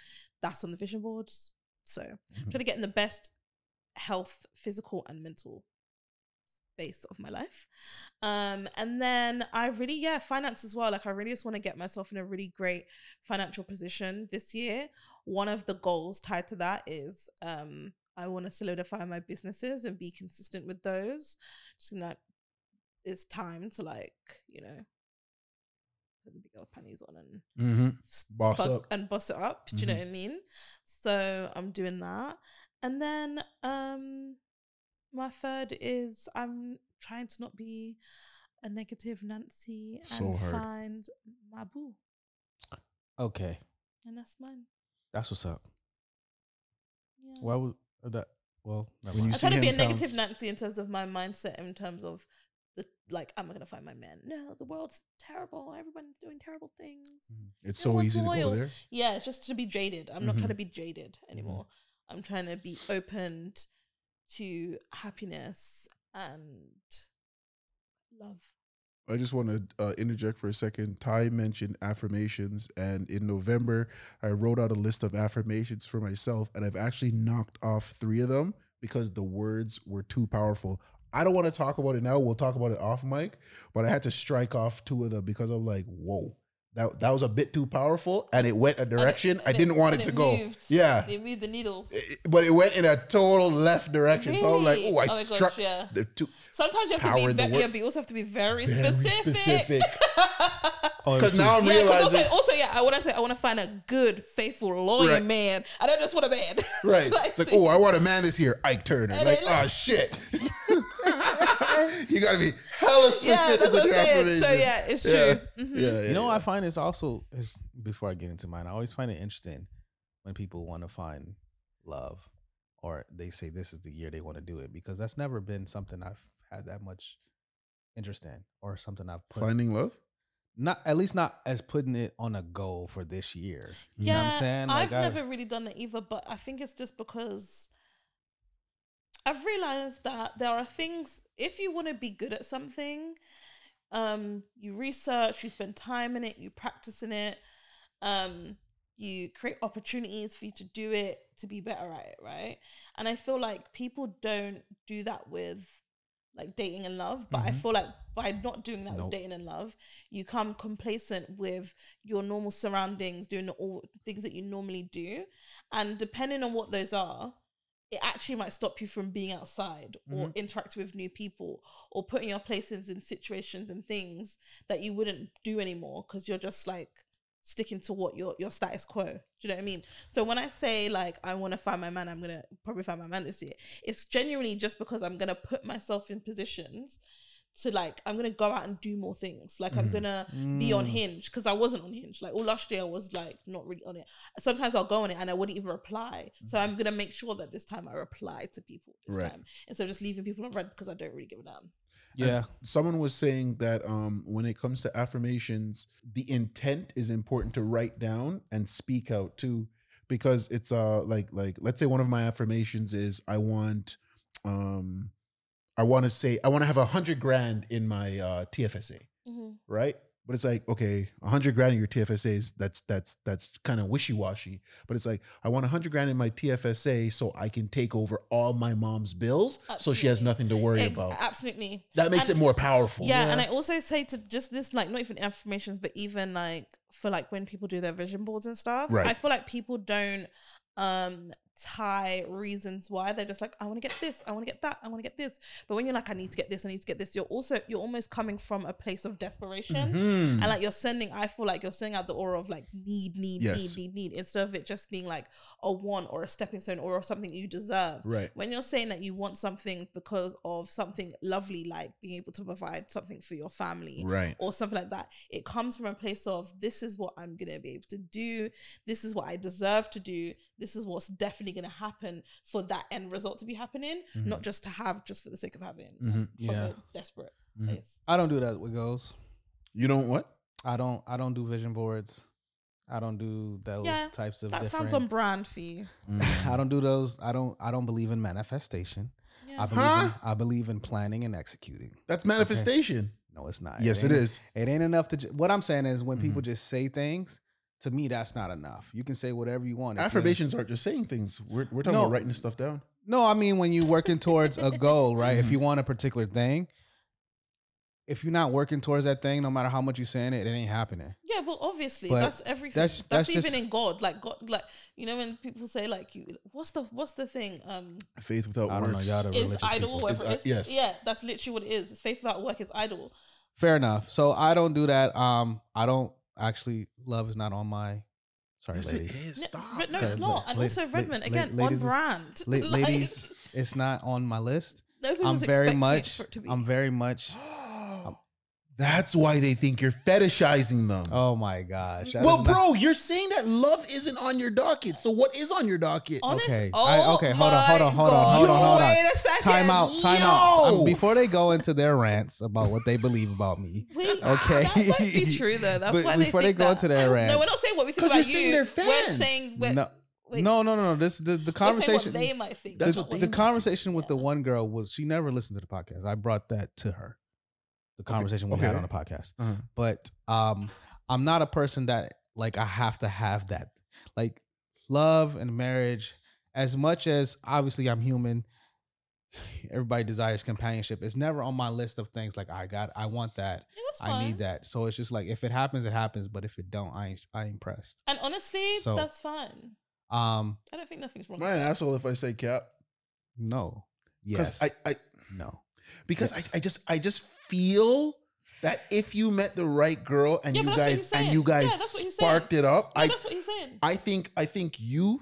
[SPEAKER 1] that's on the vision boards. So I'm
[SPEAKER 3] Mhm.
[SPEAKER 1] trying to get in the best health, physical, and mental space of my life. Um, and then I really, yeah, finance as well. Like I really just want to get myself in a really great financial position this year. One of the goals tied to that is um I want to solidify my businesses and be consistent with those. Just in that it's time to like, you know, the big girl panties on and
[SPEAKER 3] Mm-hmm.
[SPEAKER 1] s-
[SPEAKER 3] Boss up.
[SPEAKER 1] and boss it up. Do you know
[SPEAKER 3] Mhm.
[SPEAKER 1] what I mean? So I'm doing that, and then um, my third is I'm trying to not be a negative Nancy and
[SPEAKER 3] So hard.
[SPEAKER 1] find my boo,
[SPEAKER 2] Okay,
[SPEAKER 1] and that's mine.
[SPEAKER 2] that's what's up.
[SPEAKER 1] Mm. Yeah.
[SPEAKER 2] Why would uh, that? Well, never
[SPEAKER 3] When you
[SPEAKER 1] I'm
[SPEAKER 2] mind.
[SPEAKER 3] see
[SPEAKER 1] trying to be a
[SPEAKER 3] him
[SPEAKER 1] negative
[SPEAKER 3] pounce-
[SPEAKER 1] Nancy in terms of my mindset, in terms of the like, am I gonna find my man? No, the world's terrible. Everyone's doing terrible things.
[SPEAKER 3] It's
[SPEAKER 1] No
[SPEAKER 3] so
[SPEAKER 1] one's
[SPEAKER 3] easy to
[SPEAKER 1] loyal.
[SPEAKER 3] go there.
[SPEAKER 1] Yeah, it's just to be jaded. I'm not
[SPEAKER 3] Mhm.
[SPEAKER 1] trying to be jaded anymore. I'm trying to be opened to happiness and love.
[SPEAKER 3] I just want to uh, interject for a second. Ty mentioned affirmations, and in November, I wrote out a list of affirmations for myself, and I've actually knocked off three of them because the words were too powerful. I don't want to talk about it now. We'll talk about it off mic, but I had to strike off two of them because I'm like, whoa, that that was a bit too powerful, and it went a direction I
[SPEAKER 1] and it-
[SPEAKER 3] didn't want
[SPEAKER 1] and
[SPEAKER 3] it to
[SPEAKER 1] it
[SPEAKER 3] go.
[SPEAKER 1] moved.
[SPEAKER 3] Yeah,
[SPEAKER 1] They move the needles.
[SPEAKER 3] It- it- but it went in a total left direction. So I'm like,
[SPEAKER 1] Really?
[SPEAKER 3] oh,
[SPEAKER 1] my
[SPEAKER 3] I
[SPEAKER 1] gosh,
[SPEAKER 3] struck
[SPEAKER 1] yeah.
[SPEAKER 3] the two
[SPEAKER 1] Sometimes you have to
[SPEAKER 3] power
[SPEAKER 1] be
[SPEAKER 3] in the
[SPEAKER 1] very,
[SPEAKER 3] word-
[SPEAKER 1] yeah, but you also have to be very,
[SPEAKER 3] very
[SPEAKER 1] specific.
[SPEAKER 3] specific.
[SPEAKER 2] Oh, it was
[SPEAKER 3] Because now I'm
[SPEAKER 1] Yeah, 'cause
[SPEAKER 3] realizing.
[SPEAKER 1] also, also, yeah, I want to say I want to find a good, faithful, loyal
[SPEAKER 3] Right.
[SPEAKER 1] man. I don't just want a man.
[SPEAKER 3] Right.
[SPEAKER 1] Like,
[SPEAKER 3] it's like, oh, I want a man this year, Ike Turner.
[SPEAKER 1] And
[SPEAKER 3] like,
[SPEAKER 1] it
[SPEAKER 3] oh
[SPEAKER 1] is-
[SPEAKER 3] shit. you gotta be hella
[SPEAKER 1] yeah,
[SPEAKER 3] specific
[SPEAKER 1] that's what
[SPEAKER 3] with
[SPEAKER 1] I'm
[SPEAKER 3] your
[SPEAKER 1] saying.
[SPEAKER 3] affirmation.
[SPEAKER 1] So yeah, it's true.
[SPEAKER 3] Yeah.
[SPEAKER 1] Mhm.
[SPEAKER 3] yeah, yeah,
[SPEAKER 2] You know,
[SPEAKER 3] yeah.
[SPEAKER 2] I find it's also is before I get into mine. I always find it interesting when people want to find love, or they say this is the year they want to do it because that's never been something I've had that much interest in, or something I've put
[SPEAKER 3] finding love.
[SPEAKER 2] not at least not as putting it on a goal for this year. You know what I'm saying?
[SPEAKER 1] I've
[SPEAKER 2] I-
[SPEAKER 1] never really done that either, but I think it's just because I've realized that there are things if you want to be good at something, um, you research, you spend time in it, you practice in it, um, you create opportunities for you to do it to be better at it, right? And I feel like people don't do that with like dating and love, but I
[SPEAKER 3] Mhm.
[SPEAKER 1] feel like by not doing that
[SPEAKER 2] Nope.
[SPEAKER 1] with dating and love, you come complacent with your normal surroundings, doing all things that you normally do. And depending on what those are, it actually might stop you from being outside or interacting with new people or putting your places in situations and things that you wouldn't do anymore because you're just like sticking to what your your status quo. Do you know what I mean? So when I say like I want to find my man, I'm gonna probably find my man this year. It's genuinely just because I'm gonna put myself in positions to like I'm gonna go out and do more things. Like I'm
[SPEAKER 3] Mhm.
[SPEAKER 1] gonna be on
[SPEAKER 2] Mm.
[SPEAKER 1] Hinge because I wasn't on Hinge. Like all last year, I was like not really on it. Sometimes I'll go on it and I wouldn't even reply. So I'm gonna make sure that this time I reply to people this
[SPEAKER 3] Mm. Right.
[SPEAKER 1] time instead of just leaving people on red because I don't really give a damn.
[SPEAKER 2] Yeah.
[SPEAKER 3] Someone was saying that um, when it comes to affirmations, the intent is important to write down and speak out too, because it's uh like like let's say one of my affirmations is I want, um, I want to say I want to have a hundred grand in my uh, TFSA. right? But it's like, okay, a hundred grand in your TFSAs, that's that's that's kind of wishy-washy. But it's like, I want a hundred grand in my TFSA so I can take over all my mom's bills so she has
[SPEAKER 1] Absolutely.
[SPEAKER 3] nothing to worry
[SPEAKER 1] Ex-
[SPEAKER 3] about.
[SPEAKER 1] Absolutely.
[SPEAKER 3] That makes
[SPEAKER 1] and-
[SPEAKER 3] it more powerful.
[SPEAKER 1] Yeah,
[SPEAKER 2] Yeah.
[SPEAKER 1] and I also say to just this, like, not even affirmations, but even like for like when people do their vision boards and stuff.
[SPEAKER 3] Right.
[SPEAKER 1] I feel like people don't um tie reasons why they're just like, I want to get this, I want to get that, I want to get this. But when you're like, I need to get this, I need to get this, you're also you're almost coming from a place of desperation.
[SPEAKER 3] Mhm.
[SPEAKER 1] And like you're sending, I feel like you're sending out the aura of like need, need,
[SPEAKER 3] Yes.
[SPEAKER 1] need, need, need, instead of it just being like a want or a stepping stone or something you deserve
[SPEAKER 3] Right.
[SPEAKER 1] when you're saying that you want something because of something lovely like being able to provide something for your family
[SPEAKER 3] Right.
[SPEAKER 1] or something like that it comes from a place of this is what i'm going to be able to do this is what i deserve to do this is what's definitely going to happen for that end result to be happening
[SPEAKER 3] Mhm.
[SPEAKER 1] not just to have just for the sake of having
[SPEAKER 3] Mhm.
[SPEAKER 1] like, from
[SPEAKER 2] Mm-hmm. Yeah. Mm-hmm.
[SPEAKER 1] a desperate
[SPEAKER 3] Mhm.
[SPEAKER 1] place
[SPEAKER 2] I don't do that with goals.
[SPEAKER 3] You don't what?
[SPEAKER 2] I don't. I don't do vision boards. I don't do those
[SPEAKER 1] Yeah,
[SPEAKER 2] types of.
[SPEAKER 1] that
[SPEAKER 2] different,
[SPEAKER 1] sounds um on brand for you
[SPEAKER 2] I don't do those. I don't. I don't believe in manifestation. I
[SPEAKER 1] yeah.
[SPEAKER 2] believe. In,
[SPEAKER 3] Huh?
[SPEAKER 2] I believe in planning and executing.
[SPEAKER 3] That's manifestation.
[SPEAKER 2] No, it's not.
[SPEAKER 3] Yes, it
[SPEAKER 2] ain't-
[SPEAKER 3] is.
[SPEAKER 2] It ain't enough to. Ju- what I'm saying is, when
[SPEAKER 1] Mm-hmm.
[SPEAKER 2] people just say things, to me, that's not enough. You can say whatever you want. If you're-
[SPEAKER 3] Affirmations aren't just saying things. We're, we're talking
[SPEAKER 2] No.
[SPEAKER 3] about writing this stuff down.
[SPEAKER 2] No, I mean when you're working towards a goal, right?
[SPEAKER 1] Mm-hmm.
[SPEAKER 2] If you want a particular thing, if you're not working towards that thing, no matter how much you're saying it, it ain't happening.
[SPEAKER 1] Yeah, well, obviously
[SPEAKER 2] But
[SPEAKER 1] that's everything.
[SPEAKER 2] that's-
[SPEAKER 1] That's,
[SPEAKER 2] that's
[SPEAKER 1] even
[SPEAKER 2] just-
[SPEAKER 1] in God, like God, like you know when people say like you, what's the what's the thing? Um,
[SPEAKER 3] Faith without
[SPEAKER 2] I don't know.
[SPEAKER 3] works.
[SPEAKER 2] Y'all are
[SPEAKER 1] is
[SPEAKER 2] religious
[SPEAKER 1] idle,
[SPEAKER 2] people.
[SPEAKER 1] whatever
[SPEAKER 3] Is, uh,
[SPEAKER 1] it is.
[SPEAKER 3] yes.
[SPEAKER 1] Yeah, that's literally what it is. Faith without work is idle.
[SPEAKER 2] Fair enough. So I don't do that. Um, I don't actually. Love is not on my. Sorry,
[SPEAKER 3] Yes, it
[SPEAKER 2] ladies.
[SPEAKER 3] is.
[SPEAKER 1] No,
[SPEAKER 3] Stop.
[SPEAKER 1] no, it's not.
[SPEAKER 2] Sorry, but
[SPEAKER 1] And
[SPEAKER 2] la-
[SPEAKER 1] also
[SPEAKER 2] la-
[SPEAKER 1] Redmond
[SPEAKER 2] la-
[SPEAKER 1] again
[SPEAKER 2] ladies
[SPEAKER 1] on
[SPEAKER 2] is-
[SPEAKER 1] brand.
[SPEAKER 2] La-
[SPEAKER 1] Like,
[SPEAKER 2] ladies, it's not on my list.
[SPEAKER 1] nobody
[SPEAKER 2] I'm
[SPEAKER 1] was
[SPEAKER 2] very
[SPEAKER 1] expecting it
[SPEAKER 2] much.
[SPEAKER 1] for it to be.
[SPEAKER 2] I'm very much.
[SPEAKER 3] Um, That's why they think you're fetishizing them.
[SPEAKER 2] Oh my gosh. that
[SPEAKER 3] well,
[SPEAKER 2] is not-
[SPEAKER 3] bro, you're saying that love isn't on your docket. So what is on your docket?
[SPEAKER 1] Honest?
[SPEAKER 2] Okay.
[SPEAKER 1] Oh
[SPEAKER 2] I- okay, hold on, hold on,
[SPEAKER 1] my
[SPEAKER 2] hold on,
[SPEAKER 1] God.
[SPEAKER 2] hold on, hold on.
[SPEAKER 1] Wait a second.
[SPEAKER 2] Time out. Time out.
[SPEAKER 3] Yo!
[SPEAKER 2] Um, before they go into their rants about what they believe about me.
[SPEAKER 1] Wait,
[SPEAKER 2] Okay.
[SPEAKER 1] that might be true though. That's
[SPEAKER 2] But
[SPEAKER 1] why they
[SPEAKER 2] before they
[SPEAKER 1] think
[SPEAKER 2] go
[SPEAKER 1] that.
[SPEAKER 2] into their
[SPEAKER 1] I- No, we're
[SPEAKER 2] rants.
[SPEAKER 1] not saying what we think
[SPEAKER 3] 'Cause
[SPEAKER 1] about
[SPEAKER 3] you're
[SPEAKER 1] you.
[SPEAKER 3] saying they're
[SPEAKER 1] We're
[SPEAKER 3] fans.
[SPEAKER 1] saying we're,
[SPEAKER 2] No,
[SPEAKER 1] wait,
[SPEAKER 2] no, no, no. This the, the
[SPEAKER 1] we're saying
[SPEAKER 2] conversation.
[SPEAKER 1] What they might think.
[SPEAKER 3] That's
[SPEAKER 1] not
[SPEAKER 3] what
[SPEAKER 2] the,
[SPEAKER 3] they
[SPEAKER 2] the
[SPEAKER 3] might
[SPEAKER 2] conversation with the
[SPEAKER 1] Yeah.
[SPEAKER 2] one girl was she never listened to the podcast. I brought that to her. The conversation we had
[SPEAKER 3] okay.
[SPEAKER 2] on the podcast.
[SPEAKER 3] Uh-huh.
[SPEAKER 2] But um I'm not a person that like I have to have that. Like love and marriage as much as obviously I'm human everybody desires companionship it's never on my list of things like I got I want that
[SPEAKER 1] Yeah, that's
[SPEAKER 2] I
[SPEAKER 1] fine.
[SPEAKER 2] need that so it's just like if it happens it happens but if it don't I ain't, I ain't pressed
[SPEAKER 1] And honestly,
[SPEAKER 2] So-
[SPEAKER 1] that's fine.
[SPEAKER 2] um
[SPEAKER 1] I don't think nothing's wrong.
[SPEAKER 3] Am I an asshole if I say cap?
[SPEAKER 2] no
[SPEAKER 3] 'Cause
[SPEAKER 2] yes
[SPEAKER 3] I, I
[SPEAKER 2] no
[SPEAKER 3] because
[SPEAKER 2] Yes.
[SPEAKER 3] I, I just I just feel that if you met the right girl and
[SPEAKER 1] Yeah,
[SPEAKER 3] you
[SPEAKER 1] but that's what he's
[SPEAKER 3] guys and
[SPEAKER 1] saying.
[SPEAKER 3] you guys
[SPEAKER 1] Yeah, that's what he's saying.
[SPEAKER 3] sparked it up,
[SPEAKER 1] No,
[SPEAKER 3] I
[SPEAKER 1] that's what he's saying.
[SPEAKER 3] I think I think you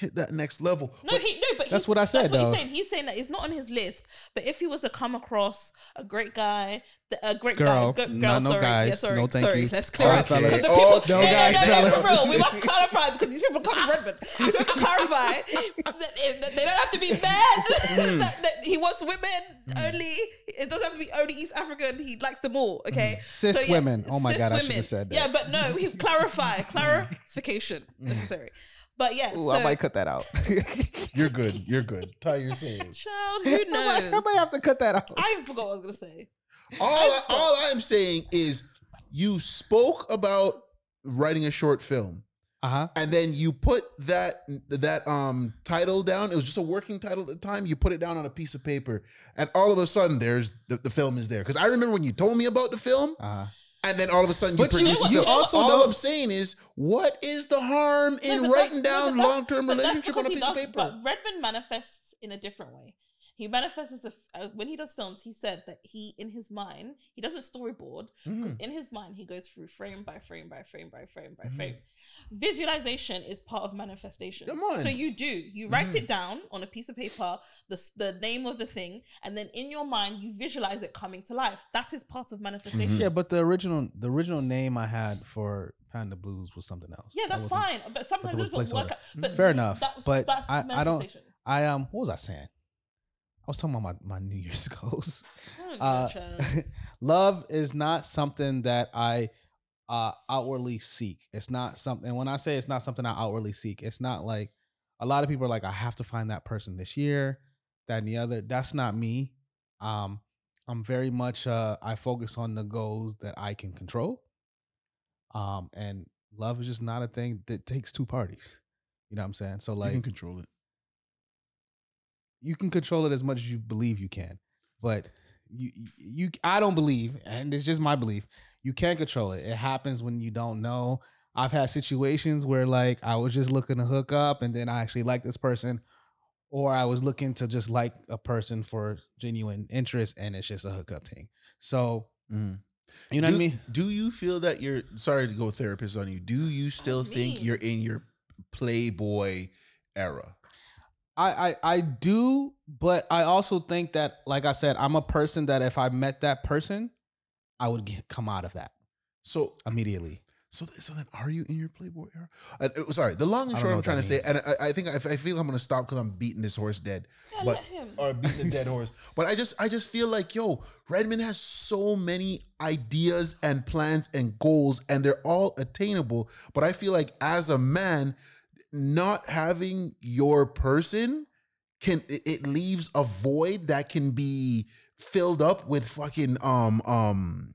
[SPEAKER 3] hit that next level.
[SPEAKER 1] no, he no, but
[SPEAKER 2] That's
[SPEAKER 1] he's-
[SPEAKER 2] what I said,
[SPEAKER 1] That's what
[SPEAKER 2] though.
[SPEAKER 1] he's saying. He's saying that it's not on his list. But if he was to come across a great guy, th- a great
[SPEAKER 2] Girl,
[SPEAKER 1] guy, g-
[SPEAKER 2] no-
[SPEAKER 1] girl,
[SPEAKER 2] no
[SPEAKER 1] sorry, yeah,
[SPEAKER 2] guys,
[SPEAKER 1] sorry,
[SPEAKER 2] no thank
[SPEAKER 1] sorry.
[SPEAKER 2] you.
[SPEAKER 1] Let's clear
[SPEAKER 2] Sorry,
[SPEAKER 1] up because
[SPEAKER 2] fellas.
[SPEAKER 1] the people.
[SPEAKER 3] Oh,
[SPEAKER 1] no,
[SPEAKER 3] no
[SPEAKER 1] no,
[SPEAKER 2] guys,
[SPEAKER 1] no, no,
[SPEAKER 2] fellas.
[SPEAKER 1] for real, we must clarify because these people come to Redmond. So we have to clarify that, is- that they don't have to be men.
[SPEAKER 2] Hmm.
[SPEAKER 1] that, that he wants women only. It doesn't have to be only East African. He likes them all. Okay,
[SPEAKER 2] Hmm. Cis women. Oh my
[SPEAKER 1] cis
[SPEAKER 2] God, I should have
[SPEAKER 1] women.
[SPEAKER 2] said that. Hmm.
[SPEAKER 1] Yeah, but no, he clarify, clarification necessary. But yeah, so,
[SPEAKER 2] Ooh, I might cut that out
[SPEAKER 3] You're good. You're good. Ty, you're saying.
[SPEAKER 1] child, who
[SPEAKER 2] I, might, I
[SPEAKER 1] knows?
[SPEAKER 2] might have to cut that out
[SPEAKER 1] I even forgot what I was gonna say.
[SPEAKER 3] All I,
[SPEAKER 1] I've got-
[SPEAKER 3] all I'm saying is you spoke about writing a short film
[SPEAKER 2] uh-huh
[SPEAKER 3] and then you put that that um title down it was just a working title at the time you put it down on a piece of paper and all of a sudden there's the, the film is there because i remember when you told me about the film
[SPEAKER 2] uh-huh
[SPEAKER 3] and then all of a sudden you
[SPEAKER 2] But you
[SPEAKER 3] produce
[SPEAKER 1] know
[SPEAKER 3] the
[SPEAKER 1] what-
[SPEAKER 3] film
[SPEAKER 1] you know what-
[SPEAKER 2] also
[SPEAKER 3] all
[SPEAKER 2] don't-
[SPEAKER 3] i'm saying is what is the harm in
[SPEAKER 1] No, but that's- no,
[SPEAKER 3] writing
[SPEAKER 1] but
[SPEAKER 3] down
[SPEAKER 1] that's-
[SPEAKER 3] long-term
[SPEAKER 1] but that's
[SPEAKER 3] relationship on a
[SPEAKER 1] because he
[SPEAKER 3] piece of
[SPEAKER 1] does-
[SPEAKER 3] paper
[SPEAKER 1] But Redmond manifests in a different way. He manifests as a, f- uh, when he does films. He said that he, in his mind, he doesn't storyboard.
[SPEAKER 3] Mhm.
[SPEAKER 1] In his mind, he goes through frame by frame by frame by frame by
[SPEAKER 3] Mhm.
[SPEAKER 1] frame. Visualization is part of manifestation.
[SPEAKER 3] Come on.
[SPEAKER 1] So you do you write
[SPEAKER 3] Mhm.
[SPEAKER 1] it down on a piece of paper, the s- the name of the thing, and then in your mind you visualize it coming to life. That is part of manifestation.
[SPEAKER 2] Yeah, but the original the original name I had for Panda Blues was something else.
[SPEAKER 1] Yeah,
[SPEAKER 2] That
[SPEAKER 1] that's
[SPEAKER 2] wasn't-
[SPEAKER 1] fine. But sometimes
[SPEAKER 2] there
[SPEAKER 1] it
[SPEAKER 2] was
[SPEAKER 1] doesn't work
[SPEAKER 2] placeholder.
[SPEAKER 1] out. But
[SPEAKER 2] Fair enough, but I- I don't-
[SPEAKER 1] manifestation.
[SPEAKER 2] I um, what was I saying? I was talking about my, my New Year's goals.
[SPEAKER 1] I don't
[SPEAKER 2] Uh,
[SPEAKER 1] give a shit.
[SPEAKER 2] Love is not something that I uh outwardly seek. It's not something. When I say it's not something I outwardly seek, it's not like a lot of people are like, I have to find that person this year, that and the other. That's not me. Um, I'm very much uh, I focus on the goals that I can control. Um, and love is just not a thing that takes two parties. You know what I'm saying? So like,
[SPEAKER 3] you can control it
[SPEAKER 2] you can control it as much as you believe you can but you you i don't believe and it's just my belief you can't control it it happens when you don't know i've had situations where like i was just looking to hook up and then i actually like this person or i was looking to just like a person for genuine interest and it's just a hookup thing so you know
[SPEAKER 3] mm-hmm. do,
[SPEAKER 2] what i mean
[SPEAKER 3] do you feel that you're sorry to go therapist on you do you still think
[SPEAKER 1] mean?
[SPEAKER 3] you're in your playboy era
[SPEAKER 2] I, I I do, but I also think that, like I said, I'm a person that if I met that person, I would get, come out of that
[SPEAKER 3] so
[SPEAKER 2] immediately.
[SPEAKER 3] So, th- so then, are you in your Playboy era? And, uh, sorry, the long
[SPEAKER 2] I
[SPEAKER 3] and
[SPEAKER 2] don't know
[SPEAKER 3] short I'm
[SPEAKER 2] what
[SPEAKER 3] trying to
[SPEAKER 2] that
[SPEAKER 3] say, and I, I think I, I feel I'm going to stop because I'm beating this horse dead,
[SPEAKER 1] Yeah,
[SPEAKER 3] but
[SPEAKER 1] let him.
[SPEAKER 3] or beating the dead horse. But I just, I just feel like, yo, Redmond has so many ideas and plans and goals, and they're all attainable. But I feel like as a man, not having your person can it, it leaves a void that can be filled up with fucking um um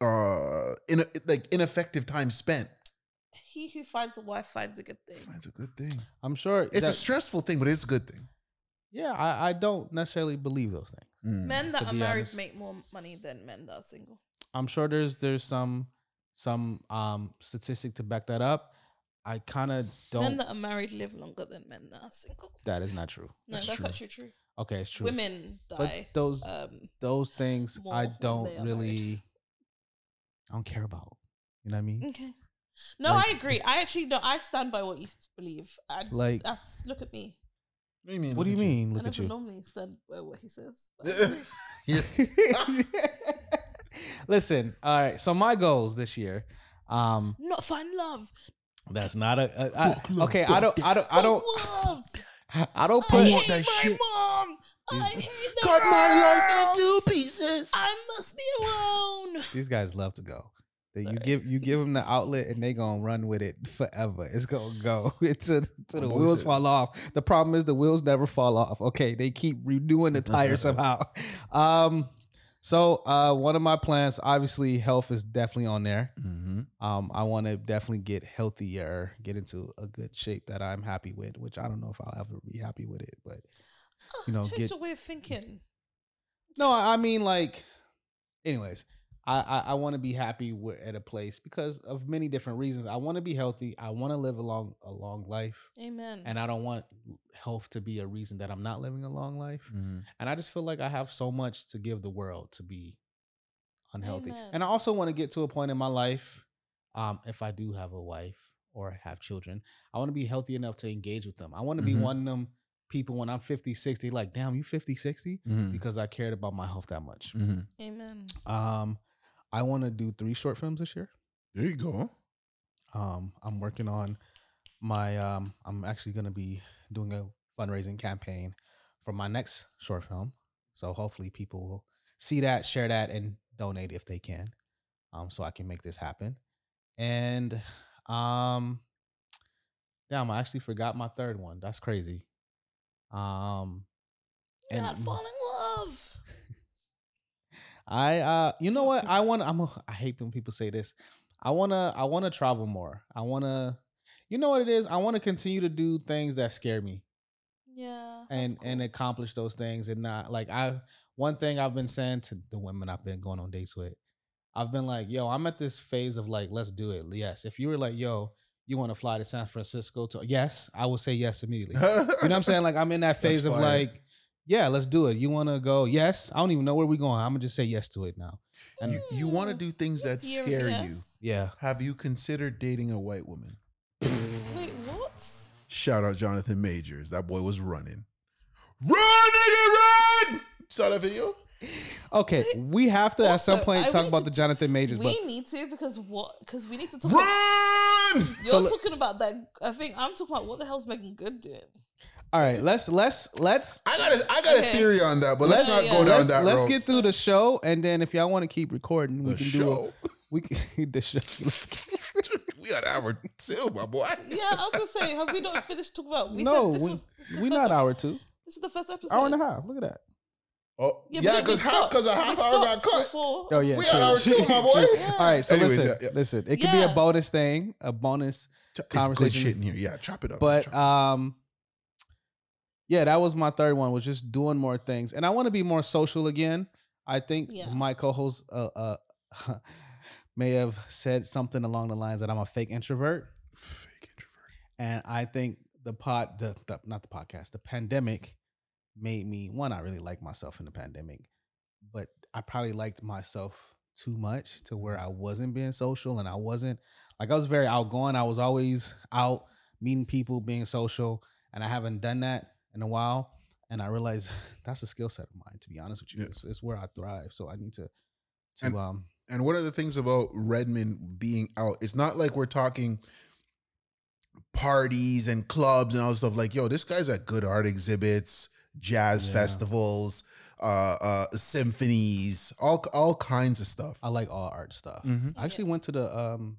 [SPEAKER 3] uh in like ineffective time spent
[SPEAKER 1] he who finds a wife finds a good thing.
[SPEAKER 3] It's a good thing.
[SPEAKER 2] I'm sure
[SPEAKER 3] It's a
[SPEAKER 2] that-
[SPEAKER 3] stressful thing, but it's a good thing.
[SPEAKER 2] Yeah, I, I don't necessarily believe those things.
[SPEAKER 1] Men
[SPEAKER 2] To
[SPEAKER 1] that are
[SPEAKER 2] be
[SPEAKER 1] married
[SPEAKER 2] honest.
[SPEAKER 1] make more money than men that are single.
[SPEAKER 2] I'm sure there's there's some some um statistic to back that up. I kind of
[SPEAKER 1] Men
[SPEAKER 2] don't.
[SPEAKER 1] that are married live longer than men that are single.
[SPEAKER 2] that is not true.
[SPEAKER 1] No,
[SPEAKER 3] That's
[SPEAKER 1] that's,
[SPEAKER 3] true.
[SPEAKER 1] actually true.
[SPEAKER 2] Okay, it's true.
[SPEAKER 1] Women
[SPEAKER 2] but
[SPEAKER 1] die.
[SPEAKER 2] those
[SPEAKER 1] um,
[SPEAKER 2] those things
[SPEAKER 1] more
[SPEAKER 2] I
[SPEAKER 1] when they
[SPEAKER 2] don't
[SPEAKER 1] are married.
[SPEAKER 2] really I don't care about. You know what I mean?
[SPEAKER 1] Okay. No,
[SPEAKER 2] Mm-hmm. Like-
[SPEAKER 1] I agree. I actually no, I stand by what you believe. I,
[SPEAKER 2] Like,
[SPEAKER 1] that's look at me.
[SPEAKER 3] What do you mean?
[SPEAKER 2] what do you
[SPEAKER 3] Look at
[SPEAKER 2] mean?
[SPEAKER 1] I
[SPEAKER 2] Look at
[SPEAKER 1] never
[SPEAKER 2] you.
[SPEAKER 1] normally stand by what he says. but-
[SPEAKER 2] Listen, all right. So my goals this year, um,
[SPEAKER 1] Not find love.
[SPEAKER 2] that's not a, a I-
[SPEAKER 3] Fuck love,
[SPEAKER 2] okay. I don't, I don't, I don't,
[SPEAKER 1] Fuck love.
[SPEAKER 2] I don't
[SPEAKER 1] I
[SPEAKER 2] put.
[SPEAKER 3] want
[SPEAKER 1] hate my
[SPEAKER 3] that shit.
[SPEAKER 1] mom. I
[SPEAKER 2] Yeah.
[SPEAKER 1] hate the
[SPEAKER 3] Cut my life
[SPEAKER 1] world.
[SPEAKER 3] into pieces.
[SPEAKER 1] I must be alone.
[SPEAKER 2] These guys love to go. That you
[SPEAKER 1] Sorry.
[SPEAKER 2] give you give them the outlet and they gonna run with it forever. It's gonna go until, until the
[SPEAKER 3] boy
[SPEAKER 2] wheels
[SPEAKER 3] said-
[SPEAKER 2] fall off. The problem is the wheels never fall off. Okay, they keep redoing the tire somehow. Um, so uh, one of my plans, obviously, health is definitely on there.
[SPEAKER 3] Mm-hmm.
[SPEAKER 2] Um, I want to definitely get healthier, get into a good shape that I'm happy with, which I don't know if I'll ever be happy with it, but You know,
[SPEAKER 1] change
[SPEAKER 2] get-
[SPEAKER 1] your way of thinking.
[SPEAKER 2] no, I I mean like, anyways, I I, I want to be happy wi- at a place because of many different reasons. I want to be healthy. I want to live a long a long life,
[SPEAKER 1] Amen.
[SPEAKER 2] and I don't want health to be a reason that I'm not living a long life.
[SPEAKER 3] Mm-hmm.
[SPEAKER 2] And I just feel like I have so much to give the world to be unhealthy.
[SPEAKER 1] Amen.
[SPEAKER 2] And I also want to get to a point in my life, um, if I do have a wife or have children, I want to be healthy enough to engage with them. I want to
[SPEAKER 3] Mhm.
[SPEAKER 2] be one of them people when I'm 50, 60, like, damn, you 50, 60?
[SPEAKER 3] Mm. Mm-hmm.
[SPEAKER 2] because I cared about my health that much.
[SPEAKER 1] Amen.
[SPEAKER 2] Um, I want to do three short films this year.
[SPEAKER 3] There you go.
[SPEAKER 2] Um, I'm working on my. Um, I'm actually going to be doing a fundraising campaign for my next short film. So hopefully, people will see that, share that, and donate if they can. Um, so I can make this happen. And um, damn, I actually forgot my third one. That's crazy. Um, and-
[SPEAKER 1] Not falling in love.
[SPEAKER 2] I uh you know what I want I'm a, I hate when people say this. I want to I want to travel more. I want to You know what it is? I want to continue to do things that scare me
[SPEAKER 1] Yeah. that's
[SPEAKER 2] and and
[SPEAKER 1] cool.
[SPEAKER 2] accomplish those things and not like I one thing I've been saying to the women I've been going on dates with. I've been like, "Yo, I'm at this phase of like, let's do it." Yes. If you were like, "Yo, you want to fly to San Francisco to Yes, I would say yes immediately. You know what I'm saying? Like I'm in that phase of
[SPEAKER 3] fire.
[SPEAKER 2] like, yeah, let's do it. You want to go? Yes. I don't even know where we're going. I'm gonna just say yes to it now. And
[SPEAKER 3] You, you want to do things that
[SPEAKER 1] This year,
[SPEAKER 3] scare you.
[SPEAKER 1] yes.
[SPEAKER 2] yeah,
[SPEAKER 3] Have you considered dating a white woman?
[SPEAKER 1] Wait, what?
[SPEAKER 3] Shout out Jonathan Majors. That boy was running. Run, nigga, run! Saw that video?
[SPEAKER 2] okay, we have to at some
[SPEAKER 1] Also,
[SPEAKER 2] point
[SPEAKER 1] I
[SPEAKER 2] talk
[SPEAKER 1] need
[SPEAKER 2] about
[SPEAKER 1] to-
[SPEAKER 2] the Jonathan Majors,
[SPEAKER 1] we need to because what? Because we need to talk. About,
[SPEAKER 3] Run!
[SPEAKER 1] you're
[SPEAKER 2] So le-
[SPEAKER 1] talking about that. I think I'm talking about what the hell's Megan Good doing.
[SPEAKER 2] but all right, let's let's let's
[SPEAKER 3] I got a, I got
[SPEAKER 1] Okay.
[SPEAKER 3] a theory on that, but let's,
[SPEAKER 1] Let's-
[SPEAKER 3] not go down
[SPEAKER 2] let's,
[SPEAKER 3] that
[SPEAKER 2] let's
[SPEAKER 3] road.
[SPEAKER 2] get through the show, and then if y'all want to keep recording, we
[SPEAKER 3] the
[SPEAKER 2] can do
[SPEAKER 3] show.
[SPEAKER 2] a, we can the show. Let's get-
[SPEAKER 3] we got hour two, my boy.
[SPEAKER 1] Yeah, I was gonna say, have we not finished talking about? We
[SPEAKER 2] no,
[SPEAKER 1] said this
[SPEAKER 2] we,
[SPEAKER 1] was. This is the
[SPEAKER 2] we
[SPEAKER 1] first,
[SPEAKER 2] not hour two,
[SPEAKER 1] This is the first episode.
[SPEAKER 2] hour and a half. Look at that.
[SPEAKER 3] Oh,
[SPEAKER 1] Yeah,
[SPEAKER 3] yeah,
[SPEAKER 1] but we
[SPEAKER 3] because half
[SPEAKER 1] stopped-
[SPEAKER 3] because a
[SPEAKER 1] we
[SPEAKER 3] half hour got
[SPEAKER 1] stopped
[SPEAKER 3] cut.
[SPEAKER 1] before.
[SPEAKER 2] Oh yeah,
[SPEAKER 3] we
[SPEAKER 2] true,
[SPEAKER 3] got hour
[SPEAKER 2] true,
[SPEAKER 3] two, my
[SPEAKER 2] true.
[SPEAKER 3] boy.
[SPEAKER 1] Yeah.
[SPEAKER 2] All right, so
[SPEAKER 3] Anyways,
[SPEAKER 2] listen,
[SPEAKER 3] yeah, yeah.
[SPEAKER 2] listen. It could be
[SPEAKER 1] Yeah.
[SPEAKER 2] a bonus thing, a bonus
[SPEAKER 3] It's good
[SPEAKER 2] Conversation.
[SPEAKER 3] shit in here. Yeah, chop it up.
[SPEAKER 2] but
[SPEAKER 3] chop
[SPEAKER 2] um yeah that was my third one was just doing more things and i want to be more social again i think
[SPEAKER 1] Yeah.
[SPEAKER 2] my co-host uh, uh may have said something along the lines that i'm a fake introvert
[SPEAKER 3] it. fake introvert.
[SPEAKER 2] and i think the pod the, the not the podcast the pandemic made me one i really like myself in the pandemic but i probably liked myself too much to
[SPEAKER 3] Mm-hmm.
[SPEAKER 2] where i wasn't being social and i wasn't like i was very outgoing i was always out meeting people being social and i haven't done that in a while and i realized that's a skill set of mine to be honest with you
[SPEAKER 3] Yeah.
[SPEAKER 2] it's, it's where i thrive so i need to to
[SPEAKER 3] And-
[SPEAKER 2] um
[SPEAKER 3] And one of the things about Redmond being out, it's not like we're talking parties and clubs and all this stuff. Like, yo, this guy's at good art exhibits, jazz
[SPEAKER 2] Yeah.
[SPEAKER 3] festivals, uh, uh, symphonies, all all kinds of stuff.
[SPEAKER 2] i like all art stuff
[SPEAKER 3] Mhm.
[SPEAKER 2] i actually went to the um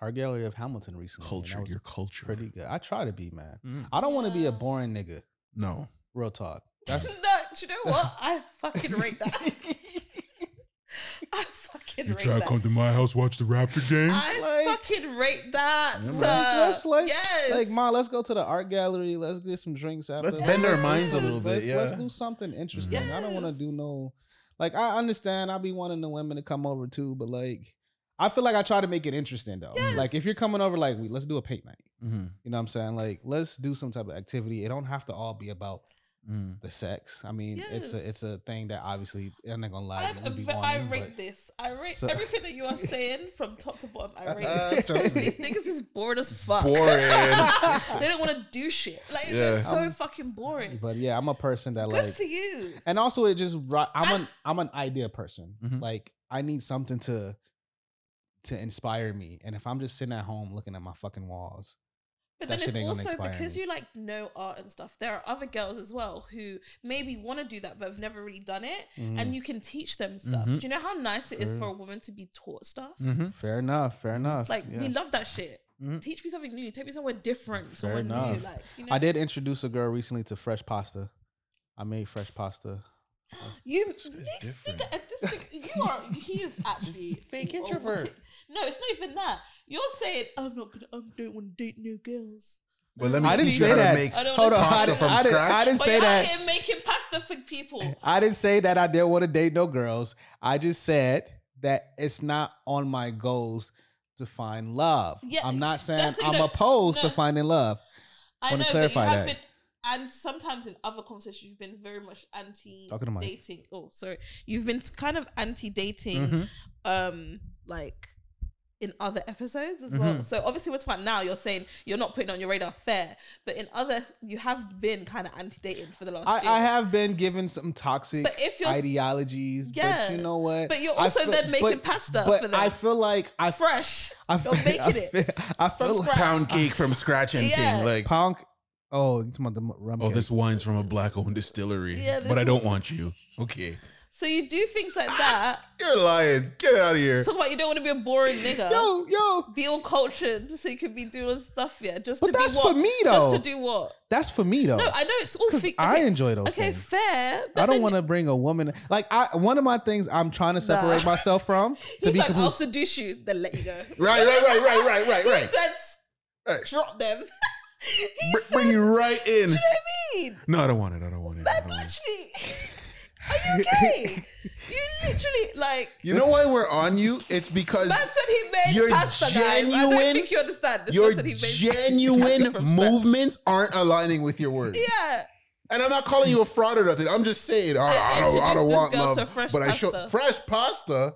[SPEAKER 2] art gallery of hamilton recently and that
[SPEAKER 3] Culture,
[SPEAKER 2] was
[SPEAKER 3] your culture.
[SPEAKER 2] pretty good. I try to be, man.
[SPEAKER 3] Mm.
[SPEAKER 2] I don't want to be
[SPEAKER 1] Yeah.
[SPEAKER 2] a boring nigga.
[SPEAKER 3] No,
[SPEAKER 2] Real talk.
[SPEAKER 1] No,
[SPEAKER 2] That's
[SPEAKER 1] do you know what? I fucking rate that. I fucking rate that.
[SPEAKER 3] to my house watch the Raptor game?
[SPEAKER 1] I
[SPEAKER 2] Like-
[SPEAKER 1] fucking rate that.
[SPEAKER 3] Yeah, man.
[SPEAKER 1] uh,
[SPEAKER 2] that's like,
[SPEAKER 1] yes.
[SPEAKER 2] like, ma, let's go to the art gallery. Let's get some drinks after.
[SPEAKER 3] Let's bend our minds a
[SPEAKER 2] Let's-
[SPEAKER 3] little bit.
[SPEAKER 2] Uh, Let's,
[SPEAKER 3] Yeah,
[SPEAKER 2] let's do something interesting. I don't want to
[SPEAKER 1] Yes.
[SPEAKER 2] do no. Like, I understand. I be wanting the women to come over too, but like, I feel like I try to make it interesting though.
[SPEAKER 1] Yes.
[SPEAKER 2] Like, if you're coming over, like, we, let's do a paint night.
[SPEAKER 3] Mhm.
[SPEAKER 2] You know what I'm saying? Like, let's do some type of activity. It don't have to all be about
[SPEAKER 3] Mm.
[SPEAKER 2] the sex. I mean, it's
[SPEAKER 1] Yes.
[SPEAKER 2] a it's a thing that obviously I'm not gonna lie,
[SPEAKER 1] I'm
[SPEAKER 2] it
[SPEAKER 1] a
[SPEAKER 2] would be
[SPEAKER 1] ve- I
[SPEAKER 2] wanting,
[SPEAKER 1] rate
[SPEAKER 2] but
[SPEAKER 1] this. I rate
[SPEAKER 2] So-
[SPEAKER 1] everything that you are saying from top to bottom. I rate
[SPEAKER 3] Uh,
[SPEAKER 1] it.
[SPEAKER 3] trust me.
[SPEAKER 1] These niggas is bored as fuck.
[SPEAKER 3] Boring.
[SPEAKER 1] they don't want to do shit. Like it's
[SPEAKER 3] Yeah.
[SPEAKER 1] just so
[SPEAKER 2] I'm-
[SPEAKER 1] fucking boring.
[SPEAKER 2] But yeah, I'm a person that
[SPEAKER 1] Good
[SPEAKER 2] like,
[SPEAKER 1] for you.
[SPEAKER 2] and also it just ri- I'm an
[SPEAKER 1] I-
[SPEAKER 2] I'm an idea person.
[SPEAKER 3] Mhm.
[SPEAKER 2] Like I need something to to inspire me, and if I'm just sitting at home looking at my fucking walls,
[SPEAKER 1] But then
[SPEAKER 2] That shit
[SPEAKER 1] it's
[SPEAKER 2] ain't gonna
[SPEAKER 1] also
[SPEAKER 2] inspire
[SPEAKER 1] because
[SPEAKER 2] me.
[SPEAKER 1] you like know art and stuff. There are other girls as well who maybe want to do that but have never really done it,
[SPEAKER 2] Mm-hmm. Mm.
[SPEAKER 1] and you can teach them stuff.
[SPEAKER 3] Mhm.
[SPEAKER 1] Do you know how nice it is
[SPEAKER 3] True.
[SPEAKER 1] for a woman to be taught stuff?
[SPEAKER 3] hmm
[SPEAKER 2] fair enough, fair enough.
[SPEAKER 1] Mm-hmm. Like
[SPEAKER 2] Mm. yeah. Mm-hmm.
[SPEAKER 1] we love that shit.
[SPEAKER 3] Mhm.
[SPEAKER 1] Teach me something new. Take me somewhere different.
[SPEAKER 2] Fair
[SPEAKER 1] somewhere new.
[SPEAKER 2] enough.
[SPEAKER 1] Like you know,
[SPEAKER 2] I did introduce a girl recently to fresh pasta. I made fresh pasta.
[SPEAKER 1] You,
[SPEAKER 3] This
[SPEAKER 1] this
[SPEAKER 3] guy's
[SPEAKER 1] nigga,
[SPEAKER 3] different.
[SPEAKER 1] uh, this nigga, you are, he is actually
[SPEAKER 3] Fake
[SPEAKER 1] you are
[SPEAKER 3] introvert.
[SPEAKER 1] wicked. No, it's not even that. You're saying I'm not gonna, I don't want to date new girls.
[SPEAKER 3] But let me
[SPEAKER 2] I didn't
[SPEAKER 3] teach you
[SPEAKER 2] say
[SPEAKER 3] how
[SPEAKER 2] that.
[SPEAKER 3] to make
[SPEAKER 1] I don't
[SPEAKER 2] Hold on, I
[SPEAKER 3] pasta
[SPEAKER 2] didn't,
[SPEAKER 3] from
[SPEAKER 2] I didn't, I
[SPEAKER 3] scratch?
[SPEAKER 2] didn't
[SPEAKER 1] But
[SPEAKER 2] say
[SPEAKER 1] you're
[SPEAKER 2] that.
[SPEAKER 1] out here making pasta for people.
[SPEAKER 2] I didn't say that I didn't want to date no girls. I just said that it's not on my goals to find love.
[SPEAKER 1] Yeah,
[SPEAKER 2] I'm not saying
[SPEAKER 1] that's what
[SPEAKER 2] I'm
[SPEAKER 1] you-
[SPEAKER 2] opposed
[SPEAKER 1] no.
[SPEAKER 2] to finding love.
[SPEAKER 1] I
[SPEAKER 2] wanna
[SPEAKER 1] know,
[SPEAKER 2] clarify
[SPEAKER 1] but you have
[SPEAKER 2] that.
[SPEAKER 1] been, and sometimes in other conversations you've been very much anti
[SPEAKER 2] Talk to the mic. Mm-hmm.
[SPEAKER 1] dating. Oh, sorry, you've been kind of anti dating.
[SPEAKER 3] Mhm.
[SPEAKER 1] um like in other episodes as well.
[SPEAKER 2] Mm-hmm.
[SPEAKER 3] Mhm.
[SPEAKER 1] So obviously what's about now you're saying you're not putting on your radar fair, but in other you have been kind of anti-dating for the last
[SPEAKER 2] I,
[SPEAKER 1] year.
[SPEAKER 2] I have been given some toxic
[SPEAKER 1] Oh, But if you're-
[SPEAKER 2] ideologies,
[SPEAKER 1] Yeah.
[SPEAKER 2] but you know what?
[SPEAKER 1] But you're
[SPEAKER 2] I
[SPEAKER 1] also then making
[SPEAKER 2] but-
[SPEAKER 1] pasta
[SPEAKER 2] but
[SPEAKER 1] for them.
[SPEAKER 2] I feel like I f-
[SPEAKER 1] fresh.
[SPEAKER 2] I
[SPEAKER 1] You're
[SPEAKER 2] feel-
[SPEAKER 1] making
[SPEAKER 2] I
[SPEAKER 1] it
[SPEAKER 2] feel, I
[SPEAKER 1] from
[SPEAKER 2] feel like
[SPEAKER 1] scratch.
[SPEAKER 3] Pound cake from scratch and
[SPEAKER 1] Yeah.
[SPEAKER 3] ting. Like,
[SPEAKER 2] punk. Oh, you talking about the m- rum?
[SPEAKER 3] oh,
[SPEAKER 2] cake.
[SPEAKER 3] this wine's from a black owned distillery.
[SPEAKER 1] Yeah,
[SPEAKER 3] but
[SPEAKER 1] this-
[SPEAKER 3] I don't want you. Okay.
[SPEAKER 1] So you do things like that.
[SPEAKER 3] You're lying. Get out of here.
[SPEAKER 1] Talk about you don't want to be a boring nigga.
[SPEAKER 2] yo yo.
[SPEAKER 1] Be all cultured so you can be doing stuff, yeah. Just
[SPEAKER 2] But
[SPEAKER 1] to
[SPEAKER 2] that's
[SPEAKER 1] be what?
[SPEAKER 2] for me
[SPEAKER 1] Just
[SPEAKER 2] though.
[SPEAKER 1] to do what?
[SPEAKER 2] That's for me though.
[SPEAKER 1] No, I know it's all
[SPEAKER 2] because
[SPEAKER 1] fe-
[SPEAKER 2] I
[SPEAKER 1] okay,
[SPEAKER 2] enjoy those
[SPEAKER 1] okay,
[SPEAKER 2] things.
[SPEAKER 1] fair.
[SPEAKER 2] I
[SPEAKER 1] but
[SPEAKER 2] don't
[SPEAKER 1] then
[SPEAKER 2] want to bring a woman like I. One of my things I'm trying to separate
[SPEAKER 1] Nah.
[SPEAKER 2] myself from to
[SPEAKER 1] He's
[SPEAKER 2] be
[SPEAKER 1] like,
[SPEAKER 2] complete.
[SPEAKER 1] I'll seduce you, then let you go.
[SPEAKER 3] Right, right, right, right, right, right,
[SPEAKER 1] He
[SPEAKER 3] right.
[SPEAKER 1] said,
[SPEAKER 3] Right.
[SPEAKER 1] drop them. He
[SPEAKER 3] Br-
[SPEAKER 1] said,
[SPEAKER 3] bring you right in.
[SPEAKER 1] Do you know what I mean?
[SPEAKER 3] No, I don't want it. I don't want it. I
[SPEAKER 1] Bad
[SPEAKER 3] don't
[SPEAKER 2] Uh-huh.
[SPEAKER 3] want it.
[SPEAKER 1] bitch. Are you gay? you literally like.
[SPEAKER 3] You know why we're on you? It's
[SPEAKER 1] Man
[SPEAKER 3] because
[SPEAKER 1] said he made
[SPEAKER 3] You're
[SPEAKER 1] pasta, guys. I
[SPEAKER 3] genuine-
[SPEAKER 1] don't think you understand. This
[SPEAKER 3] your
[SPEAKER 1] man said he made pasta
[SPEAKER 3] genuine
[SPEAKER 1] from scratch.
[SPEAKER 3] movements aren't aligning with your words.
[SPEAKER 1] Yeah.
[SPEAKER 3] And I'm not calling you a fraud or nothing. I'm just saying, I, I, don't, I
[SPEAKER 1] introduced
[SPEAKER 3] don't
[SPEAKER 1] this
[SPEAKER 3] want
[SPEAKER 1] girl
[SPEAKER 3] love.
[SPEAKER 1] to fresh
[SPEAKER 3] But I show
[SPEAKER 1] pasta.
[SPEAKER 3] fresh pasta.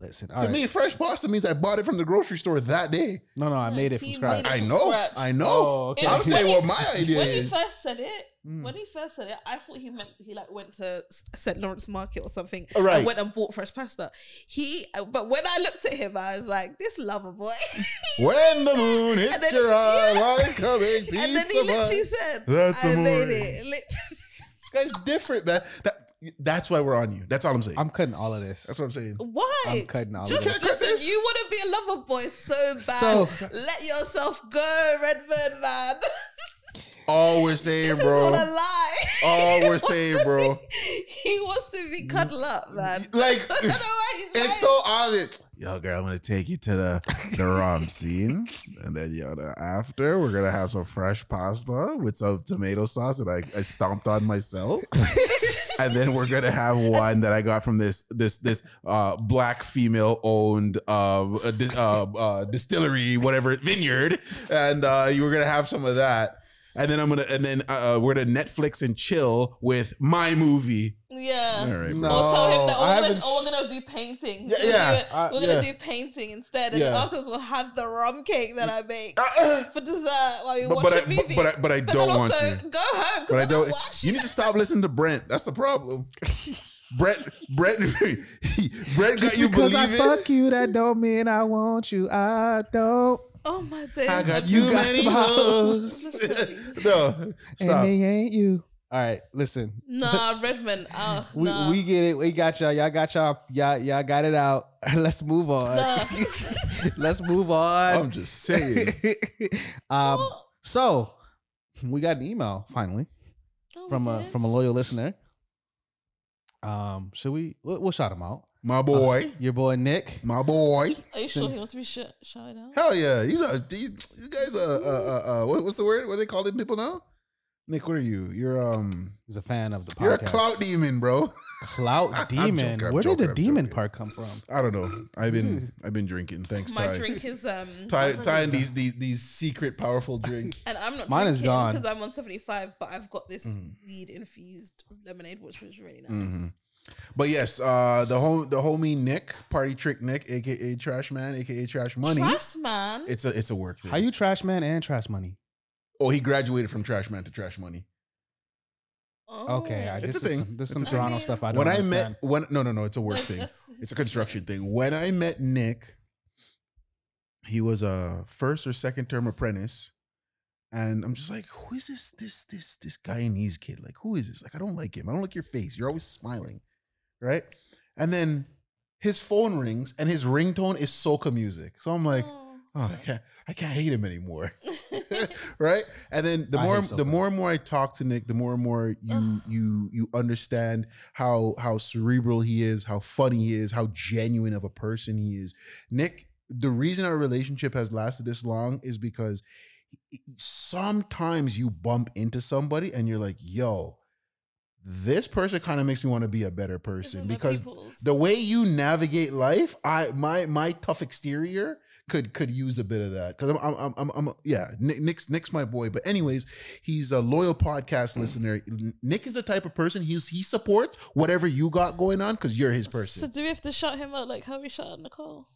[SPEAKER 2] Listen,
[SPEAKER 3] to me, fresh pasta means I bought it from the grocery store that day.
[SPEAKER 2] no, no, I
[SPEAKER 1] No,
[SPEAKER 2] made it
[SPEAKER 1] he
[SPEAKER 2] from
[SPEAKER 1] made
[SPEAKER 2] scratch.
[SPEAKER 1] it.
[SPEAKER 3] I
[SPEAKER 1] from
[SPEAKER 3] know.
[SPEAKER 1] scratch.
[SPEAKER 3] I know.
[SPEAKER 2] Oh, okay.
[SPEAKER 3] I'm
[SPEAKER 1] When
[SPEAKER 3] saying
[SPEAKER 1] he-
[SPEAKER 3] what my idea
[SPEAKER 1] When he
[SPEAKER 3] is.
[SPEAKER 1] first said it,
[SPEAKER 3] Mm.
[SPEAKER 1] when he first said it, I thought he meant he like went to S- St Lawrence Market or something
[SPEAKER 3] Oh, Right.
[SPEAKER 1] and went and bought fresh pasta. He, uh, but when I looked at him, I was like, this lover boy.
[SPEAKER 3] When the moon hits
[SPEAKER 1] And then-
[SPEAKER 3] your eye
[SPEAKER 1] yeah.
[SPEAKER 3] like a big pizza
[SPEAKER 1] and then he literally
[SPEAKER 3] pie.
[SPEAKER 1] said,
[SPEAKER 3] That's
[SPEAKER 1] I made
[SPEAKER 3] amore.
[SPEAKER 1] it. Literally.
[SPEAKER 3] This guy's different, man. That, that's why we're on you. That's all I'm saying.
[SPEAKER 2] I'm cutting all of this.
[SPEAKER 3] that's what I'm saying.
[SPEAKER 1] Why?
[SPEAKER 2] I'm cutting all of
[SPEAKER 1] Just
[SPEAKER 2] this.
[SPEAKER 3] Cut this.
[SPEAKER 1] listen, you want to be a lover boy so bad.
[SPEAKER 2] So-
[SPEAKER 1] Let yourself go, Redmond man.
[SPEAKER 3] All we're saying,
[SPEAKER 1] this is all a
[SPEAKER 3] bro.
[SPEAKER 1] lie.
[SPEAKER 3] All
[SPEAKER 1] He
[SPEAKER 3] we're
[SPEAKER 1] wants
[SPEAKER 3] saying,
[SPEAKER 1] to
[SPEAKER 3] bro.
[SPEAKER 1] be- he wants to be cuddled up, man.
[SPEAKER 3] Like,
[SPEAKER 1] I don't know why he's
[SPEAKER 3] it's
[SPEAKER 1] lying.
[SPEAKER 3] so obvious. Yo, girl, I'm gonna take you to the the rum scene, and then yo, the after we're gonna have some fresh pasta with some tomato sauce that I, I stomped on myself, and then we're gonna have one that I got from this this this uh, black female owned uh, uh, dis- uh, uh, distillery, whatever vineyard, and uh, you were gonna have some of that. And then I'm gonna, and then uh, uh, we're gonna Netflix and chill with my movie. All
[SPEAKER 1] yeah.
[SPEAKER 3] right, bro.
[SPEAKER 2] No.
[SPEAKER 1] Or tell him that
[SPEAKER 2] I
[SPEAKER 1] oh, we're
[SPEAKER 2] haven't
[SPEAKER 1] gonna, oh,
[SPEAKER 2] sh-
[SPEAKER 1] we're gonna do painting.
[SPEAKER 3] Yeah,
[SPEAKER 1] We're gonna
[SPEAKER 3] yeah,
[SPEAKER 1] do-
[SPEAKER 2] I-
[SPEAKER 1] we're gonna
[SPEAKER 2] yeah.
[SPEAKER 1] do painting instead, and
[SPEAKER 3] Yeah.
[SPEAKER 1] afterwards we'll have the rum cake that I make
[SPEAKER 3] Uh,
[SPEAKER 1] for dessert while you
[SPEAKER 3] but,
[SPEAKER 1] watch
[SPEAKER 3] but,
[SPEAKER 1] a
[SPEAKER 3] I, but,
[SPEAKER 1] movie.
[SPEAKER 3] but I but I
[SPEAKER 1] then
[SPEAKER 3] don't want
[SPEAKER 1] also
[SPEAKER 3] you.
[SPEAKER 1] go home
[SPEAKER 3] But I don't.
[SPEAKER 1] watch
[SPEAKER 3] You need to stop listening to Brent. That's the problem. Brent Brent Brent got
[SPEAKER 2] Just
[SPEAKER 3] you
[SPEAKER 2] because I
[SPEAKER 3] believing.
[SPEAKER 2] fuck you, that don't mean I want you. I don't.
[SPEAKER 1] Oh my day.
[SPEAKER 3] I got
[SPEAKER 2] You
[SPEAKER 3] too
[SPEAKER 2] got
[SPEAKER 3] many
[SPEAKER 2] some
[SPEAKER 3] hoes. no, stop.
[SPEAKER 2] And they ain't you. All right, listen.
[SPEAKER 1] Nah, Redman. Oh,
[SPEAKER 2] We,
[SPEAKER 1] nah.
[SPEAKER 2] we get it. We got y'all. Y'all got y'all. Y'all, y'all got it out. Let's move on.
[SPEAKER 1] Nah.
[SPEAKER 2] Let's move on.
[SPEAKER 3] I'm just saying.
[SPEAKER 2] um, so we got an email finally
[SPEAKER 1] Oh,
[SPEAKER 2] from
[SPEAKER 1] we
[SPEAKER 2] a
[SPEAKER 1] did?
[SPEAKER 2] from a loyal listener. Um, should we? We'll, we'll shout him out.
[SPEAKER 3] My boy,
[SPEAKER 2] Your boy Nick.
[SPEAKER 3] my boy.
[SPEAKER 1] Are you sure he wants to be sh- shouted out?
[SPEAKER 3] Hell yeah, he's a these these guys. Uh, uh, uh, uh what, what's the word? What they calling people now? Nick, what are you? You're um,
[SPEAKER 2] He's a fan of the podcast.
[SPEAKER 3] you're a clout demon, bro.
[SPEAKER 2] Clout
[SPEAKER 3] I'm
[SPEAKER 2] demon.
[SPEAKER 3] joking, I'm
[SPEAKER 2] Where
[SPEAKER 3] joking,
[SPEAKER 2] did the
[SPEAKER 3] I'm
[SPEAKER 2] demon
[SPEAKER 3] joking.
[SPEAKER 2] part come from?
[SPEAKER 3] I don't know. I've been I've been drinking. Thanks,
[SPEAKER 1] My
[SPEAKER 3] Ty.
[SPEAKER 1] drink is um
[SPEAKER 3] Ty, Ty and these these these secret powerful drinks.
[SPEAKER 1] and I'm not
[SPEAKER 2] Mine is
[SPEAKER 1] drinking
[SPEAKER 2] gone.
[SPEAKER 1] because I'm on 75, but I've got this
[SPEAKER 3] Mm.
[SPEAKER 1] weed infused lemonade, which was really nice.
[SPEAKER 3] Mhm. But yes, uh, the home the homie Nick, party trick Nick, aka Trash Man, aka Trash Money.
[SPEAKER 1] Trash man.
[SPEAKER 3] It's a it's a work thing.
[SPEAKER 2] How you trash man and trash money?
[SPEAKER 3] oh, he graduated from Trash Man to Trash Money.
[SPEAKER 1] Oh.
[SPEAKER 2] Okay, I,
[SPEAKER 3] It's
[SPEAKER 2] this
[SPEAKER 3] a
[SPEAKER 2] is
[SPEAKER 3] thing.
[SPEAKER 2] some, this is
[SPEAKER 3] It's
[SPEAKER 2] some
[SPEAKER 3] a
[SPEAKER 1] thing.
[SPEAKER 2] Toronto stuff I don't
[SPEAKER 3] when I
[SPEAKER 2] understand.
[SPEAKER 3] met when no no no, it's a work
[SPEAKER 1] Like,
[SPEAKER 3] thing.
[SPEAKER 1] that's-
[SPEAKER 3] It's a construction thing. When I met Nick, he was a first or second term apprentice. And I'm just like, who is this this this this Guyanese kid? Like, who is this? Like, I don't like him. I don't like your face. You're always smiling. Right? And then his phone rings and his ringtone is soca music. So I'm like,
[SPEAKER 1] Oh.
[SPEAKER 3] oh, I can't I can't hate him anymore. right? And then the
[SPEAKER 2] I
[SPEAKER 3] more
[SPEAKER 2] hate
[SPEAKER 3] the
[SPEAKER 2] Soca.
[SPEAKER 3] more and more I talk to Nick, the more and more you
[SPEAKER 1] Ugh.
[SPEAKER 3] you you understand how how cerebral he is, how funny he is, how genuine of a person he is. Nick, the reason our relationship has lasted this long is because sometimes you bump into somebody and you're like, "Yo, this person kind of makes me want to be a better
[SPEAKER 1] Isn't
[SPEAKER 3] person
[SPEAKER 1] that
[SPEAKER 3] because
[SPEAKER 1] people's-
[SPEAKER 3] the way you navigate life, I my my tough exterior could could use a bit of that because I'm I'm, I'm I'm I'm yeah Nick, Nick's Nick's my boy, but anyways, he's a loyal podcast listener. Nick is the type of person he's he supports whatever you got going on because you're his
[SPEAKER 1] So
[SPEAKER 3] person.
[SPEAKER 1] do we have to shut him out like how we shut out Nicole?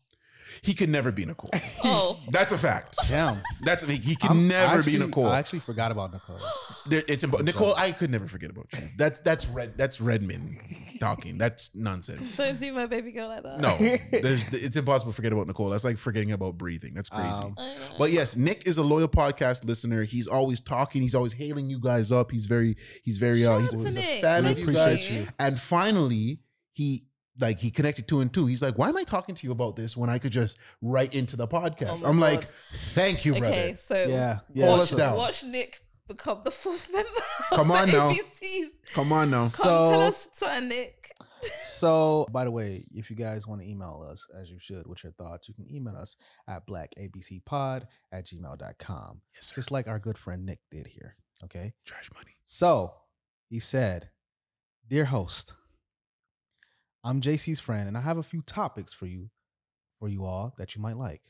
[SPEAKER 3] He could never be Nicole.
[SPEAKER 1] Oh,
[SPEAKER 3] That's a fact.
[SPEAKER 2] Damn,
[SPEAKER 3] That's he, he can
[SPEAKER 2] I'm- I
[SPEAKER 3] never
[SPEAKER 2] actually-
[SPEAKER 3] be Nicole.
[SPEAKER 2] I actually forgot about Nicole.
[SPEAKER 3] There- it's impo- Nicole. I could never forget about you. That's that's red. That's Redman talking. That's nonsense.
[SPEAKER 1] don't do my baby girl like that.
[SPEAKER 3] No, there's, it's impossible to forget about Nicole. That's like forgetting about breathing. That's crazy.
[SPEAKER 2] Um,
[SPEAKER 1] I know.
[SPEAKER 3] but yes, Nick is a loyal podcast listener. He's always talking. He's always hailing you guys up. He's very, he's very, uh, he's,
[SPEAKER 1] Shout out
[SPEAKER 3] he's
[SPEAKER 1] to
[SPEAKER 3] a
[SPEAKER 1] Nick.
[SPEAKER 3] fan
[SPEAKER 2] We
[SPEAKER 3] of you
[SPEAKER 2] appreciate
[SPEAKER 3] guys.
[SPEAKER 2] you.
[SPEAKER 3] And finally, he like he connected two and two. He's like, why am I talking to you about this when I could just write into the podcast?
[SPEAKER 1] Oh my
[SPEAKER 3] I'm
[SPEAKER 1] God.
[SPEAKER 3] like, thank you, brother.
[SPEAKER 1] okay, so
[SPEAKER 2] Yeah, yeah.
[SPEAKER 3] All us
[SPEAKER 1] watch,
[SPEAKER 2] so-
[SPEAKER 3] down.
[SPEAKER 1] watch Nick become the fourth member. of
[SPEAKER 3] Come
[SPEAKER 1] the
[SPEAKER 3] on now.
[SPEAKER 1] ABCs.
[SPEAKER 3] Come on now.
[SPEAKER 1] Come tell
[SPEAKER 2] So-
[SPEAKER 1] us, something, Nick.
[SPEAKER 2] So, by the way, if you guys want to email us, as you should, with your thoughts, you can email us at blackabcpod at gmail.com,
[SPEAKER 3] Yes, sir.
[SPEAKER 2] just like our good friend Nick did here. Okay.
[SPEAKER 3] Trash money.
[SPEAKER 2] So he said, Dear host, I'm JC's friend, and I have a few topics for you for you all that you might like.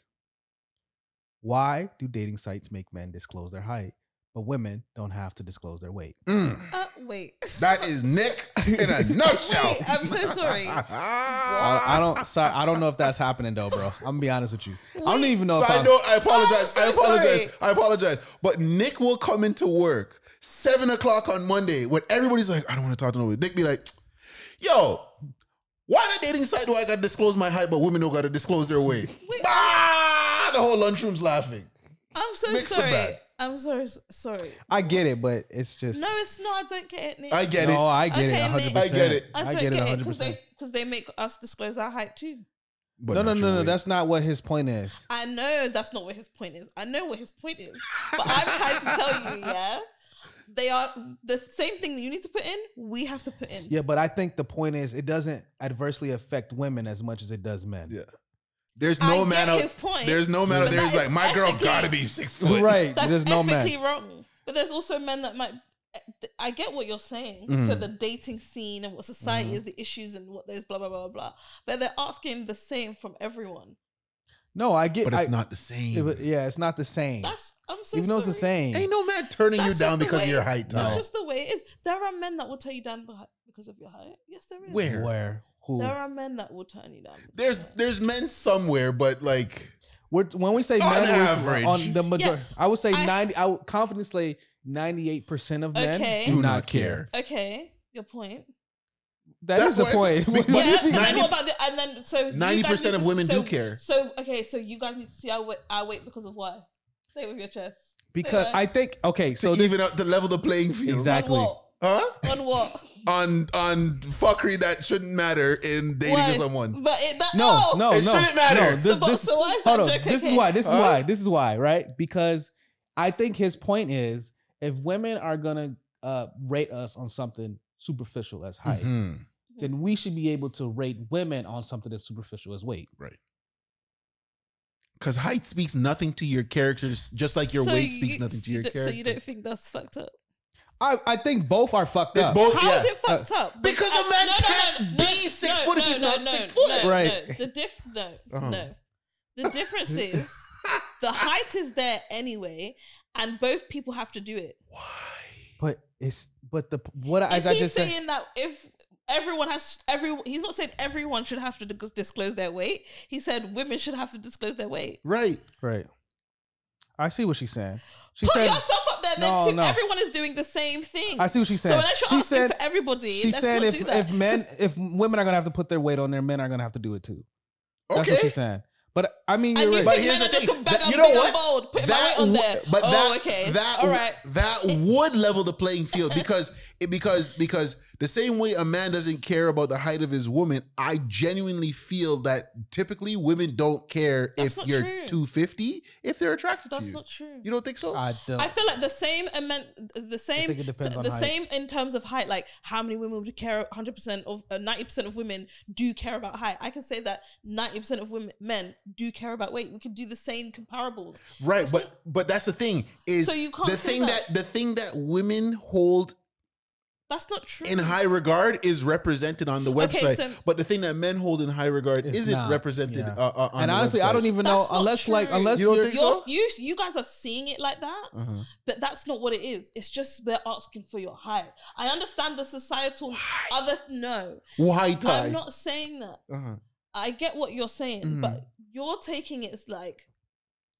[SPEAKER 2] Why do dating sites make men disclose their height, but women don't have to disclose their weight?
[SPEAKER 3] Mm.
[SPEAKER 1] Uh, wait.
[SPEAKER 3] That is Nick in a nutshell. Ah.
[SPEAKER 1] Wait, I'm so sorry.
[SPEAKER 2] I, I don't sorry, I don't know if that's happening though, bro. I'm gonna be honest with you. I don't
[SPEAKER 1] Wait.
[SPEAKER 2] even know if
[SPEAKER 3] Side
[SPEAKER 2] I'm-
[SPEAKER 3] note, I apologize.
[SPEAKER 1] Oh,
[SPEAKER 3] I
[SPEAKER 1] I'm so
[SPEAKER 3] apologize.
[SPEAKER 1] sorry.
[SPEAKER 3] I apologize. But Nick will come into work seven o'clock on Monday when everybody's like, I don't want to talk to nobody. Nick be like, yo, why the dating site do I gotta disclose my height, but women don't gotta disclose their weight?
[SPEAKER 1] Wait.
[SPEAKER 3] Ah, the whole lunchroom's laughing.
[SPEAKER 1] I'm so
[SPEAKER 3] Mix the
[SPEAKER 1] sorry.
[SPEAKER 3] bag.
[SPEAKER 1] I'm so s- sorry.
[SPEAKER 2] I get it, but it's just
[SPEAKER 1] No, it's not. I don't get it, Nick.
[SPEAKER 3] I get
[SPEAKER 2] no,
[SPEAKER 3] it.
[SPEAKER 2] I get
[SPEAKER 1] Okay,
[SPEAKER 2] it, hundred
[SPEAKER 3] Nick. I
[SPEAKER 2] percent.
[SPEAKER 3] get it.
[SPEAKER 1] I
[SPEAKER 2] I
[SPEAKER 1] don't
[SPEAKER 2] get it, hundred
[SPEAKER 1] because
[SPEAKER 2] percent.
[SPEAKER 1] they, 'cause they make us disclose our height too.
[SPEAKER 3] But
[SPEAKER 2] No, no,
[SPEAKER 3] not your
[SPEAKER 2] no, no.
[SPEAKER 3] weight.
[SPEAKER 2] That's not what his point is.
[SPEAKER 1] I know that's not what his point is. I know what his point is, but I'm trying to tell you, yeah, they are the same thing that you need to put in. We have to put in.
[SPEAKER 2] Yeah, but I think the point is it doesn't adversely affect women as much as it does men.
[SPEAKER 3] Yeah. there's
[SPEAKER 1] I
[SPEAKER 3] no
[SPEAKER 1] get
[SPEAKER 3] man
[SPEAKER 1] his
[SPEAKER 3] out.
[SPEAKER 1] point,
[SPEAKER 3] There's no man out
[SPEAKER 1] but
[SPEAKER 3] there
[SPEAKER 1] that
[SPEAKER 3] who's
[SPEAKER 1] is
[SPEAKER 3] like, my girl
[SPEAKER 1] ethically-
[SPEAKER 3] gotta be six foot.
[SPEAKER 2] Right.
[SPEAKER 1] That's
[SPEAKER 2] There's no
[SPEAKER 1] ethically
[SPEAKER 2] man.
[SPEAKER 1] wrong. But there's also men that might. I get what you're saying for
[SPEAKER 2] Mm-hmm.
[SPEAKER 1] the dating scene and what society is, the issues and what there's blah blah blah blah. But they're asking the same from everyone.
[SPEAKER 2] No, I get
[SPEAKER 3] But it's
[SPEAKER 2] I-
[SPEAKER 3] not the
[SPEAKER 2] it
[SPEAKER 3] same.
[SPEAKER 2] wa- yeah, it's not the same.
[SPEAKER 1] That's I'm so
[SPEAKER 2] Even though it's the
[SPEAKER 1] sorry.
[SPEAKER 2] same.
[SPEAKER 3] Ain't no man turning you
[SPEAKER 1] That's just
[SPEAKER 3] down
[SPEAKER 1] the
[SPEAKER 3] because of
[SPEAKER 1] way-
[SPEAKER 3] your height.
[SPEAKER 1] That's
[SPEAKER 3] Tom.
[SPEAKER 1] just the way it is. There are men that will tear you down behi- because of your height. Yes, there is.
[SPEAKER 3] Where?
[SPEAKER 2] Where? Who?
[SPEAKER 1] There are men that will turn you down. because of
[SPEAKER 3] There's
[SPEAKER 1] your height.
[SPEAKER 3] there's men somewhere, but like
[SPEAKER 2] We're, when we say
[SPEAKER 3] On
[SPEAKER 2] men,
[SPEAKER 3] average.
[SPEAKER 2] we're on the majority, I would say
[SPEAKER 1] I-
[SPEAKER 2] ninety. I would confidently say ninety-eight percent of men
[SPEAKER 1] Okay.
[SPEAKER 2] do not care.
[SPEAKER 1] Okay, your point.
[SPEAKER 2] That's the
[SPEAKER 3] That's why
[SPEAKER 2] point.
[SPEAKER 3] it's- but- but-
[SPEAKER 1] Yeah,
[SPEAKER 2] What do you mean?
[SPEAKER 1] and what about the, and then so you guys
[SPEAKER 3] Ninety
[SPEAKER 1] need
[SPEAKER 3] percent of
[SPEAKER 1] to-
[SPEAKER 3] women
[SPEAKER 1] so-
[SPEAKER 3] do care.
[SPEAKER 1] So okay, so you guys need to see our weight, our weight because of why? Say it with your chest.
[SPEAKER 2] because I think okay, so
[SPEAKER 3] to
[SPEAKER 2] this,
[SPEAKER 3] even up to level the playing field.
[SPEAKER 2] Exactly.
[SPEAKER 1] On what?
[SPEAKER 3] Huh?
[SPEAKER 1] On what?
[SPEAKER 3] On on fuckery that shouldn't matter in dating
[SPEAKER 1] Why?
[SPEAKER 3] someone.
[SPEAKER 1] But it, that,
[SPEAKER 2] no,
[SPEAKER 1] oh,
[SPEAKER 2] no,
[SPEAKER 3] It
[SPEAKER 2] no,
[SPEAKER 3] shouldn't matter.
[SPEAKER 1] So,
[SPEAKER 2] No, this,
[SPEAKER 1] but-
[SPEAKER 2] this,
[SPEAKER 1] so why is
[SPEAKER 2] hold
[SPEAKER 1] that
[SPEAKER 2] on.
[SPEAKER 1] joke
[SPEAKER 2] This is
[SPEAKER 1] okay?
[SPEAKER 2] why. This is
[SPEAKER 3] Huh?
[SPEAKER 2] why. This is why. Right? Because I think his point is if women are gonna uh, rate us on something superficial as height,
[SPEAKER 3] Mm-hmm.
[SPEAKER 1] Mm-hmm.
[SPEAKER 2] then we should be able to rate women on something as superficial as weight.
[SPEAKER 3] Because height speaks nothing to your character, just like your
[SPEAKER 1] So
[SPEAKER 3] weight
[SPEAKER 1] you-
[SPEAKER 3] speaks nothing to
[SPEAKER 1] you
[SPEAKER 3] your
[SPEAKER 1] don't-
[SPEAKER 3] character.
[SPEAKER 1] So you don't think that's fucked up?
[SPEAKER 2] I, I think both are fucked
[SPEAKER 3] It's
[SPEAKER 2] up.
[SPEAKER 3] both.
[SPEAKER 1] How is
[SPEAKER 3] yeah.
[SPEAKER 1] it fucked up?
[SPEAKER 3] Because a
[SPEAKER 1] I-
[SPEAKER 3] man can't be six foot if he's not six foot.
[SPEAKER 1] no,
[SPEAKER 2] Right.
[SPEAKER 1] No. The diff no,
[SPEAKER 3] Uh-huh.
[SPEAKER 1] no. The difference is the height is there anyway, and both people have to do it.
[SPEAKER 3] Why?
[SPEAKER 2] But it's but the what
[SPEAKER 1] Is
[SPEAKER 2] as I
[SPEAKER 1] he
[SPEAKER 2] just
[SPEAKER 1] saying
[SPEAKER 2] said.
[SPEAKER 1] that if everyone has every he's not saying everyone should have to dis- disclose their weight. He said women should have to disclose their weight.
[SPEAKER 3] Right.
[SPEAKER 2] Right. I see what she's saying. She
[SPEAKER 1] Put
[SPEAKER 2] said.
[SPEAKER 1] yourself up there
[SPEAKER 2] No,
[SPEAKER 1] then too.
[SPEAKER 2] no.
[SPEAKER 1] Everyone is doing the same thing.
[SPEAKER 2] I see what she's
[SPEAKER 1] so
[SPEAKER 2] saying.
[SPEAKER 1] unless you're
[SPEAKER 2] she
[SPEAKER 1] asking
[SPEAKER 2] said.
[SPEAKER 1] for everybody,
[SPEAKER 2] She
[SPEAKER 1] let's
[SPEAKER 2] said
[SPEAKER 1] not
[SPEAKER 2] if
[SPEAKER 1] do that.
[SPEAKER 2] if men if women are gonna have to put their weight on there, men are gonna have to do it too. That's what
[SPEAKER 3] Okay.
[SPEAKER 2] she's saying. But I mean,
[SPEAKER 1] And
[SPEAKER 2] you're
[SPEAKER 1] you
[SPEAKER 2] right.
[SPEAKER 3] But
[SPEAKER 1] think men
[SPEAKER 3] here's the
[SPEAKER 1] are just
[SPEAKER 3] thing.
[SPEAKER 1] gonna bag
[SPEAKER 3] That-
[SPEAKER 1] up
[SPEAKER 3] you know
[SPEAKER 1] big and
[SPEAKER 3] what?
[SPEAKER 1] bold, put my weight on
[SPEAKER 3] w-
[SPEAKER 1] there.
[SPEAKER 3] But
[SPEAKER 1] oh,
[SPEAKER 3] that,
[SPEAKER 1] okay.
[SPEAKER 3] that,
[SPEAKER 1] All right.
[SPEAKER 3] that would level the playing field because it because because the same way a man doesn't care about the height of his woman, I genuinely feel that typically women don't care
[SPEAKER 1] That's
[SPEAKER 3] if
[SPEAKER 1] not
[SPEAKER 3] you're
[SPEAKER 1] true.
[SPEAKER 3] 250 if they're attracted
[SPEAKER 1] That's
[SPEAKER 3] to you.
[SPEAKER 1] not true.
[SPEAKER 3] you don't think so?
[SPEAKER 2] I don't.
[SPEAKER 1] I feel like the same amount, the same,
[SPEAKER 2] think it depends
[SPEAKER 1] so-
[SPEAKER 2] on
[SPEAKER 1] the
[SPEAKER 2] height.
[SPEAKER 1] same in terms of height. Like how many women would care? Hundred percent of uh, ninety percent of women do care about height. I can say that ninety percent of women, men do care about weight. We can do the same comparables.
[SPEAKER 3] right, but but that's the thing is
[SPEAKER 1] So you can't
[SPEAKER 3] the
[SPEAKER 1] say
[SPEAKER 3] thing
[SPEAKER 1] that.
[SPEAKER 3] that the thing that women hold
[SPEAKER 1] That's not true.
[SPEAKER 3] in high regard is represented on the
[SPEAKER 1] Mm-hmm. Okay,
[SPEAKER 3] website,
[SPEAKER 1] so-
[SPEAKER 3] but the thing that men hold in high regard
[SPEAKER 2] It's
[SPEAKER 3] isn't
[SPEAKER 2] not,
[SPEAKER 3] represented
[SPEAKER 2] yeah.
[SPEAKER 3] uh, uh, on
[SPEAKER 2] and
[SPEAKER 3] the
[SPEAKER 2] honestly, I
[SPEAKER 3] website.
[SPEAKER 2] don't e- even know
[SPEAKER 1] That's not
[SPEAKER 2] unless like
[SPEAKER 1] true.
[SPEAKER 2] unless
[SPEAKER 3] You don't
[SPEAKER 2] you're.
[SPEAKER 3] think
[SPEAKER 1] You're,
[SPEAKER 3] so?
[SPEAKER 1] you you guys are seeing it like that,
[SPEAKER 3] Uh-huh.
[SPEAKER 1] but that's not what it is. It's just they're asking for your height. I understand the societal other no.
[SPEAKER 3] Why tie?
[SPEAKER 1] I'm not saying that.
[SPEAKER 3] uh-huh.
[SPEAKER 1] I get what you're saying,
[SPEAKER 2] Mm.
[SPEAKER 3] Mhm.
[SPEAKER 1] but you're taking it as like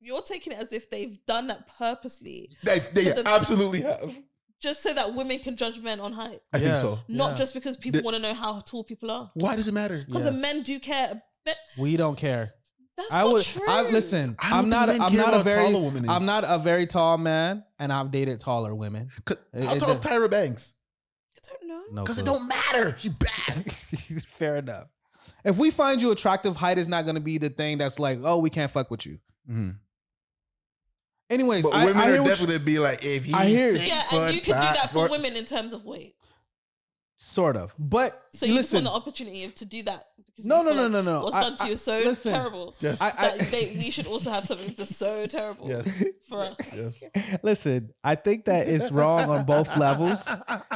[SPEAKER 1] you're taking it as if they've done that purposely,
[SPEAKER 3] They, they
[SPEAKER 1] the-
[SPEAKER 3] absolutely have.
[SPEAKER 1] just so that women can judge men on height,
[SPEAKER 3] I
[SPEAKER 2] Yeah.
[SPEAKER 3] think so.
[SPEAKER 1] not
[SPEAKER 2] Yeah.
[SPEAKER 1] just because people
[SPEAKER 3] The-
[SPEAKER 1] want to know how tall people are.
[SPEAKER 3] Why does it matter?
[SPEAKER 1] Because
[SPEAKER 2] Yeah.
[SPEAKER 1] the men do care. But
[SPEAKER 2] We don't care.
[SPEAKER 1] that's
[SPEAKER 2] I
[SPEAKER 1] not
[SPEAKER 2] would.
[SPEAKER 1] true.
[SPEAKER 2] I listen.
[SPEAKER 3] I don't
[SPEAKER 2] I'm
[SPEAKER 3] think
[SPEAKER 2] not.
[SPEAKER 3] men
[SPEAKER 2] I'm
[SPEAKER 3] care
[SPEAKER 2] not a
[SPEAKER 3] about
[SPEAKER 2] very.
[SPEAKER 3] taller women is.
[SPEAKER 2] I'm not a very tall man, and I've dated taller women.
[SPEAKER 3] 'Cause-
[SPEAKER 2] It-
[SPEAKER 3] How
[SPEAKER 2] it
[SPEAKER 3] tall is
[SPEAKER 2] doesn't-
[SPEAKER 3] Tyra Banks?
[SPEAKER 1] I don't know.
[SPEAKER 2] No,
[SPEAKER 3] Because it
[SPEAKER 2] clue.
[SPEAKER 3] don't matter. She bad.
[SPEAKER 2] Fair enough. If we find you attractive, height is not going to be the thing that's like, oh, we can't fuck with you. Anyways,
[SPEAKER 3] But
[SPEAKER 2] I,
[SPEAKER 3] women
[SPEAKER 2] I hear
[SPEAKER 3] are
[SPEAKER 2] what you-
[SPEAKER 3] definitely be like, if he's
[SPEAKER 2] I hear-
[SPEAKER 3] six
[SPEAKER 1] Yeah,
[SPEAKER 3] foot
[SPEAKER 1] and you can do
[SPEAKER 3] five
[SPEAKER 1] that for
[SPEAKER 3] foot-
[SPEAKER 1] women in terms of weight.
[SPEAKER 2] sort of. But
[SPEAKER 1] So you just
[SPEAKER 2] listen,
[SPEAKER 1] want the opportunity of- to do that. Because
[SPEAKER 2] no,
[SPEAKER 1] you
[SPEAKER 2] no,
[SPEAKER 1] feel
[SPEAKER 2] no,
[SPEAKER 1] like
[SPEAKER 2] no, no.
[SPEAKER 1] What's
[SPEAKER 2] I-
[SPEAKER 1] done to
[SPEAKER 2] I-
[SPEAKER 1] you is so
[SPEAKER 2] listen,
[SPEAKER 1] terrible.
[SPEAKER 3] Yes.
[SPEAKER 2] I-
[SPEAKER 1] that they, we should also have something that's so terrible
[SPEAKER 3] yes.
[SPEAKER 1] for us.
[SPEAKER 3] Yes.
[SPEAKER 2] Listen, I think that it's wrong on both levels.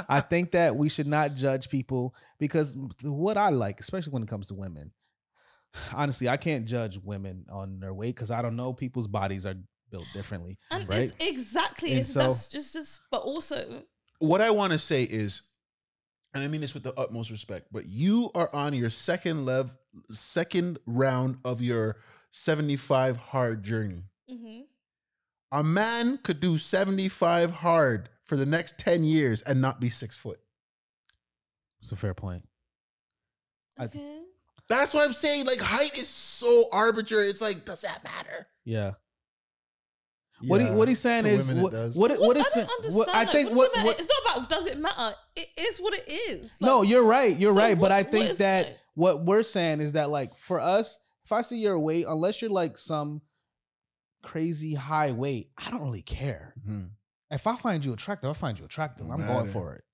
[SPEAKER 2] I think that we should not judge people because what I like, especially when it comes to women, honestly, I can't judge women on their weight because I don't know people's bodies are built differently,
[SPEAKER 1] And
[SPEAKER 2] right?
[SPEAKER 1] Um, it's exactly
[SPEAKER 2] And
[SPEAKER 1] it's,
[SPEAKER 2] so-
[SPEAKER 1] that's just, just but also
[SPEAKER 3] what I want to say is, and I mean this with the utmost respect, but you are on your second lev, second round of your 75 hard journey.
[SPEAKER 1] mhm.
[SPEAKER 3] A man could do 75 hard for the next 10 years and not be six foot.
[SPEAKER 2] It's a fair point. I-
[SPEAKER 1] Okay.
[SPEAKER 3] That's what I'm saying. Like height is so arbitrary. It's like, does that matter?
[SPEAKER 2] Yeah. What he, what he's saying
[SPEAKER 3] to
[SPEAKER 2] is
[SPEAKER 3] women it
[SPEAKER 2] what
[SPEAKER 3] does.
[SPEAKER 2] what, it- what
[SPEAKER 1] I
[SPEAKER 2] is
[SPEAKER 1] don't understand.
[SPEAKER 2] what I
[SPEAKER 1] like,
[SPEAKER 2] think
[SPEAKER 1] does
[SPEAKER 2] what,
[SPEAKER 1] it matter?
[SPEAKER 2] what
[SPEAKER 1] it's not about does it matter. It is what it is.
[SPEAKER 2] no
[SPEAKER 1] Like,
[SPEAKER 2] you're right you're
[SPEAKER 1] so
[SPEAKER 2] right but
[SPEAKER 1] what-
[SPEAKER 2] I
[SPEAKER 1] what
[SPEAKER 2] think
[SPEAKER 1] is
[SPEAKER 2] that
[SPEAKER 1] it?
[SPEAKER 2] what we're saying is that like for us if I see your weight unless you're like some crazy high weight I don't really care
[SPEAKER 3] Mm-hmm.
[SPEAKER 2] if I find you attractive I find you attractive
[SPEAKER 3] Don't
[SPEAKER 2] I'm
[SPEAKER 3] matter.
[SPEAKER 2] going for it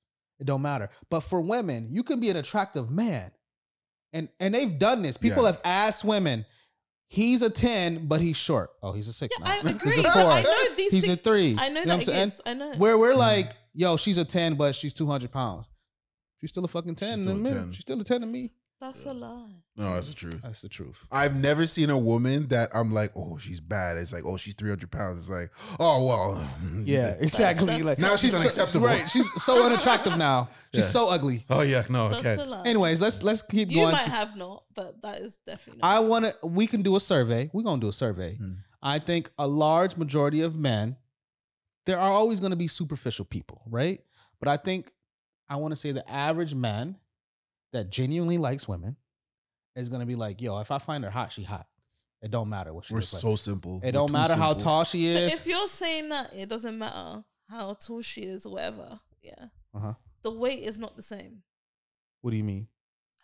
[SPEAKER 2] it don't matter but for women you can be an attractive man and and they've done this people
[SPEAKER 3] Yeah.
[SPEAKER 2] have asked women he's a ten but he's short oh he's a six
[SPEAKER 1] Yeah,
[SPEAKER 2] now.
[SPEAKER 1] I agree.
[SPEAKER 2] he's a
[SPEAKER 1] but
[SPEAKER 2] four
[SPEAKER 1] I know these
[SPEAKER 2] he's a
[SPEAKER 1] things.
[SPEAKER 2] three
[SPEAKER 1] I know that
[SPEAKER 2] You what I'm saying?
[SPEAKER 1] yes, I know.
[SPEAKER 2] Where we're
[SPEAKER 3] Mhm.
[SPEAKER 2] like, yo, she's a 10, but she's 200 pounds. She's still a fucking 10
[SPEAKER 3] She's
[SPEAKER 2] to
[SPEAKER 3] still a
[SPEAKER 2] me.
[SPEAKER 3] 10.
[SPEAKER 2] She's still a 10 to me.
[SPEAKER 1] That's a lie.
[SPEAKER 3] No, that's the truth.
[SPEAKER 2] That's the truth.
[SPEAKER 3] I've never seen a woman that I'm like, oh, she's bad. It's like, oh, she's 300 pounds. It's like, oh, well.
[SPEAKER 2] Yeah, exactly.
[SPEAKER 1] that's-
[SPEAKER 2] like
[SPEAKER 3] Now she's
[SPEAKER 2] so-
[SPEAKER 3] unacceptable.
[SPEAKER 2] right. She's so unattractive now. She's
[SPEAKER 3] Yeah.
[SPEAKER 2] so ugly.
[SPEAKER 3] Oh, yeah. No,
[SPEAKER 1] That's
[SPEAKER 3] okay.
[SPEAKER 1] a lie.
[SPEAKER 2] Anyways, let's let's keep
[SPEAKER 1] you
[SPEAKER 2] going.
[SPEAKER 1] might have not, but that is definitely. Not.
[SPEAKER 2] I want to. We can do a survey. We're gonna do a survey.
[SPEAKER 3] Hmm.
[SPEAKER 2] I think a large majority of men, there are always gonna be superficial people, right? But I think I want to say the average man that genuinely likes women is gonna be like, yo, if I find her hot, she hot. It don't matter what she
[SPEAKER 3] We're
[SPEAKER 2] looks like.
[SPEAKER 3] so simple.
[SPEAKER 2] It don't matter how tall she
[SPEAKER 1] so
[SPEAKER 2] is.
[SPEAKER 1] if you're saying that it doesn't matter how tall she is, or whatever, yeah,
[SPEAKER 2] uh-huh.
[SPEAKER 1] the weight is not the same.
[SPEAKER 2] What do you mean?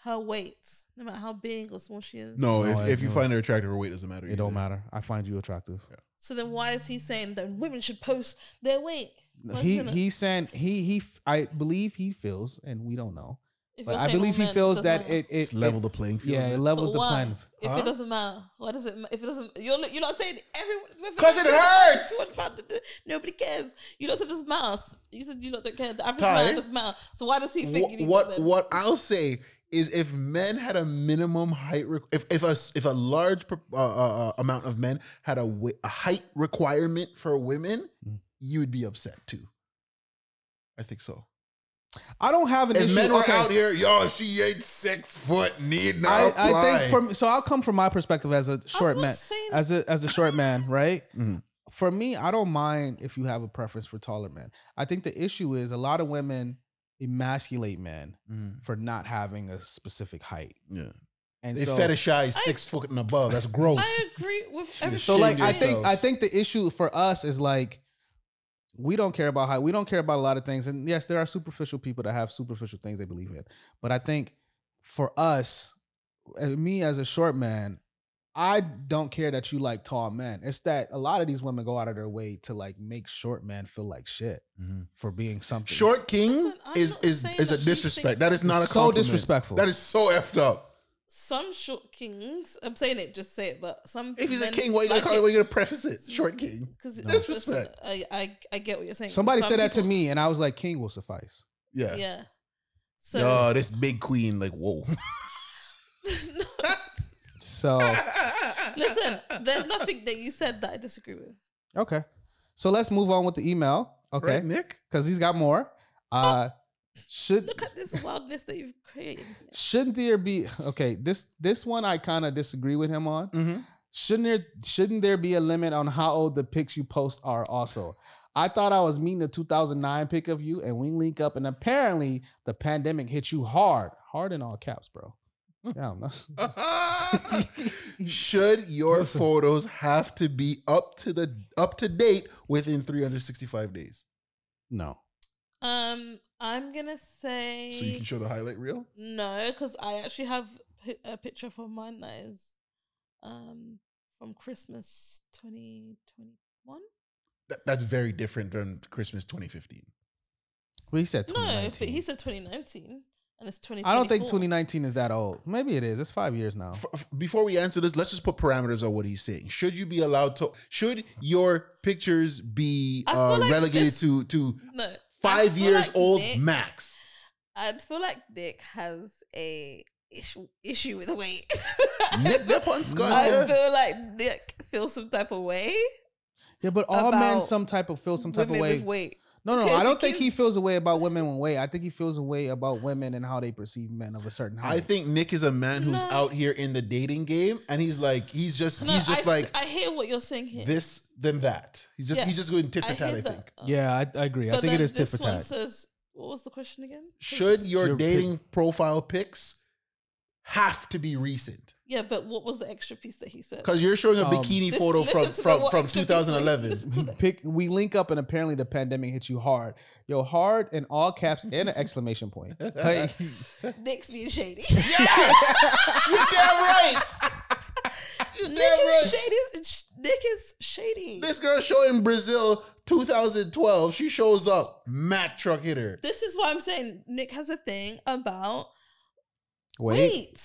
[SPEAKER 1] Her weight, no matter how big or small she is.
[SPEAKER 3] No,
[SPEAKER 2] No,
[SPEAKER 3] if,
[SPEAKER 2] I
[SPEAKER 3] if you
[SPEAKER 2] know.
[SPEAKER 3] find her attractive, her weight doesn't matter.
[SPEAKER 2] It don't
[SPEAKER 3] either.
[SPEAKER 2] matter. I find you attractive.
[SPEAKER 1] So then why is he saying that women should post their weight? Why
[SPEAKER 2] He
[SPEAKER 1] isn't it?
[SPEAKER 2] he said he he. I believe he feels, and we don't know
[SPEAKER 1] If
[SPEAKER 2] But
[SPEAKER 1] you're
[SPEAKER 2] I
[SPEAKER 1] saying all
[SPEAKER 2] believe he
[SPEAKER 1] men,
[SPEAKER 2] feels
[SPEAKER 1] doesn't
[SPEAKER 2] that
[SPEAKER 1] matter.
[SPEAKER 2] it it,
[SPEAKER 3] Just
[SPEAKER 2] it
[SPEAKER 3] level the playing field.
[SPEAKER 2] yeah it
[SPEAKER 1] But
[SPEAKER 2] levels the
[SPEAKER 1] why?
[SPEAKER 2] plan.
[SPEAKER 1] If
[SPEAKER 3] Huh?
[SPEAKER 1] it doesn't matter, why does it? ma- If it doesn't, you're not- you're not saying everyone. with-
[SPEAKER 3] 'Cause it hurts!
[SPEAKER 1] What about the- Nobody cares. You lot said it doesn't matter. You said you lot don't care. The average
[SPEAKER 3] Ty?
[SPEAKER 1] man doesn't matter. So why does he think? you
[SPEAKER 3] Wh-
[SPEAKER 1] need
[SPEAKER 3] what
[SPEAKER 1] to
[SPEAKER 3] what, I'll say is if men had a minimum height requ- if if a s- if a large pro- uh, uh, uh, amount of men had a, wi- a height requirement for women,
[SPEAKER 2] Mm.
[SPEAKER 3] you'd be upset too. I think so.
[SPEAKER 2] I don't have an
[SPEAKER 3] If
[SPEAKER 2] issue.
[SPEAKER 3] men were
[SPEAKER 2] okay.
[SPEAKER 3] out here, yo, she ain't six foot, need not
[SPEAKER 2] I,
[SPEAKER 3] apply.
[SPEAKER 2] I think from so I'll come from my perspective as a
[SPEAKER 1] I'm
[SPEAKER 2] short
[SPEAKER 1] not
[SPEAKER 2] man,
[SPEAKER 1] saying-
[SPEAKER 2] as a as a short man, right?
[SPEAKER 3] Mhm.
[SPEAKER 2] For me, I don't mind if you have a preference for taller men. I think the issue is a lot of women emasculate men
[SPEAKER 3] Mm,
[SPEAKER 2] for not having a specific height,
[SPEAKER 3] yeah,
[SPEAKER 2] and
[SPEAKER 3] they
[SPEAKER 2] so
[SPEAKER 3] fetishize
[SPEAKER 1] I-
[SPEAKER 3] six foot and above. That's gross.
[SPEAKER 1] I agree with
[SPEAKER 3] Should've
[SPEAKER 1] everything.
[SPEAKER 2] so like I
[SPEAKER 3] Shame
[SPEAKER 2] think I
[SPEAKER 3] yourself.
[SPEAKER 2] think the issue for us is like we don't care about height. We don't care about a lot of things. And yes, there are superficial people that have superficial things they believe in. But I think for us, uh, me as a short man, I don't care that you like tall men. It's that a lot of these women go out of their way to like make short men feel like shit
[SPEAKER 3] Mm-hmm.
[SPEAKER 2] for being something.
[SPEAKER 3] Short king
[SPEAKER 1] Listen, I'm
[SPEAKER 3] is
[SPEAKER 1] not
[SPEAKER 3] is
[SPEAKER 1] saying
[SPEAKER 3] is
[SPEAKER 1] that
[SPEAKER 3] a
[SPEAKER 1] she
[SPEAKER 3] disrespect.
[SPEAKER 1] thinks-
[SPEAKER 3] That is not a
[SPEAKER 2] so
[SPEAKER 3] compliment.
[SPEAKER 2] disrespectful.
[SPEAKER 3] That is so effed up.
[SPEAKER 1] some short kings. I'm saying it. Just say it. But some.
[SPEAKER 3] If he's a
[SPEAKER 1] men
[SPEAKER 3] king, why you gonna
[SPEAKER 1] like Mm-hmm.
[SPEAKER 3] call it? Why you gonna preface it? Short king.
[SPEAKER 1] Because
[SPEAKER 2] No.
[SPEAKER 3] Disrespect.
[SPEAKER 1] I, I I get what you're saying.
[SPEAKER 2] Somebody
[SPEAKER 1] Some
[SPEAKER 2] said that to
[SPEAKER 1] people-
[SPEAKER 2] me, and I was like, "King will suffice."
[SPEAKER 3] Yeah.
[SPEAKER 1] Yeah. So
[SPEAKER 3] Oh, this big queen, like whoa.
[SPEAKER 1] No.
[SPEAKER 2] So
[SPEAKER 1] listen, there's nothing that you said that I disagree with.
[SPEAKER 2] okay, so let's move on with the email, okay?
[SPEAKER 3] Right, Nick.
[SPEAKER 2] Because he's got more. Uh, should
[SPEAKER 1] Look at this wildness that you've created.
[SPEAKER 2] shouldn't there be okay this this one i kind of disagree with him on
[SPEAKER 3] Mm-hmm.
[SPEAKER 2] shouldn't there shouldn't there be a limit on how old the pics you post are also i thought i was meeting a 2009 pic of you and we link up and apparently the pandemic hit you hard hard in all caps bro
[SPEAKER 1] Hmm.
[SPEAKER 2] yeah I'm not-
[SPEAKER 3] Should your
[SPEAKER 2] Listen.
[SPEAKER 3] photos have to be up to the up to date within 365 days?
[SPEAKER 2] no
[SPEAKER 1] Um, I'm gonna say
[SPEAKER 3] So you can show the highlight reel?
[SPEAKER 1] no because I actually have pi- a picture from mine that is, um, from Christmas 2021.
[SPEAKER 3] That, that's very different than Christmas 2015.
[SPEAKER 2] well, he said
[SPEAKER 1] No,
[SPEAKER 2] 2019
[SPEAKER 1] but he said 2019, and it's 20.
[SPEAKER 2] i don't think 2019 is that old maybe it is it's five years
[SPEAKER 1] Oh.
[SPEAKER 2] now
[SPEAKER 3] F- f- before we answer this, let's just put parameters on what he's saying. Should you be allowed to? Should your pictures be
[SPEAKER 1] I feel
[SPEAKER 3] uh,
[SPEAKER 1] like
[SPEAKER 3] relegated
[SPEAKER 1] this-
[SPEAKER 3] to to
[SPEAKER 1] No, I
[SPEAKER 3] five
[SPEAKER 1] feel
[SPEAKER 3] years
[SPEAKER 1] like
[SPEAKER 3] old
[SPEAKER 1] Nick-
[SPEAKER 3] max?
[SPEAKER 1] I feel like Nick has a issue issue with weight.
[SPEAKER 3] Nick Nip on Scott.
[SPEAKER 1] I
[SPEAKER 3] yeah.
[SPEAKER 1] feel like Nick feels some type of way.
[SPEAKER 2] yeah but all men
[SPEAKER 1] About
[SPEAKER 2] some type of feel some type of
[SPEAKER 1] women
[SPEAKER 2] way
[SPEAKER 1] with weight.
[SPEAKER 2] No, no,
[SPEAKER 1] Because
[SPEAKER 2] I
[SPEAKER 1] it
[SPEAKER 2] don't think
[SPEAKER 1] gives-
[SPEAKER 2] he feels a way about women in way. I think he feels a way about women and how they perceive men of a certain height.
[SPEAKER 3] I think Nick is a man who's
[SPEAKER 1] No.
[SPEAKER 3] out here in the dating game, and he's like, he's just,
[SPEAKER 1] No,
[SPEAKER 3] he's just
[SPEAKER 1] I, s-
[SPEAKER 3] like
[SPEAKER 1] I hear what you're saying here.
[SPEAKER 3] this then that. He's just,
[SPEAKER 1] Yeah,
[SPEAKER 3] he's just going tit
[SPEAKER 1] I
[SPEAKER 3] for tat.
[SPEAKER 1] hear
[SPEAKER 3] I
[SPEAKER 1] that. Uh,
[SPEAKER 3] think.
[SPEAKER 2] yeah, I, I agree. I
[SPEAKER 1] Oh. But
[SPEAKER 2] think it
[SPEAKER 1] then
[SPEAKER 2] is tit for
[SPEAKER 1] this one
[SPEAKER 2] tat.
[SPEAKER 1] Says, what was the question again?
[SPEAKER 3] Should your,
[SPEAKER 2] Your pic-
[SPEAKER 3] dating profile pics have to be recent?
[SPEAKER 1] yeah, but what was the extra piece that he said?
[SPEAKER 3] Because you're showing a
[SPEAKER 2] Um,
[SPEAKER 3] bikini
[SPEAKER 1] Listen-
[SPEAKER 3] photo
[SPEAKER 1] listen
[SPEAKER 3] from
[SPEAKER 1] to the
[SPEAKER 3] from
[SPEAKER 1] what
[SPEAKER 3] from
[SPEAKER 1] extra piece-
[SPEAKER 3] 2011.
[SPEAKER 1] listen to the-
[SPEAKER 2] Pick, we link up and apparently the pandemic hit you hard. Yo, hard in all caps and an exclamation point. Like,
[SPEAKER 1] Nick's being shady.
[SPEAKER 3] You're damn right. You're
[SPEAKER 1] Nick
[SPEAKER 3] damn
[SPEAKER 1] is
[SPEAKER 3] right.
[SPEAKER 1] shady. It's- Nick is shady.
[SPEAKER 3] This girl show in Brazil 2012. She shows up, Mack truck hit her.
[SPEAKER 1] This is why I'm saying Nick has a thing about
[SPEAKER 2] wait,
[SPEAKER 1] weight.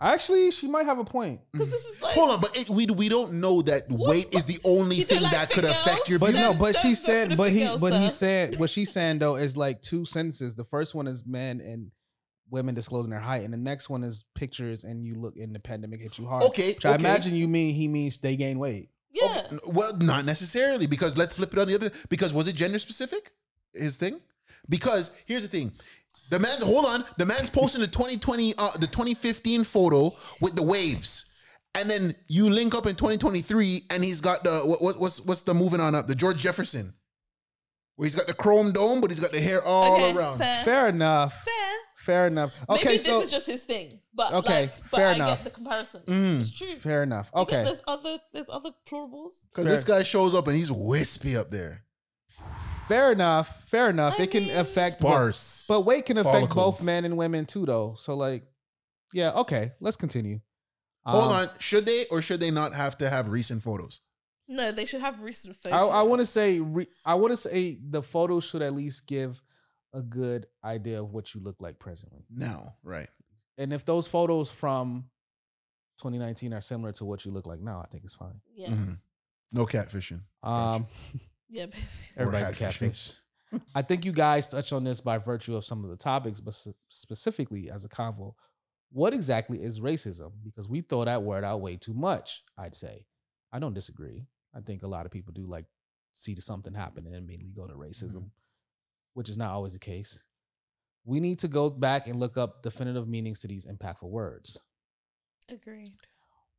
[SPEAKER 2] actually, she might have a point.
[SPEAKER 1] Because this is like
[SPEAKER 3] Mm-hmm. Hold on, but it, we we don't know that
[SPEAKER 1] What's
[SPEAKER 3] weight is the only
[SPEAKER 1] You don't
[SPEAKER 3] thing
[SPEAKER 1] like
[SPEAKER 3] that
[SPEAKER 1] big
[SPEAKER 3] could affect
[SPEAKER 1] girls?
[SPEAKER 3] your
[SPEAKER 2] But
[SPEAKER 3] beauty.
[SPEAKER 2] no,
[SPEAKER 1] Then
[SPEAKER 2] but
[SPEAKER 1] don't
[SPEAKER 2] she
[SPEAKER 1] go
[SPEAKER 2] said,
[SPEAKER 1] for the
[SPEAKER 2] but he,
[SPEAKER 1] female,
[SPEAKER 2] but he
[SPEAKER 1] sir.
[SPEAKER 2] said, what she's saying though is like two sentences. The first one is men and women disclosing their height, and the next one is pictures and you look and the pandemic hit you hard.
[SPEAKER 3] Okay,
[SPEAKER 2] which I
[SPEAKER 3] okay.
[SPEAKER 2] imagine you mean he means they gain weight.
[SPEAKER 1] yeah.
[SPEAKER 3] Oh, N- Well, not necessarily because let's flip it on the other. Because was it gender specific? His thing. Because here's the thing. The man's hold on. The man's posting the 2020, uh, the 2015 photo with the waves, and then you link up in 2023, and he's got the what, what, what's what's the moving on up the George Jefferson, where he's got the chrome dome, but he's got the hair all
[SPEAKER 1] okay,
[SPEAKER 3] around.
[SPEAKER 1] Fair. fair.
[SPEAKER 2] Fair enough. Fair enough. Okay,
[SPEAKER 1] Maybe
[SPEAKER 2] so
[SPEAKER 1] this is just his thing, but
[SPEAKER 2] Okay,
[SPEAKER 1] like, but
[SPEAKER 2] fair
[SPEAKER 1] I
[SPEAKER 2] enough.
[SPEAKER 1] get the comparison.
[SPEAKER 3] Mm.
[SPEAKER 1] It's true.
[SPEAKER 2] fair enough.
[SPEAKER 1] Because
[SPEAKER 2] Okay,
[SPEAKER 1] There's other there's other plurables.
[SPEAKER 3] Because this guy shows up and he's wispy up there,
[SPEAKER 2] fair enough. Fair enough.
[SPEAKER 1] I
[SPEAKER 2] it can
[SPEAKER 1] mean-
[SPEAKER 2] affect both-
[SPEAKER 3] sparse.
[SPEAKER 2] but weight can affect both
[SPEAKER 3] Follicles.
[SPEAKER 2] men and women too, though. So like, yeah. Okay, let's continue.
[SPEAKER 3] hold
[SPEAKER 2] Um,
[SPEAKER 3] on, should they or should they not have to have recent photos?
[SPEAKER 1] No, they should have recent photos.
[SPEAKER 2] I, I want to say re, I want to say the photo should at least give a good idea of what you look like presently.
[SPEAKER 3] now, right?
[SPEAKER 2] And if those photos from 2019 are similar to what you look like now, I think it's fine.
[SPEAKER 1] Yeah.
[SPEAKER 3] Mhm. No catfishing. Gotcha.
[SPEAKER 2] Um,
[SPEAKER 1] Yeah, basically.
[SPEAKER 3] Or
[SPEAKER 2] everybody's a
[SPEAKER 3] catfishing.
[SPEAKER 2] catfish. I think you guys touched on this by virtue of some of the topics, but s- specifically as a convo, what exactly is racism? Because we throw that word out way too much. I'd say, I don't disagree. I think a lot of people do like see something happen and immediately go to racism, which is not always the case. We need to go back and look up definitive meanings to these impactful words.
[SPEAKER 1] Agreed.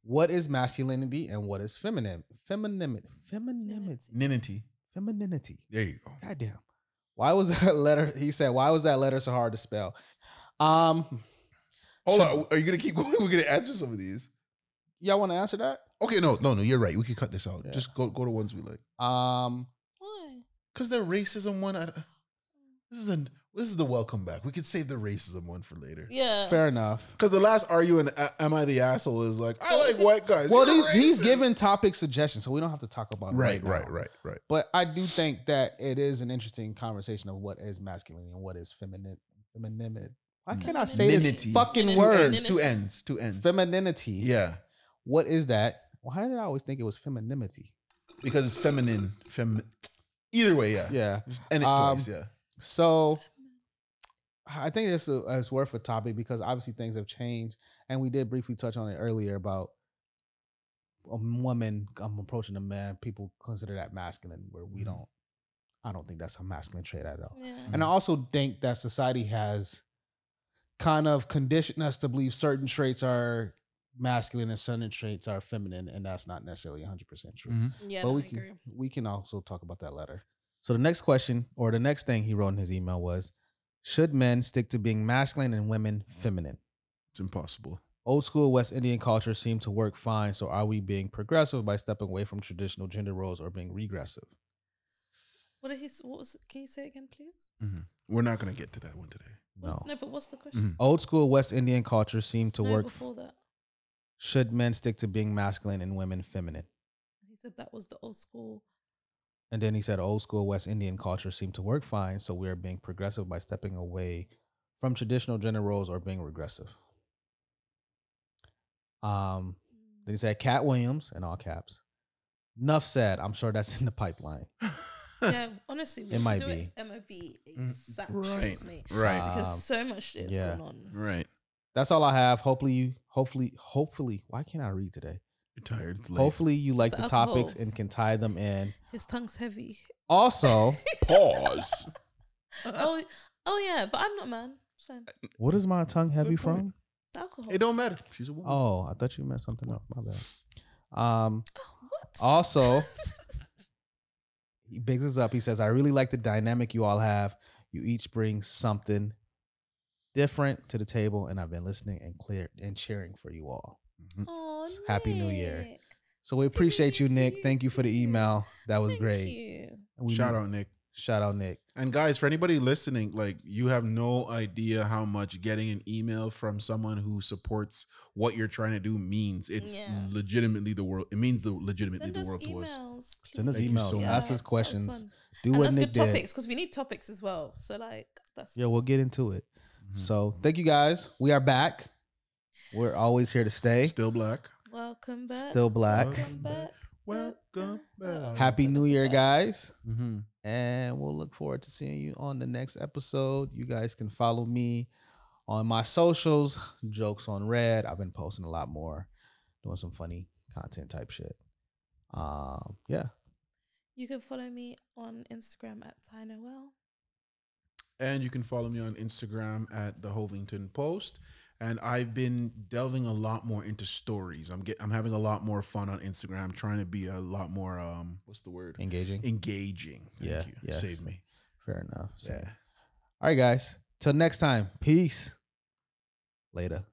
[SPEAKER 2] What is masculinity and what is feminine? Femininity. Femininity.
[SPEAKER 3] Ninity.
[SPEAKER 2] Femininity.
[SPEAKER 3] There you go.
[SPEAKER 2] Goddamn. Why was that letter? He said, why was that letter so hard to spell? Um,
[SPEAKER 3] Hold
[SPEAKER 2] Should-
[SPEAKER 3] on. Are you gonna keep going? We're gonna answer some of these.
[SPEAKER 2] y'all want to answer that?
[SPEAKER 3] Okay, no, no, no. You're right. We could cut this out.
[SPEAKER 2] Yeah.
[SPEAKER 3] Just go go to ones we like.
[SPEAKER 2] Um,
[SPEAKER 1] Why?
[SPEAKER 3] Cause the racism one. I, don't- this is a this is the welcome back. We could save the racism one for later.
[SPEAKER 1] Yeah.
[SPEAKER 2] fair enough.
[SPEAKER 3] Cause the last are you and a- am I the asshole is like I like white guys.
[SPEAKER 2] Well,
[SPEAKER 3] You're
[SPEAKER 2] these, these
[SPEAKER 3] racist.
[SPEAKER 2] giving topic suggestions, so we don't have to talk about it
[SPEAKER 3] right,
[SPEAKER 2] now.
[SPEAKER 3] right, right, right.
[SPEAKER 2] But I do think that it is an interesting conversation of what is masculinity and what is feminine. Femininity. Why can't I say this
[SPEAKER 3] Femininity.
[SPEAKER 2] fucking
[SPEAKER 1] Two
[SPEAKER 3] Two
[SPEAKER 2] word?
[SPEAKER 3] ends, two ends, two ends.
[SPEAKER 2] Femininity.
[SPEAKER 3] yeah,
[SPEAKER 2] What is that? Why did I always think it was femininity?
[SPEAKER 3] because it's feminine. Fem. Either way, yeah.
[SPEAKER 2] Yeah.
[SPEAKER 3] Just end it
[SPEAKER 2] Um,
[SPEAKER 3] twice, yeah.
[SPEAKER 2] So I think this is it's worth a topic because obviously things have changed, and we did briefly touch on it earlier about a woman um, approaching a man. People consider that masculine, where we
[SPEAKER 3] Mhm.
[SPEAKER 2] don't. I don't think that's a masculine trait at all.
[SPEAKER 1] Yeah.
[SPEAKER 2] And I also think that society has kind of conditioned us to believe certain traits are masculine and certain traits are feminine, and that's not necessarily 100% true
[SPEAKER 3] Mhm.
[SPEAKER 1] Yeah.
[SPEAKER 2] but
[SPEAKER 1] no,
[SPEAKER 2] we
[SPEAKER 1] I
[SPEAKER 2] can
[SPEAKER 1] agree.
[SPEAKER 2] we can also talk about that later. So the next question or the next thing he wrote in his email was, should men stick to being masculine and women feminine?
[SPEAKER 3] It's impossible.
[SPEAKER 2] Old school West Indian culture seemed to work fine, so are we being progressive by stepping away from traditional gender roles or being regressive?
[SPEAKER 1] What did he? s- What was? Can you say it again, please?
[SPEAKER 3] We're not gonna get to that one today.
[SPEAKER 1] What's-
[SPEAKER 2] No.
[SPEAKER 1] No, but what's the question?
[SPEAKER 3] Mhm.
[SPEAKER 2] Old school West Indian culture seemed to
[SPEAKER 1] no,
[SPEAKER 2] work.
[SPEAKER 1] before that.
[SPEAKER 2] Should men stick to being masculine and women feminine?
[SPEAKER 1] He said that was the old school.
[SPEAKER 2] And then he said, old school West Indian culture seemed to work fine, so we are being progressive by stepping away from traditional gender roles or being regressive. Um, then he said, Cat Williams, in all caps. Nuff said, I'm sure that's in the pipeline.
[SPEAKER 1] yeah, honestly, we
[SPEAKER 2] It
[SPEAKER 1] should
[SPEAKER 2] might
[SPEAKER 1] do
[SPEAKER 2] be.
[SPEAKER 1] it. MIB
[SPEAKER 3] Mm,
[SPEAKER 1] exact
[SPEAKER 3] right,
[SPEAKER 1] shows, mate.
[SPEAKER 3] right,
[SPEAKER 2] Uh,
[SPEAKER 1] Because
[SPEAKER 2] Um,
[SPEAKER 1] so much shit is
[SPEAKER 2] yeah.
[SPEAKER 1] going on.
[SPEAKER 3] right.
[SPEAKER 2] That's all I have. Hopefully, you, hopefully, hopefully, why can't I read today?
[SPEAKER 3] You're tired. It's late.
[SPEAKER 2] Hopefully, you like
[SPEAKER 1] the
[SPEAKER 2] the topics
[SPEAKER 1] alcohol.
[SPEAKER 2] and can tie them in.
[SPEAKER 1] His tongue's heavy.
[SPEAKER 2] Also,
[SPEAKER 3] pause.
[SPEAKER 1] oh, oh yeah, but I'm not man. It's fine.
[SPEAKER 2] what is my tongue heavy
[SPEAKER 3] Good point.
[SPEAKER 2] from?
[SPEAKER 1] Alcohol.
[SPEAKER 3] it don't matter. She's a woman.
[SPEAKER 2] Oh, I thought you meant something else. My bad. Um,
[SPEAKER 1] Oh, what?
[SPEAKER 2] also, he bigs us up. He says, I really like the dynamic you all have. You each bring something different to the table, and I've been listening and clear and cheering for you all.
[SPEAKER 3] Mhm.
[SPEAKER 1] Aw,
[SPEAKER 2] Happy New Year.
[SPEAKER 1] Oh, Nick.
[SPEAKER 2] So we appreciate you,
[SPEAKER 1] to
[SPEAKER 2] Nick.
[SPEAKER 1] you
[SPEAKER 2] Thank you for the
[SPEAKER 1] too.
[SPEAKER 2] email. That was
[SPEAKER 1] Thank
[SPEAKER 2] great.
[SPEAKER 1] you.
[SPEAKER 2] We
[SPEAKER 3] Shout
[SPEAKER 2] need-
[SPEAKER 3] out, Nick.
[SPEAKER 2] Shout out, Nick.
[SPEAKER 3] And guys, for anybody listening, like you have no idea how much getting an email from someone who supports what you're trying to do means. It's
[SPEAKER 1] Yeah.
[SPEAKER 3] legitimately the world. It means the legitimately
[SPEAKER 1] Send
[SPEAKER 3] the
[SPEAKER 1] us
[SPEAKER 3] world to us.
[SPEAKER 1] emails. Please.
[SPEAKER 2] Send us
[SPEAKER 3] Thank you
[SPEAKER 2] emails.
[SPEAKER 3] so much.
[SPEAKER 2] ask
[SPEAKER 1] that
[SPEAKER 2] us
[SPEAKER 1] was
[SPEAKER 2] questions.
[SPEAKER 1] fun.
[SPEAKER 2] Do
[SPEAKER 1] And
[SPEAKER 2] what
[SPEAKER 1] that's
[SPEAKER 2] Nick
[SPEAKER 1] good
[SPEAKER 2] did.
[SPEAKER 1] topics because we need topics as well. So like that's
[SPEAKER 2] Yeah, we'll get into it.
[SPEAKER 3] Mhm.
[SPEAKER 2] So thank you guys. We are back. We're always here to stay.
[SPEAKER 3] Mm-hmm. Still black.
[SPEAKER 1] welcome back.
[SPEAKER 2] Still black.
[SPEAKER 1] Welcome back.
[SPEAKER 3] Welcome back.
[SPEAKER 2] Happy New Year, guys.
[SPEAKER 3] Mhm.
[SPEAKER 2] And we'll look forward to seeing you on the next episode. You guys can follow me on my socials, Jokes on Red. I've been posting a lot more, doing some funny content type shit. Um, yeah.
[SPEAKER 1] You can follow me on Instagram at Tinowell.
[SPEAKER 3] And you can follow me on Instagram at the Hovington Post. And I've been delving a lot more into stories. I'm get, I'm having a lot more fun on Instagram, trying to be a lot more um what's the word?
[SPEAKER 2] Engaging.
[SPEAKER 3] Engaging. Thank
[SPEAKER 2] Yeah,
[SPEAKER 3] you.
[SPEAKER 2] yes.
[SPEAKER 3] Save me.
[SPEAKER 2] Fair enough. So-
[SPEAKER 3] Yeah.
[SPEAKER 2] All right, guys. Till next time. Peace. Later.